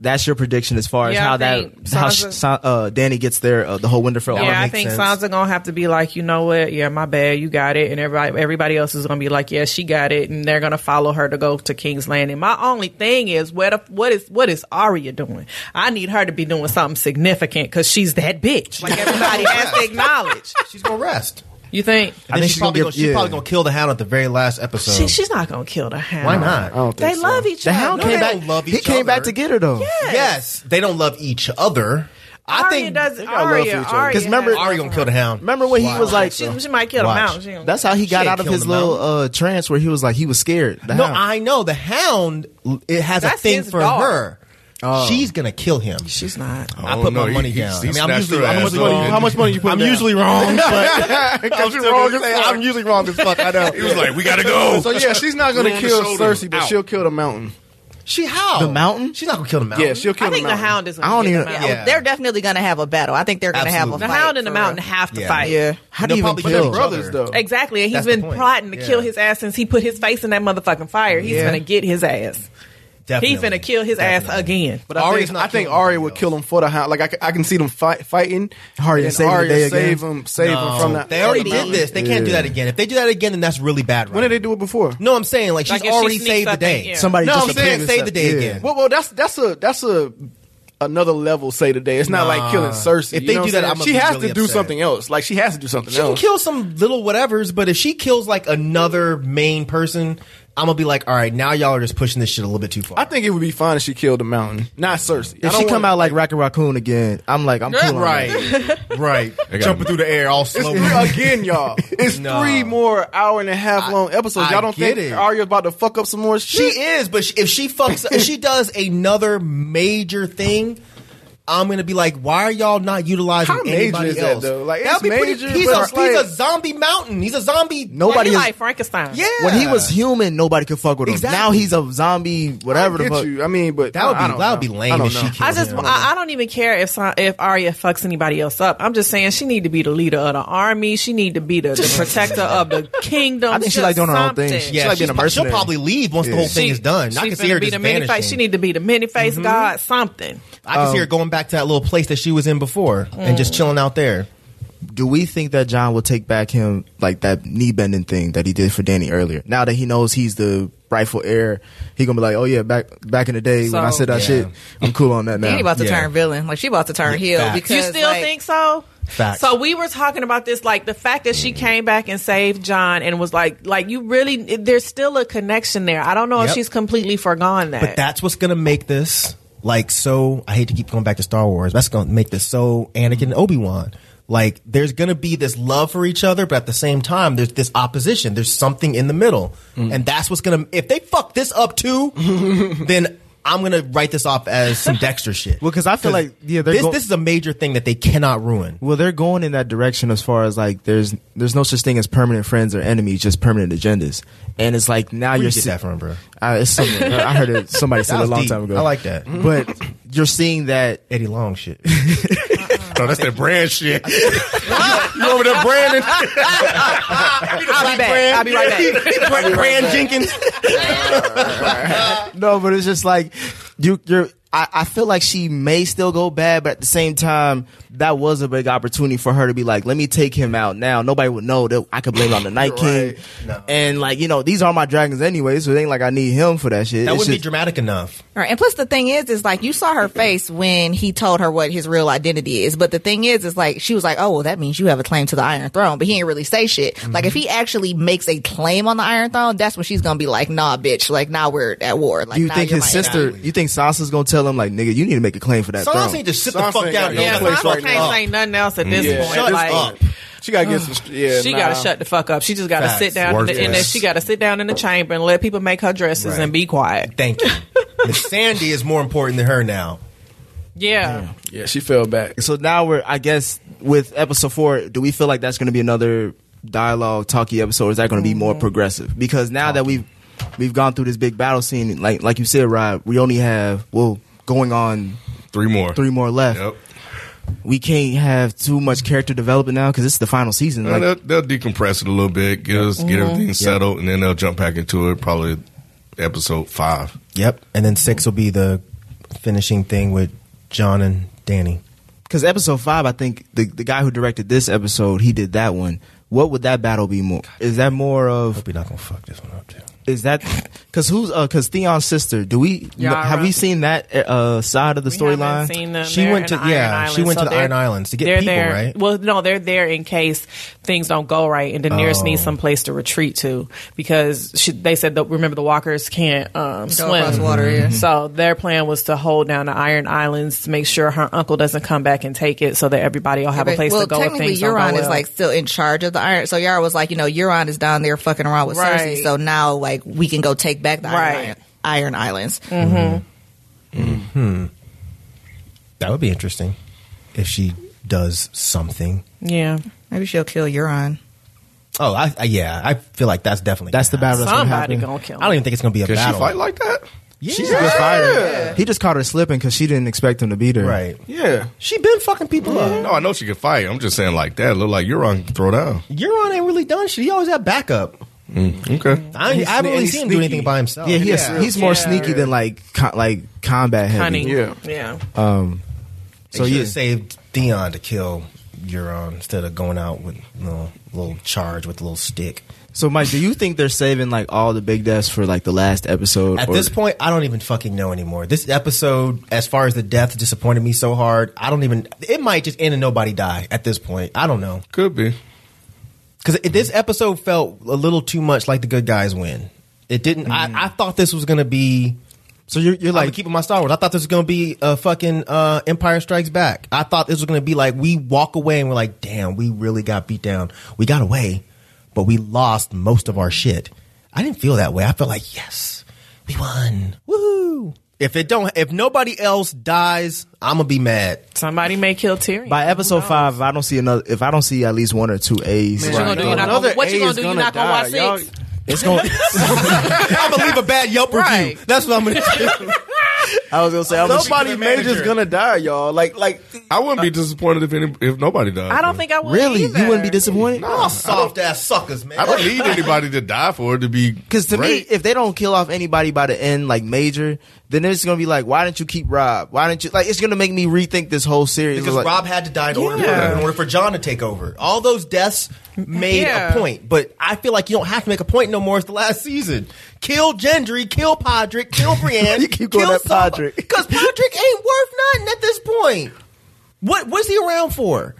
S3: That's your prediction as far as
S7: Mm-hmm. Yeah, I
S3: how that
S7: think
S3: how
S7: Sansa-
S3: Sa- uh, Danny gets there, uh, the whole Winterfell. arc.
S7: Yeah, I
S5: makes
S7: think
S5: sense.
S7: Sansa gonna have to be like, you know what? Yeah, my bad, you got it, and everybody everybody else is gonna be like, yeah, she got it, and they're gonna follow her to go to King's Landing. My only thing is, what if, what is what is Arya doing? I need her to be doing something significant because she's that bitch. Like everybody has to acknowledge.
S5: She's gonna rest.
S7: You think
S5: And then
S3: think
S5: she's,
S3: she's gonna
S5: probably
S3: give-
S5: gonna, she's
S3: yeah.
S5: probably gonna kill the hound at the very last episode.
S7: she, Oh. she's not gonna kill the hound?
S5: Why not?
S6: I don't
S7: They
S6: think so.
S7: love each
S3: the
S7: other.
S3: Hound
S7: No,
S3: came
S7: they
S5: they
S3: back.
S5: don't love
S3: he
S5: each
S3: came back
S5: other.
S3: to get her though.
S5: Yes, they don't love each other. I
S7: Arya
S5: think
S7: does-
S5: they got love
S7: Arya-
S5: for each other.
S7: Arya
S3: 'Cause remember-
S7: has-
S5: Arya gonna kill the hound.
S3: Remember when he
S5: Wow.
S3: was like,
S7: she, she might kill
S5: Watch.
S7: the hound. She don't-
S3: that's how he got
S5: ain't
S3: out of
S5: killing
S3: his
S5: the
S3: little uh, trance where he was like he was scared. The
S5: No,
S3: Hound.
S5: I know the hound. It has a
S7: That's
S5: thing
S7: his
S5: for
S7: dog.
S5: her. She's gonna kill him.
S7: she's not.
S1: I
S5: I
S1: don't
S5: put
S1: know.
S5: my
S1: He-
S5: money
S1: he-
S5: down.
S1: he
S5: I mean, I'm
S1: snatched
S5: usually
S1: her
S5: I'm
S1: ass
S5: usually-
S1: up.
S6: How much money you put
S5: I'm
S6: down?
S5: usually [laughs] wrong, but
S1: Because you're wrong as fuck.
S5: I'm usually wrong as fuck. I know.
S1: He was [laughs] like, "We gotta go."
S6: So yeah, she's not
S1: Threw
S6: gonna
S1: him the
S6: kill
S1: shoulder.
S6: Cersei, but
S1: Out.
S6: she'll kill the mountain.
S5: She how
S3: The mountain?
S5: She's not gonna kill the mountain.
S6: Yeah, she'll kill
S7: I think
S6: the
S7: the
S6: mountain.
S7: hound is. Gonna
S3: I don't
S7: get
S3: even-
S7: The, mountain.
S5: Yeah.
S4: They're definitely going to have a battle. I think they're going to have a
S5: Absolutely.
S4: fight.
S7: the hound and the
S4: for
S7: mountain
S4: real.
S7: have to
S5: Yeah.
S7: fight.
S4: Yeah.
S3: how do you
S5: They'll
S3: even
S5: probably kill
S3: kill?
S5: each other.
S6: Brothers though.
S7: Exactly, and
S5: That's
S7: he's
S5: the
S7: been
S5: point.
S7: plotting to
S5: Yeah.
S7: kill his ass since he put his face in that motherfucking fire. He's
S5: Yeah.
S7: gonna get his ass.
S5: Definitely.
S7: He's gonna kill his ass
S5: Definitely.
S7: again.
S6: But I
S5: Arya's
S6: think,
S5: not
S6: I think
S5: killing
S6: Arya
S5: anybody
S6: would
S5: else.
S6: kill him for the hound. Like I, c- I can see them fight, fighting.
S3: Arya
S6: and
S3: saving the
S6: Arya
S3: day
S6: save
S3: again?
S6: him, save him
S5: No.
S6: from that.
S5: Oh. They
S4: Maybe.
S5: already did this. They can't do that again. If they do that again, then that's really bad.
S6: When did they do it before?
S5: No, I'm saying like she's
S7: Like, if she
S5: already
S7: sneaks
S5: saved the
S7: up
S5: day.
S7: in- yeah.
S3: Somebody
S5: No,
S3: just
S5: I'm saying
S3: appeared
S5: save
S3: and
S5: the
S3: said-
S5: day
S3: yeah.
S5: again.
S6: Well, well, that's that's a that's a another level say today. It's not like killing Cersei.
S5: If
S6: you
S5: they
S6: know what
S5: do that,
S6: saying?
S5: I'm gonna
S6: she
S5: be
S6: has
S5: really
S6: to do
S5: upset.
S6: something else. Like she has to do something
S5: She can
S6: else.
S5: kill some little whatevers, but if she kills like another main person, I'm gonna be like, all right, now y'all are just pushing this shit a little bit too far.
S6: I think it would be fine if she killed the mountain, not Cersei. I
S3: If she
S6: don't
S3: come
S6: want-
S3: out like Racket Raccoon again, I'm like, I'm cool. on that.
S5: right, right,
S1: got-
S5: jumping through the air all slow. [laughs]
S6: again, y'all. It's
S5: No.
S6: three more hour and a half long episodes.
S5: I
S6: Y'all don't
S5: get
S6: think
S5: it.
S6: Arya about to fuck up some more
S5: She
S6: shit?
S5: is, but she, if she fucks, if she does another major thing, I'm gonna be like, why are y'all not utilizing
S6: How major
S5: anybody
S6: is that,
S5: else?
S6: though? Like,
S5: That'd
S6: it's
S5: be pretty-
S6: major,
S5: he's,
S6: but
S5: a,
S6: it's like-
S5: he's a zombie mountain. He's a zombody.
S3: Nobody
S7: He
S3: is.
S7: like Frankenstein.
S5: Yeah.
S3: when he was human, nobody could fuck with him.
S5: Exactly.
S3: Now he's a zombie, whatever the
S6: Get
S3: fuck.
S6: you. I mean, but
S5: That would
S6: I
S5: be
S6: don't
S5: that would be
S6: know.
S5: lame
S6: I don't
S5: if she
S6: know.
S5: killed
S7: I just
S5: him.
S7: I, I don't even care if Sa- if Arya fucks anybody else up. I'm just saying she need to be the leader of the army. She need to be the, the protector of the kingdom.
S3: I think she
S7: Just
S3: like doing her own
S7: something.
S3: thing.
S5: yeah,
S3: She like being
S5: she's
S3: a
S5: pro- she'll
S3: mercenary.
S5: probably leave once the whole thing
S7: She-
S5: is done. I
S7: she
S5: can see her
S7: finna be
S5: just
S7: the many face.
S5: vanishing. Mm-hmm. Um,
S7: She need to be the many face god. Something.
S5: I can see her going back to that little place that she was in before and
S6: Mm.
S5: just chilling out there.
S3: Do we think that John will take back him like that knee bending thing that he did for Danny earlier? Now that he knows he's the rightful heir, he gonna be like, oh yeah, back back in the day when I
S7: So-
S3: said that
S5: Yeah.
S3: shit, I'm cool on that now.
S4: [laughs] Danny about to
S5: Yeah.
S4: turn villain. Like she about to turn heel
S5: facts.
S4: because
S7: You still
S4: like,
S7: think so?
S5: Facts.
S7: So we were talking about this, like the fact that she came back and saved John and was like, like you really, there's still a connection there. I don't know if
S5: Yep.
S7: she's completely forgone that.
S3: Eh.
S5: But that's what's gonna make this like so. I hate to keep going back to Star Wars. That's gonna make this so Anakin and Obi Wan. Like there's gonna be this love for each other, but at the same time, there's this opposition. There's something in the middle,
S3: Mm.
S5: and that's what's gonna. If they fuck this
S3: [laughs]
S5: up too, then I'm gonna write this off as some Dexter shit.
S3: Well, 'cause I feel like, yeah, they're
S5: this,
S3: go-
S5: this is a major thing that they cannot ruin.
S3: well, they're going in that direction as far as like there's there's no such thing as permanent friends or enemies, just permanent agendas. And it's like now
S5: Where
S3: you're
S5: you get
S3: se-
S5: that from, bro?
S3: I, it's somewhere. I heard it. [laughs] Somebody said
S5: That
S3: it a
S5: was
S3: long
S5: deep.
S3: time ago.
S5: I like that.
S3: but you're seeing that
S5: Eddie Long shit.
S1: No, that's that brand shit. you over there, Brandon?
S7: I'll be back. I'll be right back.
S5: Brand, Jenkins.
S3: [laughs] no, but it's just like you, you're. I, I feel like she may still go bad, but at the same time, that was a big opportunity for her to be like, "Let me take him out now." Nobody would know that I could blame it on the Night King, and like you know, these are my dragons anyway, so it ain't like I need him for that shit.
S5: That
S3: It's
S5: wouldn't be
S3: just-
S5: dramatic enough.
S4: Right. And plus, the thing is, is like you saw her face when he told her what his real identity is. But the thing is, is like she was like, "Oh, well, that means you have a claim to the Iron Throne." But he ain't really say shit.
S7: Mm-hmm.
S4: Like if he actually makes a claim on the Iron Throne, that's when she's gonna be like, "Nah, bitch. Like now we're at war." Like
S3: you
S4: nah,
S3: think
S4: you're
S3: his
S4: my
S3: sister?
S4: enemy.
S3: You think Sansa's gonna tell tell him like, nigga, you need to make a claim for that
S5: Sansa
S3: throne.
S5: need to sit the
S6: Sansa
S5: fuck
S6: ain't got
S5: down.
S6: no
S7: Yeah,
S5: and shut
S6: place right
S7: Sansa can't
S6: now.
S7: say nothing else at this
S6: Yeah.
S7: point.
S5: Mm-hmm. Shut
S7: like,
S5: up.
S6: She gotta get some. Yeah,
S7: she
S6: nah.
S7: gotta shut the fuck up. She just gotta
S5: Facts.
S7: sit down in the, in the,
S1: Worthless.
S7: she gotta sit down in the chamber and let people make her dresses
S5: Right.
S7: and be quiet.
S5: Thank you. Miss Sandy is more important than her now.
S7: Yeah.
S6: Yeah, she fell back.
S3: so now we're, I guess, with episode four. Do we feel like that's going to be another dialogue talky episode? Or is that going to be more progressive? Because now that we've we've gone through this big battle scene, like like you said, Rob, we only have well going on
S1: Three more.
S3: three more left.
S1: Yep.
S3: We can't have too much character development now because it's the final season.
S1: And
S3: Like,
S1: they'll, they'll decompress it a little bit, get us, get everything settled, and then they'll jump back into it. Probably episode five.
S5: Yep. And then six will be the finishing thing with John and Danny.
S3: because episode five, I think the the guy who directed this episode, he did that one. What would that battle be more? Is that more of
S5: We're not gonna fuck this one up too.
S3: is that because who's uh because Theon's sister? Do we know,
S7: Yara.
S3: have we seen that uh side of the
S7: We haven't
S3: storyline?
S7: seen them.
S5: She
S7: They're
S5: went
S7: in
S5: to- yeah,
S7: Iron
S5: she went to the
S7: they're-
S5: Iron Islands to get
S7: they're
S5: people,
S7: there.
S5: right?
S7: Well, no, they're there in case things don't go right, and Daenerys
S5: Oh.
S7: needs some place to retreat to because she, they said that remember the walkers can't um,
S4: across
S7: swim.
S4: water, yeah.
S7: So their plan was to hold down the Iron Islands to make sure her uncle doesn't come back and take it, so that everybody will have a place
S4: well,
S7: to go. if
S4: technically,
S7: things don't go
S4: Euron is
S7: well.
S4: like still in charge of the Iron. So Yara was like, you know, Euron is down there fucking around with
S7: Right.
S4: Cersei. So now, like, we can go take back the
S7: Right. Mm-hmm.
S4: Iron, Iron Islands.
S5: That would be interesting if she does something.
S7: yeah.
S4: Maybe she'll kill
S7: [laughs]
S4: Euron.
S5: Oh, I, I yeah, I feel like that's definitely
S3: That's the battle that's gonna
S7: Somebody
S3: happen.
S7: gonna kill.
S5: I don't even think it's gonna be a
S1: Can
S5: battle.
S1: she fight like that?
S5: yeah.
S3: She's a good fighter. He just caught her slipping because she didn't expect him to beat her.
S5: right.
S6: Yeah,
S5: She been fucking people up.
S1: No, I know she can fight. I'm just saying like that. Look like Euron can throw down.
S5: Euron ain't really done shit. He always had backup.
S1: Okay.
S5: I, I haven't
S3: sne-
S5: really
S3: he's
S5: seen him do
S3: sneaky.
S5: anything by himself.
S3: Yeah, he is- he's more sneaky than like co- like combat heavy.
S7: Cunning.
S6: Yeah.
S7: Yeah.
S3: Um, so
S5: So you
S3: yeah,
S5: saved Dion to kill Euron instead of going out with you know, a little charge with a little stick.
S3: so Mike, do you think they're saving like all the big deaths for like the last episode?
S5: At
S3: or-
S5: this point, I don't even fucking know anymore. This episode, as far as the death, disappointed me so hard. I don't even. It might just end and nobody die at this point. I don't know
S1: Could be.
S5: because this episode felt a little too much like the good guys win. It didn't. I, I thought this was gonna be.
S3: Mm-hmm. so you're you're
S5: Like
S3: like
S5: keeping my Star Wars, I thought this was gonna be a fucking uh, Empire Strikes Back. I thought this was gonna be like we walk away and we're like, damn, we really got beat down. We got away, but we lost most of our shit. I didn't feel that way. I felt like yes, we won. Woo! If it don't, if nobody else dies, I'm gonna be mad. [laughs]
S7: Somebody may kill Tyrion.
S3: by episode five. If I don't see another, if I don't see at least one or two A's,
S7: What you gonna do? You're not gonna-
S6: Another
S7: what you
S6: A
S7: gonna
S6: is
S7: do? You're not gonna
S6: die.
S7: watch
S6: Y'all-
S7: six?
S3: [laughs] it's going.
S5: I'm gonna leave a bad Yelp
S7: Right.
S5: review. That's what
S3: [laughs]
S5: I'm gonna do.
S3: I was gonna say I'm gonna-
S6: Somebody major's gonna die, y'all. Like, like
S1: I wouldn't be disappointed if any if nobody died.
S7: I don't
S1: though.
S7: think I would.
S3: really.
S7: either.
S3: You wouldn't be disappointed.
S5: Y'all soft ass suckers, man.
S1: I don't need anybody to die for it to be.
S3: Because to
S1: great.
S3: me, if they don't kill off anybody by the end, like major, then it's gonna be like, why didn't you keep Rob? Why didn't you? Like, it's gonna make me rethink this whole series.
S5: because
S3: Like,
S5: Rob had to die in order,
S7: Yeah.
S5: in order for John to take over. All those deaths made
S7: Yeah.
S5: a point, but I feel like you don't have to make a point no more. It's the last season. Kill Gendry, kill Podrick,
S3: [laughs]
S5: kill Brienne.
S3: You keep going at Podrick.
S5: because Podrick ain't worth nothing at this point. What what's he around for?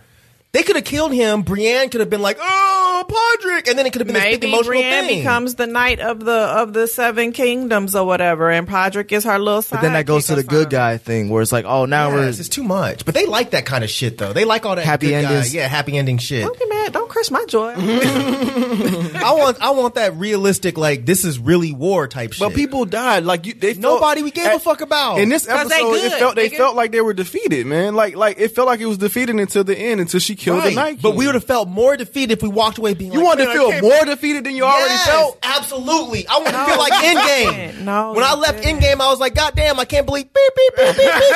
S5: They could have killed him. Brienne could have been like, "Oh, Podrick," and then it could have been this big
S7: Maybe
S5: emotional
S7: Brienne
S5: thing.
S7: becomes the knight of the of the seven kingdoms or whatever, and Podrick is her little.
S3: but then that goes to the good guy thing, where it's like, oh, now
S5: Yes,
S3: we're
S5: it's too much. But they like that kind of shit, though. They like all that
S3: Happy
S5: good guy-
S3: endings.
S5: yeah, happy ending shit.
S7: Don't get mad. Don't crush my
S3: [laughs]
S7: joy.
S5: I want, I want that realistic, like this is really war type shit.
S6: but people died. Like you, they felt-
S5: Nobody we gave a fuck about.
S6: In this
S7: 'Cause
S6: episode,
S7: they
S6: it
S7: good,
S6: felt they
S7: nigga.
S6: felt like they were defeated, man. Like, like it felt like it was defeated until the end, until she killed the
S5: Right.
S6: Night
S5: But
S6: King.
S5: we would have felt more defeated if we walked away being
S6: You
S5: like,
S6: wanted to
S5: "Man, I
S6: feel
S5: can't
S6: more
S5: believe-"
S6: defeated than you already
S5: Yes,
S6: felt.
S5: Absolutely. I want to
S6: [laughs]
S5: feel like Endgame.
S7: didn't. No,
S5: When I
S7: you
S5: left
S7: didn't.
S5: Endgame, I was like, God damn, I can't believe beep, beep, beep, beep, beep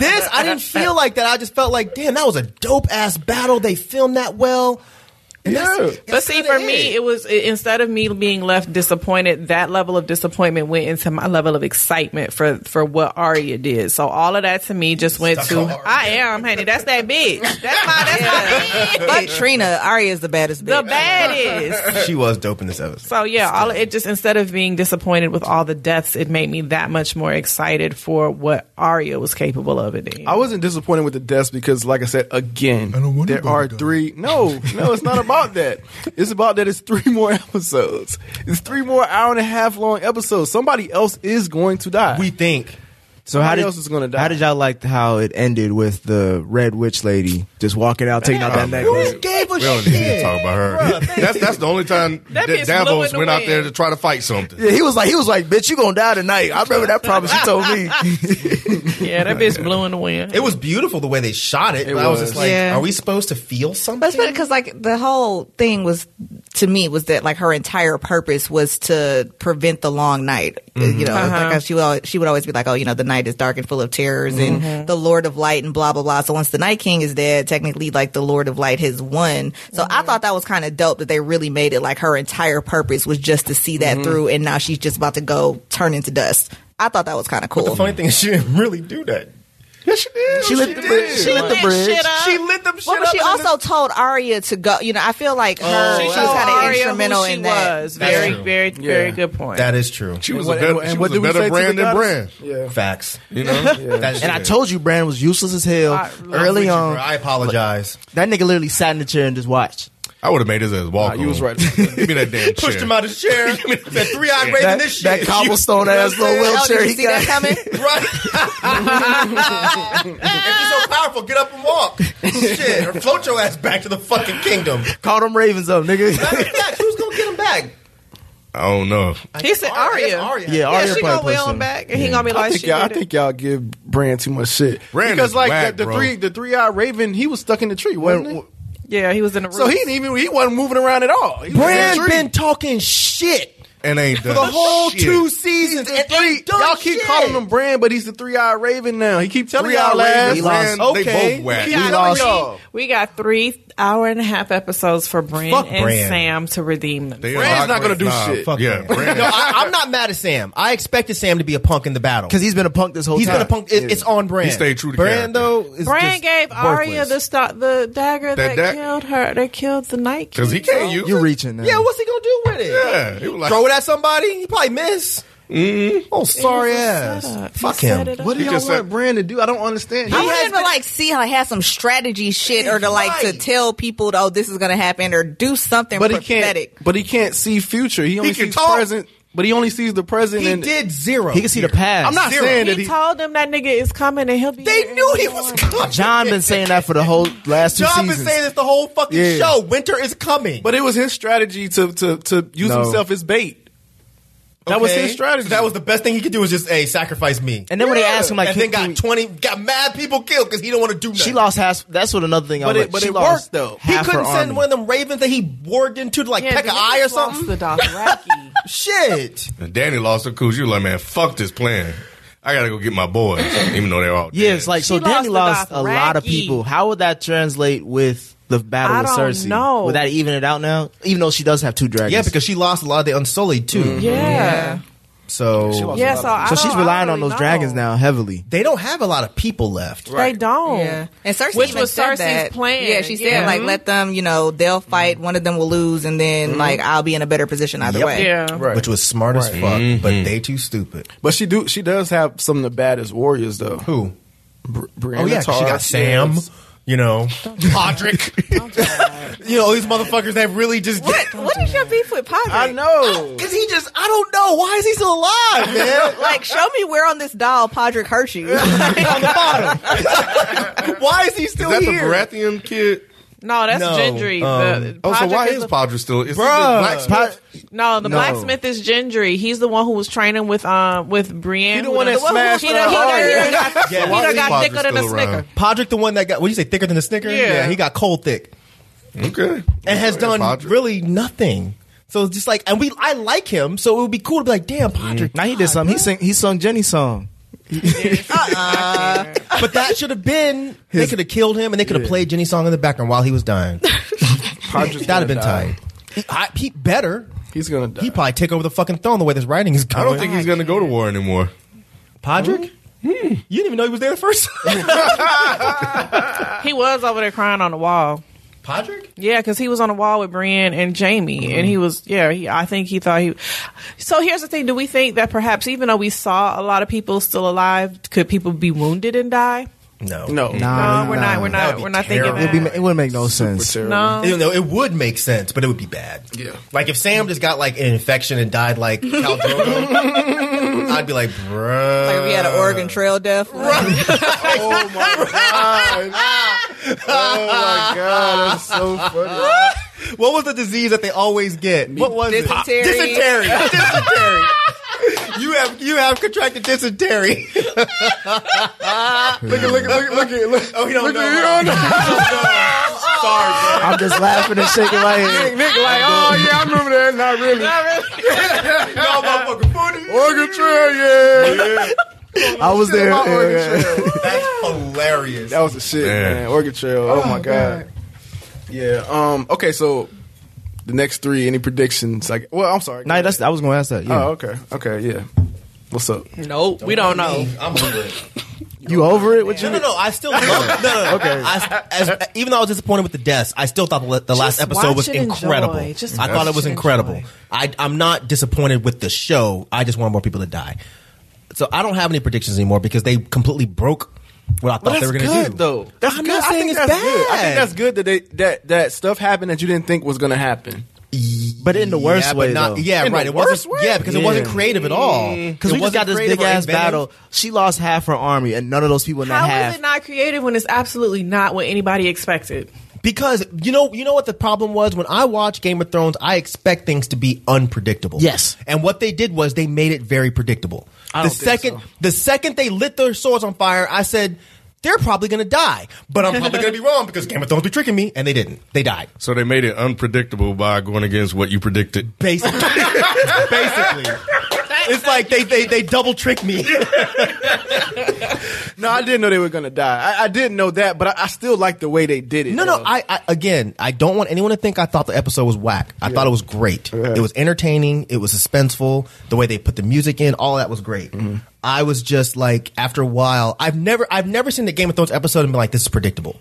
S6: [laughs]
S5: this, I didn't feel like that. I just felt like, damn, that was a dope ass battle. They filmed that well. And that's-
S6: Yeah.
S5: that's
S7: but see,
S5: kinda
S7: for me, it was i- instead of me being left disappointed, that level of disappointment went into my level of excitement for for what Arya did. So all of that to me just went
S5: Stuck on
S7: to
S5: Arya.
S7: I am, honey. That's that bitch. That's my that's my
S4: Fuck
S7: bitch.
S4: Trina. Arya is the baddest [laughs] bitch.
S7: The baddest.
S5: She was dope in this episode.
S7: So yeah, all it just instead of being disappointed with all the deaths, it made me that much more excited for what Arya was capable of it.
S6: I wasn't disappointed with the deaths because, like I said, again, there are three. No, no, it's not about that. It's about that it's three more [laughs] episodes. It's three more hour and a half long episodes. Somebody else is going to die.
S5: We think.
S3: So how
S6: Somebody
S3: did,
S6: else is gonna die.
S3: How did y'all like how it ended with the red witch lady just walking out, taking
S5: Oh,
S3: out that
S1: Man,
S3: necklace?
S5: gave a
S1: We don't need to talk about her. [laughs] that's that's the only time that,
S7: bitch blew in
S1: Davos
S7: the
S1: went out
S7: wind.
S1: there to try to fight something.
S3: Yeah, he was like, he was like, bitch, you gonna die tonight. I remember that promise you told
S5: [laughs]
S3: me.
S7: Yeah, that bitch blew in the wind.
S5: It was beautiful the way they shot it. but I was
S6: was.
S5: just like,
S4: Yeah.
S5: are we supposed to feel something?
S4: But because like the whole thing was to me was that like her entire purpose was to prevent the long night. Uh, You know,
S5: Uh-huh.
S4: like she would always, she would always be like, oh, you know, the night is dark and full of terrors,
S5: Mm-hmm.
S4: and the Lord of Light and blah blah blah. So once the Night King is dead, technically like the Lord of Light has won. So
S5: Mm-hmm.
S4: I thought that was kind of dope that they really made it like her entire purpose was just to see
S5: Mm-hmm.
S4: that through, and now she's just about to go turn into dust. I thought that was kind of cool.
S5: the funny thing is, she didn't really do that. Yes, she did.
S3: She lit the bridge. She lit the bridge.
S5: She lit them
S4: Well,
S5: shit
S4: but
S5: up
S4: she
S5: and then
S4: also told Arya to go. You know, I feel like her, she was
S7: told
S4: kind of
S7: Arya who
S4: instrumental
S7: she
S4: in that.
S7: Was.
S5: That's
S7: Very,
S5: true.
S7: very, very
S6: Yeah.
S7: good point.
S5: That is true.
S1: She was
S6: What-
S1: a better,
S6: and
S1: she
S6: what
S1: was a
S6: did we say
S1: better
S6: to
S1: brand
S6: the
S1: than Brand.
S6: goddess? Yeah.
S5: Facts.
S1: You know,
S5: That's
S3: and I
S5: shit.
S3: told you, Brand was useless as hell
S7: I-
S3: early
S5: Bro,
S3: on.
S5: I apologize.
S3: That nigga literally sat in the chair and just watched.
S1: I would have made his ass walk.
S6: Nah, you was
S1: home.
S6: right about
S1: [laughs]
S6: that.
S1: Give me that damn chair.
S5: Pushed him out of his [laughs] chair. That three eyed raven.
S3: That,
S5: This shit.
S3: that
S5: [laughs]
S3: cobblestone ass
S5: you know what
S3: little
S5: I'm
S4: Oh, did
S3: wheelchair
S4: you
S3: he
S4: see that
S3: got.
S4: [laughs] coming?
S5: Right. if you're so powerful, get up and walk. Shit, or float your ass back to the fucking kingdom.
S3: Called them ravens up, nigga. [laughs]
S5: Matter of fact, who's gonna get him back?
S1: I don't know.
S7: he said Arya.
S3: yeah,
S7: Yeah,
S3: Arya
S7: she gonna
S3: probably
S7: wheel
S3: pushed
S7: him
S3: him.
S7: back, and he gonna be like,
S6: I think
S7: she
S6: y'all, I
S7: did it.
S6: think y'all give Brand too much shit.
S1: Brand
S6: because
S1: is
S6: like
S1: whack,
S6: the, the
S1: bro.
S6: three the three eyed raven, he was stuck in the tree, wasn't he?
S7: Yeah, he was in the room.
S6: So he didn't even he wasn't moving around at all. He was in the
S5: Brand
S6: tree.
S5: been talking shit
S1: And ain't
S5: for
S1: done
S5: the whole
S1: shit.
S5: two seasons and three.
S6: Y'all keep calling him Brand, but he's the three eyed raven now. He keep telling y'all
S1: Brand,
S6: last.
S3: We lost.
S1: Brand, they
S6: Okay.
S1: both whack.
S7: We
S6: Yeah, I know
S7: got
S6: y'all.
S7: three, we got three hour and a half episodes for Bryn
S5: Fuck
S7: and
S5: Bran.
S7: Sam to redeem them.
S1: They
S6: Brand's
S1: are-
S6: not gonna do
S1: nah,
S6: shit.
S1: Fuck yeah, Brand.
S5: No, I, I'm not mad at Sam. I expected Sam to be a punk in the battle.
S3: Because he's been a punk this whole
S5: He's
S3: time.
S5: been a punk. It, It's on brand.
S1: He stayed true to
S5: brand
S1: character.
S5: though. Is
S7: Bran
S5: just
S7: gave Arya
S5: worthless.
S7: the sto- the dagger
S1: That
S7: that,
S1: da-
S7: killed her. That killed the Night King.
S1: because he can't use.
S3: You're
S1: it.
S3: reaching now.
S5: Yeah, what's he gonna do with it?
S1: Yeah, he was like,
S5: Throw it at somebody. He probably miss.
S3: Mm-hmm.
S5: Oh, sorry ass. Fuck
S6: What
S5: him.
S6: do
S1: He
S6: y'all want
S1: just said-
S6: Brand to do? I don't understand.
S4: I wanted to like see how he had some strategy shit or to like to
S5: Right.
S4: tell people, oh, this is gonna happen or do something
S6: but he
S4: prophetic.
S6: can't. But he can't see future. He only
S1: can
S6: sees
S1: talk.
S6: present. But he only sees the present.
S5: He
S6: and
S5: did zero.
S3: He can see the past.
S6: I'm not
S5: Zero.
S6: saying
S7: He,
S6: that he.
S7: told them that nigga is coming and he'll be.
S5: They
S7: here
S5: knew
S7: in
S5: he
S7: the
S5: was
S7: morning.
S5: coming.
S3: John been saying that for the whole last two
S5: John been
S3: seasons.
S5: saying this the whole fucking
S3: Yeah.
S5: show. Winter is coming.
S6: But it was his strategy to to to use
S3: No.
S6: himself as bait. That was
S5: Okay?
S6: his strategy.
S5: That was the best thing he could do was just hey sacrifice me.
S3: and then when they asked him, like,
S5: and then
S3: can,
S5: got
S3: can we-
S5: twenty, got mad people killed because he don't want to do nothing.
S3: she lost half. That's what another thing. I
S6: But
S3: was
S6: it-
S3: like,
S6: but
S3: she
S6: it
S3: lost
S6: worked, though.
S5: He
S3: half her
S5: couldn't
S3: army.
S5: send one of them ravens that he warged into to like
S7: Yeah,
S5: peck
S7: the
S5: an eye or
S7: niggas lost
S5: something.
S7: The Dothraki.
S5: Shit.
S1: And Danny lost her cool. She was like, man, fuck this plan. I gotta go get my boys, even though they're all.
S3: Yeah,
S1: dead.
S3: it's like so.
S7: She
S3: Danny
S7: lost
S3: lost
S7: to
S3: a lot of
S7: Dothraki.
S3: people. How would that translate with the battle
S7: I
S3: with
S7: don't
S3: Cersei?
S7: know.
S3: Would that even it out now? Even though she does have two dragons.
S5: Yeah, because she lost a lot of the Unsullied too.
S7: yeah,
S5: So
S7: yeah. So, I
S3: so
S7: don't-
S3: she's
S7: I
S3: relying
S7: don't
S3: on those
S7: really
S3: dragons
S7: know.
S3: now heavily.
S5: they don't have a lot of people left.
S7: They don't.
S4: Yeah, and Cersei
S7: Which
S4: even
S7: was
S4: said
S7: Cersei's
S4: that.
S7: plan.
S4: Yeah, she said
S7: Yeah.
S4: like
S7: Mhm.
S4: let them, you know, they'll fight. One of them will lose, and then like I'll be in a better position either
S5: Yep.
S4: way.
S7: Yeah.
S6: Right.
S5: Which was smart as fuck,
S3: Mm-hmm.
S5: but they too stupid.
S6: But she do she does have some of the baddest warriors though.
S5: Who?
S6: Br- Brienne
S5: Oh yeah,
S6: of
S5: 'cause she
S6: Tarth.
S5: got Sam.
S6: Yes.
S5: You know, Podrick. [laughs] you know these motherfuckers that really just get.
S4: What What is your beef with Podrick?
S6: I know.
S5: Cause he just, I don't know why is he still
S4: [laughs]
S5: alive, man?
S4: Like, show me where on this doll Podrick hurt [laughs] you.
S5: On the bottom. why is he
S1: is
S5: still
S1: that
S5: here?
S1: the Baratheon kid?
S7: No, that's
S5: No,
S7: Gendry. the,
S1: Oh, so
S7: Podrick
S1: why
S7: is
S1: is
S7: the-
S1: Podrick still? Is he the
S5: Bruh.
S1: blacksmith?
S7: No, the blacksmith is Gendry. He's the one who was training with um with Brienne.
S6: He the
S7: who
S6: one
S7: done-
S6: that
S7: who-
S6: smashed
S7: He done-
S6: her
S7: he done- he done got-
S5: Yeah,
S7: he
S5: why
S7: done
S5: is
S7: got
S1: Podrick
S7: thicker than a
S1: still
S7: snicker.
S1: around?
S5: Podrick, the one that got, what do you say, thicker than a snicker?
S7: Yeah.
S5: he got cold thick
S1: Okay,
S5: and has
S1: Yeah,
S5: done
S1: Podrick.
S5: really nothing. So it's just like, and we, I like him, so it would be cool to be like, damn, Podrick.
S3: Mm-hmm. Now he did something. He sang. He sung Jenny's song.
S5: But that should have been, they could have killed him and they could have played Jenny's song in the background while he was dying.
S6: Podrick's
S5: That'd have been
S6: gonna die.
S5: tight. He, I, he better.
S6: He's gonna die.
S5: He probably take over the fucking throne the way this writing is
S1: I
S5: going.
S1: don't think he's gonna go to war anymore.
S5: [laughs] Podrick? Hmm. You didn't even know he was there the first [laughs] time.
S7: He was over there crying on the wall.
S5: Podrick?
S7: Yeah, because he was on the wall with Brienne and Jamie, and
S5: Mm-hmm.
S7: he was yeah. He, I think he thought he. So here's the thing: Do we think that perhaps even though we saw a lot of people still alive, could people be wounded and die?
S5: No,
S6: No.
S7: No, we're not. We're
S5: Uh, That would
S7: not.
S5: be
S7: We're not
S5: terrible.
S7: thinking
S3: It'd be,
S7: that.
S3: it wouldn't make no sense.
S6: Terrible.
S7: No.
S5: You know, it would make sense, but it would be bad.
S6: Yeah.
S5: Like if Sam just got like an infection and died like Cal Drogo, I'd be like, bruh.
S4: Like if we had an Oregon Trail death.
S6: Oh my god! Oh my god! That's so funny.
S5: What was the disease that they always get? What was
S4: Dysentery.
S5: it? Dysentery. dysentery. [laughs] You have you have contracted dysentery. [laughs] look at look at look at look at look. Oh, he don't know. [laughs] Sorry,
S3: I'm just laughing and shaking my head.
S6: Nick, like, oh yeah, I remember that. Not
S3: [laughs]
S6: really.
S5: bro. Y'all motherfucking funny.
S6: Oregon Trail, yeah.
S3: I was there.
S6: My
S3: yeah.
S6: Oregon Trail.
S5: That's hilarious.
S6: That was the shit,
S1: Man.
S6: man. Oregon Trail. Oh, my god. Yeah. Um. Okay. So the next three, any predictions? Like, well, I'm sorry.
S3: No, that's I was gonna ask that. Yeah.
S6: Oh, okay. Okay. Yeah. What's up?
S7: Nope. We don't know.
S5: I'm hungry.
S3: you over it? What you?
S5: No, no, no. I still love it. No, no, no.
S3: Okay.
S5: I, as, even though I was disappointed with the deaths, I still thought the, the last episode
S7: watch
S5: was
S7: and enjoy.
S5: incredible.
S7: Just
S5: I thought
S7: watch
S5: it was
S7: and
S5: incredible.
S7: enjoy.
S5: I, I'm not disappointed with the show. I just want more people to die. So I don't have any predictions anymore because they completely broke what I thought
S6: But
S5: they were
S6: that's
S5: going to
S6: good,
S5: do.
S6: Though that's
S5: I'm
S6: good.
S5: not
S6: I
S5: saying
S6: think
S5: it's
S6: that's Good. I
S5: bad.
S6: think that's good that they that that stuff happened that you didn't think was gonna happen.
S3: But in the worst
S5: yeah, but
S3: way,
S5: not-
S3: though.
S5: Yeah,
S6: In
S5: right.
S6: the
S5: It wasn't.
S6: worst way? Mm.
S5: Yeah, because it
S3: Yeah.
S5: wasn't creative at all.
S6: Eh,
S3: Because
S5: It
S3: we just got
S5: wasn't
S3: this
S5: creative
S3: big
S5: or
S3: ass
S5: inventive.
S3: battle. She lost half her army, and none of those people in that
S7: How is
S3: half.
S7: it not creative when it's absolutely not what anybody expected?
S5: Because you know, you know what the problem was when I watch Game of Thrones, I expect things to be unpredictable.
S3: Yes.
S5: and what they did was they made it very predictable.
S7: I
S5: the
S7: don't think
S5: second,
S7: so.
S5: the second they lit their swords on fire, I said they're probably going to die, but I'm probably going to be [laughs] wrong because Game of Thrones be tricking me, and they didn't. They died.
S1: So they made it unpredictable by going against what you predicted.
S5: Basically, [laughs] basically, it's like they they they double trick me.
S6: No, I didn't know they were gonna die. I, I didn't know that, but I, I still like the way they did it.
S5: No,
S6: though.
S5: no. I, I again, I don't want anyone to think I thought the episode was whack. I thought it was great. It was entertaining. It was suspenseful. The way they put the music in, all that was great.
S6: Mm-hmm.
S5: I was just like, after a while, I've never, I've never seen the Game of Thrones episode and been like, this is predictable.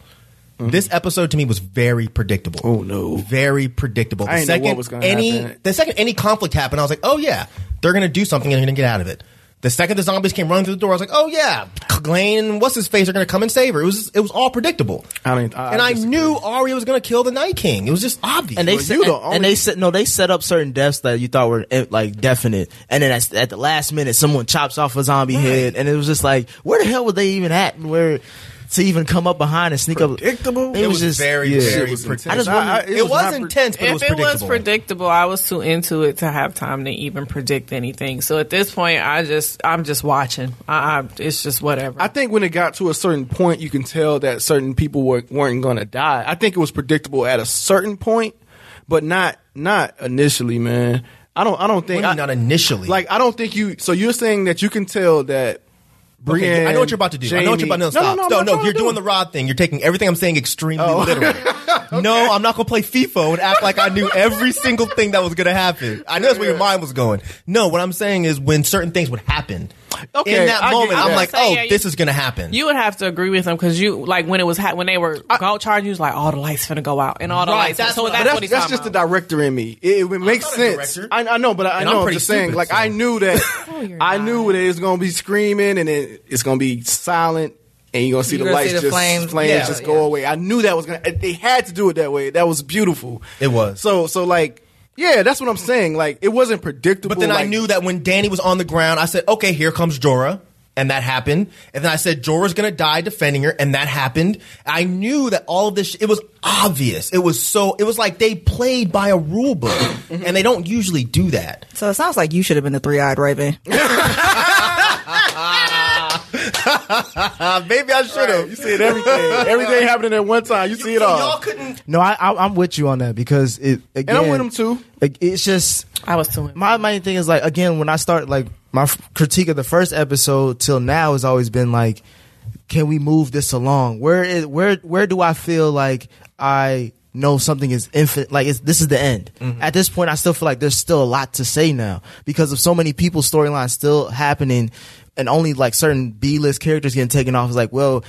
S5: This episode to me was very predictable.
S6: Mm-hmm. Oh, no.
S5: very predictable. The
S6: I didn't know
S5: second
S6: what was gonna
S5: any,
S6: happen.
S5: the second any conflict happened, I was like, oh yeah, they're gonna do something and they're gonna get out of it. The second the zombies came running through the door, I was like, oh yeah, Glane and what's his face are gonna come and save her. It was, it was all predictable
S6: I mean, I-
S5: and
S6: I
S5: I
S6: disagree.
S5: knew Arya was going to kill the Night King. It was just obvious.
S3: and they
S6: Well,
S3: set,
S6: you the
S3: and,
S6: only-
S3: and they said no, they set up certain deaths that you thought were eh, like definite, and then at, at the last minute, someone chops off a zombie head, and it was just like, where the hell were they even at? and Where to even come up behind and sneak
S6: Predictable?
S3: up? It,
S5: it
S3: was,
S5: was
S3: just
S5: very,
S3: yeah.
S5: very
S6: It was
S5: predictable.
S6: intense.
S3: I just
S6: I-
S3: wondered-
S6: I-
S5: it, was,
S6: not pre-
S5: intense, but it was
S7: if it was
S5: predictable.
S7: predictable, I was too into it to have time to even predict anything. So at this point, I just I'm just watching. I, I, it's just whatever.
S6: I think when it got to a certain point, you can tell that certain people were, weren't going to die. I think it was predictable at a certain point, but not not initially, man. I don't. I don't think.
S5: What do you
S6: I-
S5: mean not initially.
S6: Like I don't think you. So you're saying that you can tell that. Brienne,
S5: Okay, I know what you're about to do. I know what you're about to do.
S6: Jamie-
S5: Stop.
S6: No, no, no,
S5: no,
S6: I'm not trying
S5: you're
S6: to do Oh.
S5: doing
S6: it.
S5: the Rod thing. You're taking everything I'm saying extremely
S6: [laughs]
S5: literally. No, I'm not going to play FIFO and act like I knew every single thing that was going to happen. I know that's where your mind was going. No, what I'm saying is when certain things would happen
S6: Okay,
S5: in that
S6: I get
S5: moment, I'm
S6: that.
S5: like,
S7: I'm saying,
S5: oh,
S7: yeah, you-
S5: this is going to happen.
S7: you would have to agree with them because you like when it was ha- when they were go charging. You was like, all the lights finna go out and all the
S5: Right,
S7: lights.
S5: that's
S7: so
S5: what I-
S7: that's,
S6: But
S7: what
S6: that's,
S7: he's
S6: that's
S7: talking
S6: just the
S7: about.
S6: director in me. It, it makes
S5: not a
S6: sense.
S5: director.
S6: I, I know, but I, I
S5: And I'm
S6: know. I'm,
S5: pretty
S6: just saying.
S5: stupid,
S6: like
S5: so-
S6: I knew that.
S7: you're
S6: I
S7: not.
S6: knew that it was gonna be screaming and it, it's gonna be silent. And you're gonna see
S4: You're
S6: the
S4: gonna
S6: lights
S4: see the
S6: just
S4: flames.
S5: Yeah.
S6: just go
S4: Yeah.
S6: away. I knew that was gonna. They had to do it that way. That was beautiful.
S5: It was.
S6: So so like yeah, that's what I'm saying. Like it wasn't predictable.
S5: But then I
S6: like-
S5: knew that when Danny was on the ground, I said, okay, here comes Jorah. And that happened. And then I said, Jorah's going to die defending her. And that happened. I knew that all of this, sh- it was obvious. It was so, it was like they played by a
S6: [laughs]
S5: rule book.
S6: Mm-hmm.
S5: and they don't usually do that.
S4: So it sounds like you should have been the three eyed raven.
S5: Uh, maybe I should have.
S6: You see it
S5: [laughs]
S6: everything. everything happening at one time. You see it all.
S5: Y'all couldn't.
S3: No, I, I, I'm with you on that because it again.
S6: And I'm with them too.
S3: like, It's just
S7: I was too.
S3: my main thing is like again when I start like my f- critique of the first episode till now has always been like, can we move this along? Where is where where do I feel like I know something is infinite? Like it's, this is the end. At this point, I still feel like there's still a lot to say now because of so many people's storylines still happening, and only like certain B list characters getting taken off. It's like well.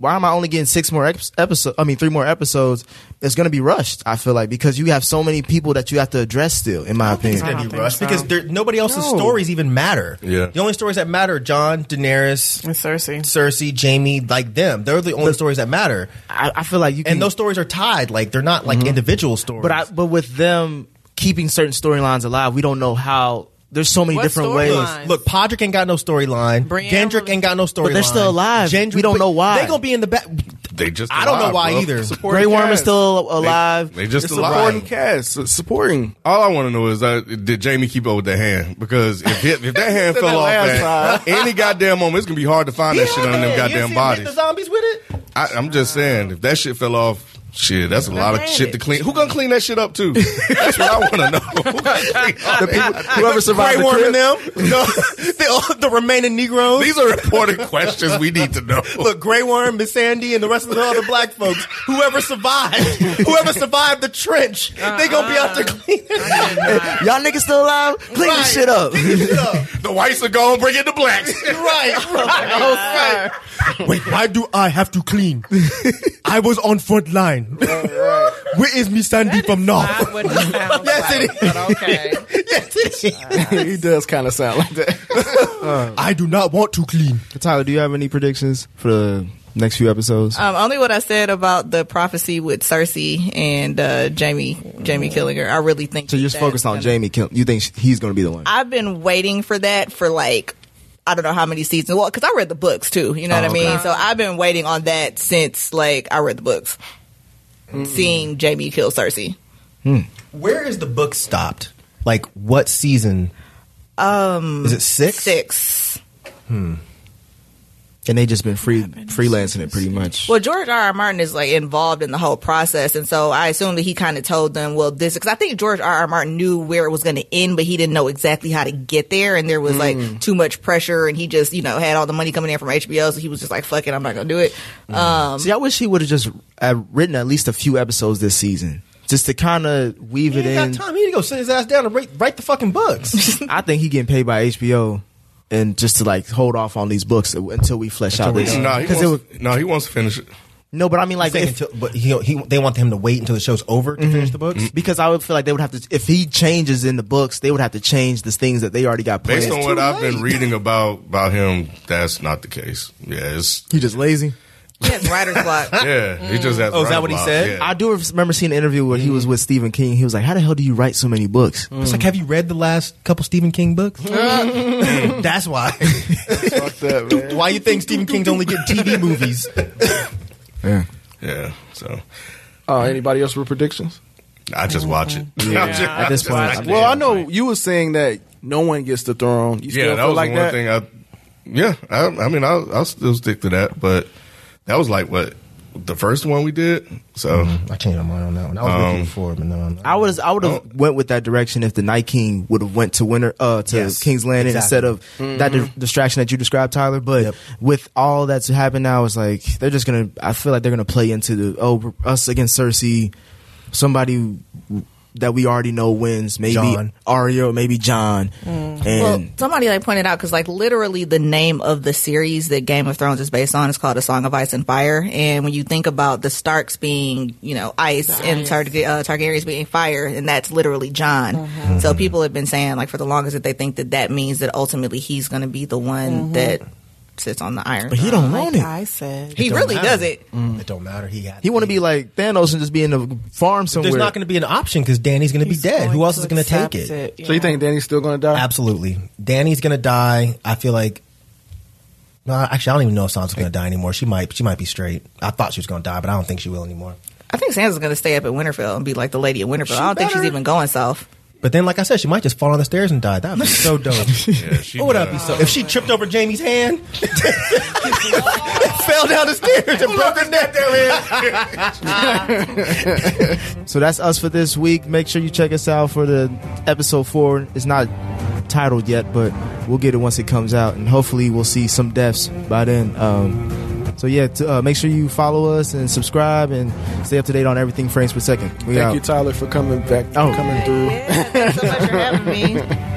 S3: why am I only getting six more episodes? I mean, three more episodes. It's going to be rushed. I feel like because you have so many people that you have to address still. In my opinion,
S5: It's
S7: I don't
S5: gonna be
S7: think
S5: rushed
S7: so.
S5: because there, nobody else's stories even matter.
S1: Yeah.
S5: the only stories that matter: are John, Daenerys,
S7: [laughs]
S3: Mm-hmm.
S5: [laughs]
S7: And Cersei.
S5: Cersei, Jamie, like them. They're the only stories that matter,
S3: I, I feel like you can.
S5: and those stories are tied. Like they're not like individual stories.
S3: Mm-hmm. but I, but with them keeping certain storylines alive, we don't know how. There's so many
S7: What
S3: different
S7: storyline?
S3: ways.
S5: Look, Podrick ain't got no storyline.
S7: Brienne-
S5: Gendrick ain't got no storyline.
S3: But they're still alive. We don't
S5: but
S3: know why.
S5: They gonna be in the back.
S1: They just
S5: I don't know
S1: alive,
S5: why
S1: bro.
S5: either.
S6: Supporting
S3: Grey Worm is
S6: cast.
S3: still alive.
S1: They just
S6: It's supporting
S1: alive.
S6: cast. It's
S5: [laughs]
S6: supporting.
S1: All I want to know is uh, did Jamie keep up with that hand? Because if it, if that
S3: [laughs]
S1: hand
S6: Said
S1: fell
S6: that
S1: off
S6: last
S1: at [laughs] any goddamn moment, it's gonna be hard to find that shit under them
S5: You
S1: goddamn
S5: see The
S1: bodies.
S5: zombies with it.
S1: I, I'm just saying, if that shit fell off, shit, that's a lot of
S7: Right.
S1: shit to clean. Who gonna clean that shit up too? That's what I want to know. [laughs] Who
S3: [laughs]
S1: gonna clean all that?
S3: Whoever survived
S5: Grey
S3: the
S5: Worm
S3: crib,
S5: and them. No, [laughs] the, the remaining Negroes.
S1: These are important questions we need to know.
S5: Look, Grey Worm, Miss Sandy, and the rest of the other black folks, whoever survived, whoever survived the trench, they gonna be out
S6: Uh-uh.
S5: there cleaning
S3: y'all niggas still alive. Clean
S5: Right.
S3: this shit
S5: [laughs]
S3: up.
S5: it up.
S1: the whites are gone, bring in the blacks. [laughs]
S5: Right, right. [laughs] Wait, why do I have to [laughs] clean? I was on front line. Where is Miss Sandy from
S7: Not what it sounds
S5: Yes,
S7: like,
S5: it is.
S7: But okay.
S5: yes, it
S6: [laughs]
S5: is.
S6: he does kind of sound like that.
S5: I do not want to clean.
S3: Tyler, do you have any predictions for the next few episodes?
S4: Um, only what I said about the prophecy with Cersei and uh, Jamie, Jamie killing her. I really think.
S3: so you're just
S4: that
S3: focused
S4: that's
S3: on
S4: gonna-
S3: Jamie. Kill- you think sh- he's going to be the one?
S4: I've been waiting for that for like I don't know how many seasons. Well, because I read the books too. You know
S3: Oh,
S4: what I mean. So I've been waiting on that since like I read the books,
S3: Mm.
S4: seeing Jamie kill Cersei.
S5: Where is the book stopped? Like, what season? Um, is it six?
S4: Six.
S3: and they just been free freelancing it pretty much.
S4: Well, George R. R. Martin is like involved in the whole process, and so I assume that he kind of told them, "Well, this," because I think George R. R. Martin knew where it was going to end, but he didn't know exactly how to get there, and there was like too much pressure, and he just, you know, had all the money coming in from HBO, so he was just like, "Fuck it, I'm not going to do it." Um,
S3: See, I wish he would have just uh, written at least a few episodes this season, just to kind of weave
S5: He
S3: it
S5: ain't
S3: in.
S5: got time. He need to go sit his ass down and write, write the fucking [laughs] books.
S3: I think he getting paid by HBO, and just to like hold off on these books until we flesh out this.
S1: no, he
S3: Because
S1: wants,
S3: it was
S1: no, he wants to finish it.
S3: no, but I mean like
S5: Saying
S3: if-
S5: until- but he, he, they want him to wait until the show's over to finish the books.
S3: because I would feel like they would have to if he changes in the books, they would have to change the things that they already got planned.
S1: Based on what I've been reading about about him, that's not the case. Yeah, it's
S3: he just lazy.
S4: he has writer's block.
S1: yeah. He just has.
S5: [laughs] Oh, is that
S1: writer
S5: what he
S1: block,
S5: said?
S1: yeah.
S3: I do remember seeing an interview where he was with Stephen King. He was like, "How the hell do you write so many books?"
S5: It's like, have Mm. you read the last couple Stephen King books? [laughs] That's why.
S6: Fuck that, man.
S5: why you think Stephen King's only
S3: [laughs]
S5: getting TV movies?
S1: yeah. So
S6: Oh, anybody else with predictions?
S1: I just watch it. [laughs]
S3: At this point, I-
S6: Well, I know you were saying that no one gets the throne. You still
S1: yeah, that
S6: feel
S1: was
S6: like
S1: the one
S6: that?
S1: thing. I yeah, I, I mean, I'll, I'll still stick to that. But that was like what the first one we did.
S5: [laughs]
S1: So
S5: Oh, I changed my mind on that one. I was with you before, but no,
S3: I would I would
S5: Oh.
S3: have went with that direction if the Night King would have went to Winter uh to
S5: Yes,
S3: King's Landing
S5: exactly. Mm-hmm.
S3: instead of that di- distraction that you described, Tyler. But
S5: Yep.
S3: with all that's happened now, it's like they're just gonna. I feel like they're gonna play into the oh us against Cersei, somebody that we already know wins. Maybe
S5: Jon.
S3: Arya, or maybe John, and
S4: Well, somebody like pointed out because like literally the name of the series that Game of Thrones is based on is called A Song of Ice and Fire, and when you think about the Starks being you know ice and Tar- uh, Targaryens being fire, and that's literally John. So people have been saying like for the longest that they think that that means that ultimately he's going to be the one that sits on the iron.
S3: but he
S4: throne.
S3: don't want it.
S7: I said.
S4: He really does it.
S5: It don't matter. He got.
S3: He want to be like Thanos and just be in a farm somewhere.
S5: There's not going to be an option because Danny's going to be dead. Who else is going to take it?
S6: So you think Danny's still going to die?
S5: Absolutely, Danny's going to die. I feel like. No, I- actually, I don't even know if Sansa's going to die anymore. She might. She might be straight. I thought she was going to die, but I don't think she will anymore.
S4: I think Sansa's going to stay up at Winterfell and be like the Lady of Winterfell. I don't think she's even going [laughs] south.
S5: But then, like I said, she might just fall on the stairs and die. That would be so dope.
S1: yeah, she
S5: What would that
S1: done-
S5: be so? If she tripped over Jamie's hand, [laughs] fell down the stairs and broke her neck.
S3: So that's us for this week. Make sure you check us out for the episode four. It's not titled yet, but we'll get it once it comes out, and hopefully we'll see some deaths by then. Um, so yeah, t- uh, make sure you follow us and subscribe and stay up to date on everything frames per second. We
S6: Thank
S3: out.
S6: you, Tyler, for coming back,
S3: Oh.
S6: coming through.
S4: [laughs] thanks so much for having me.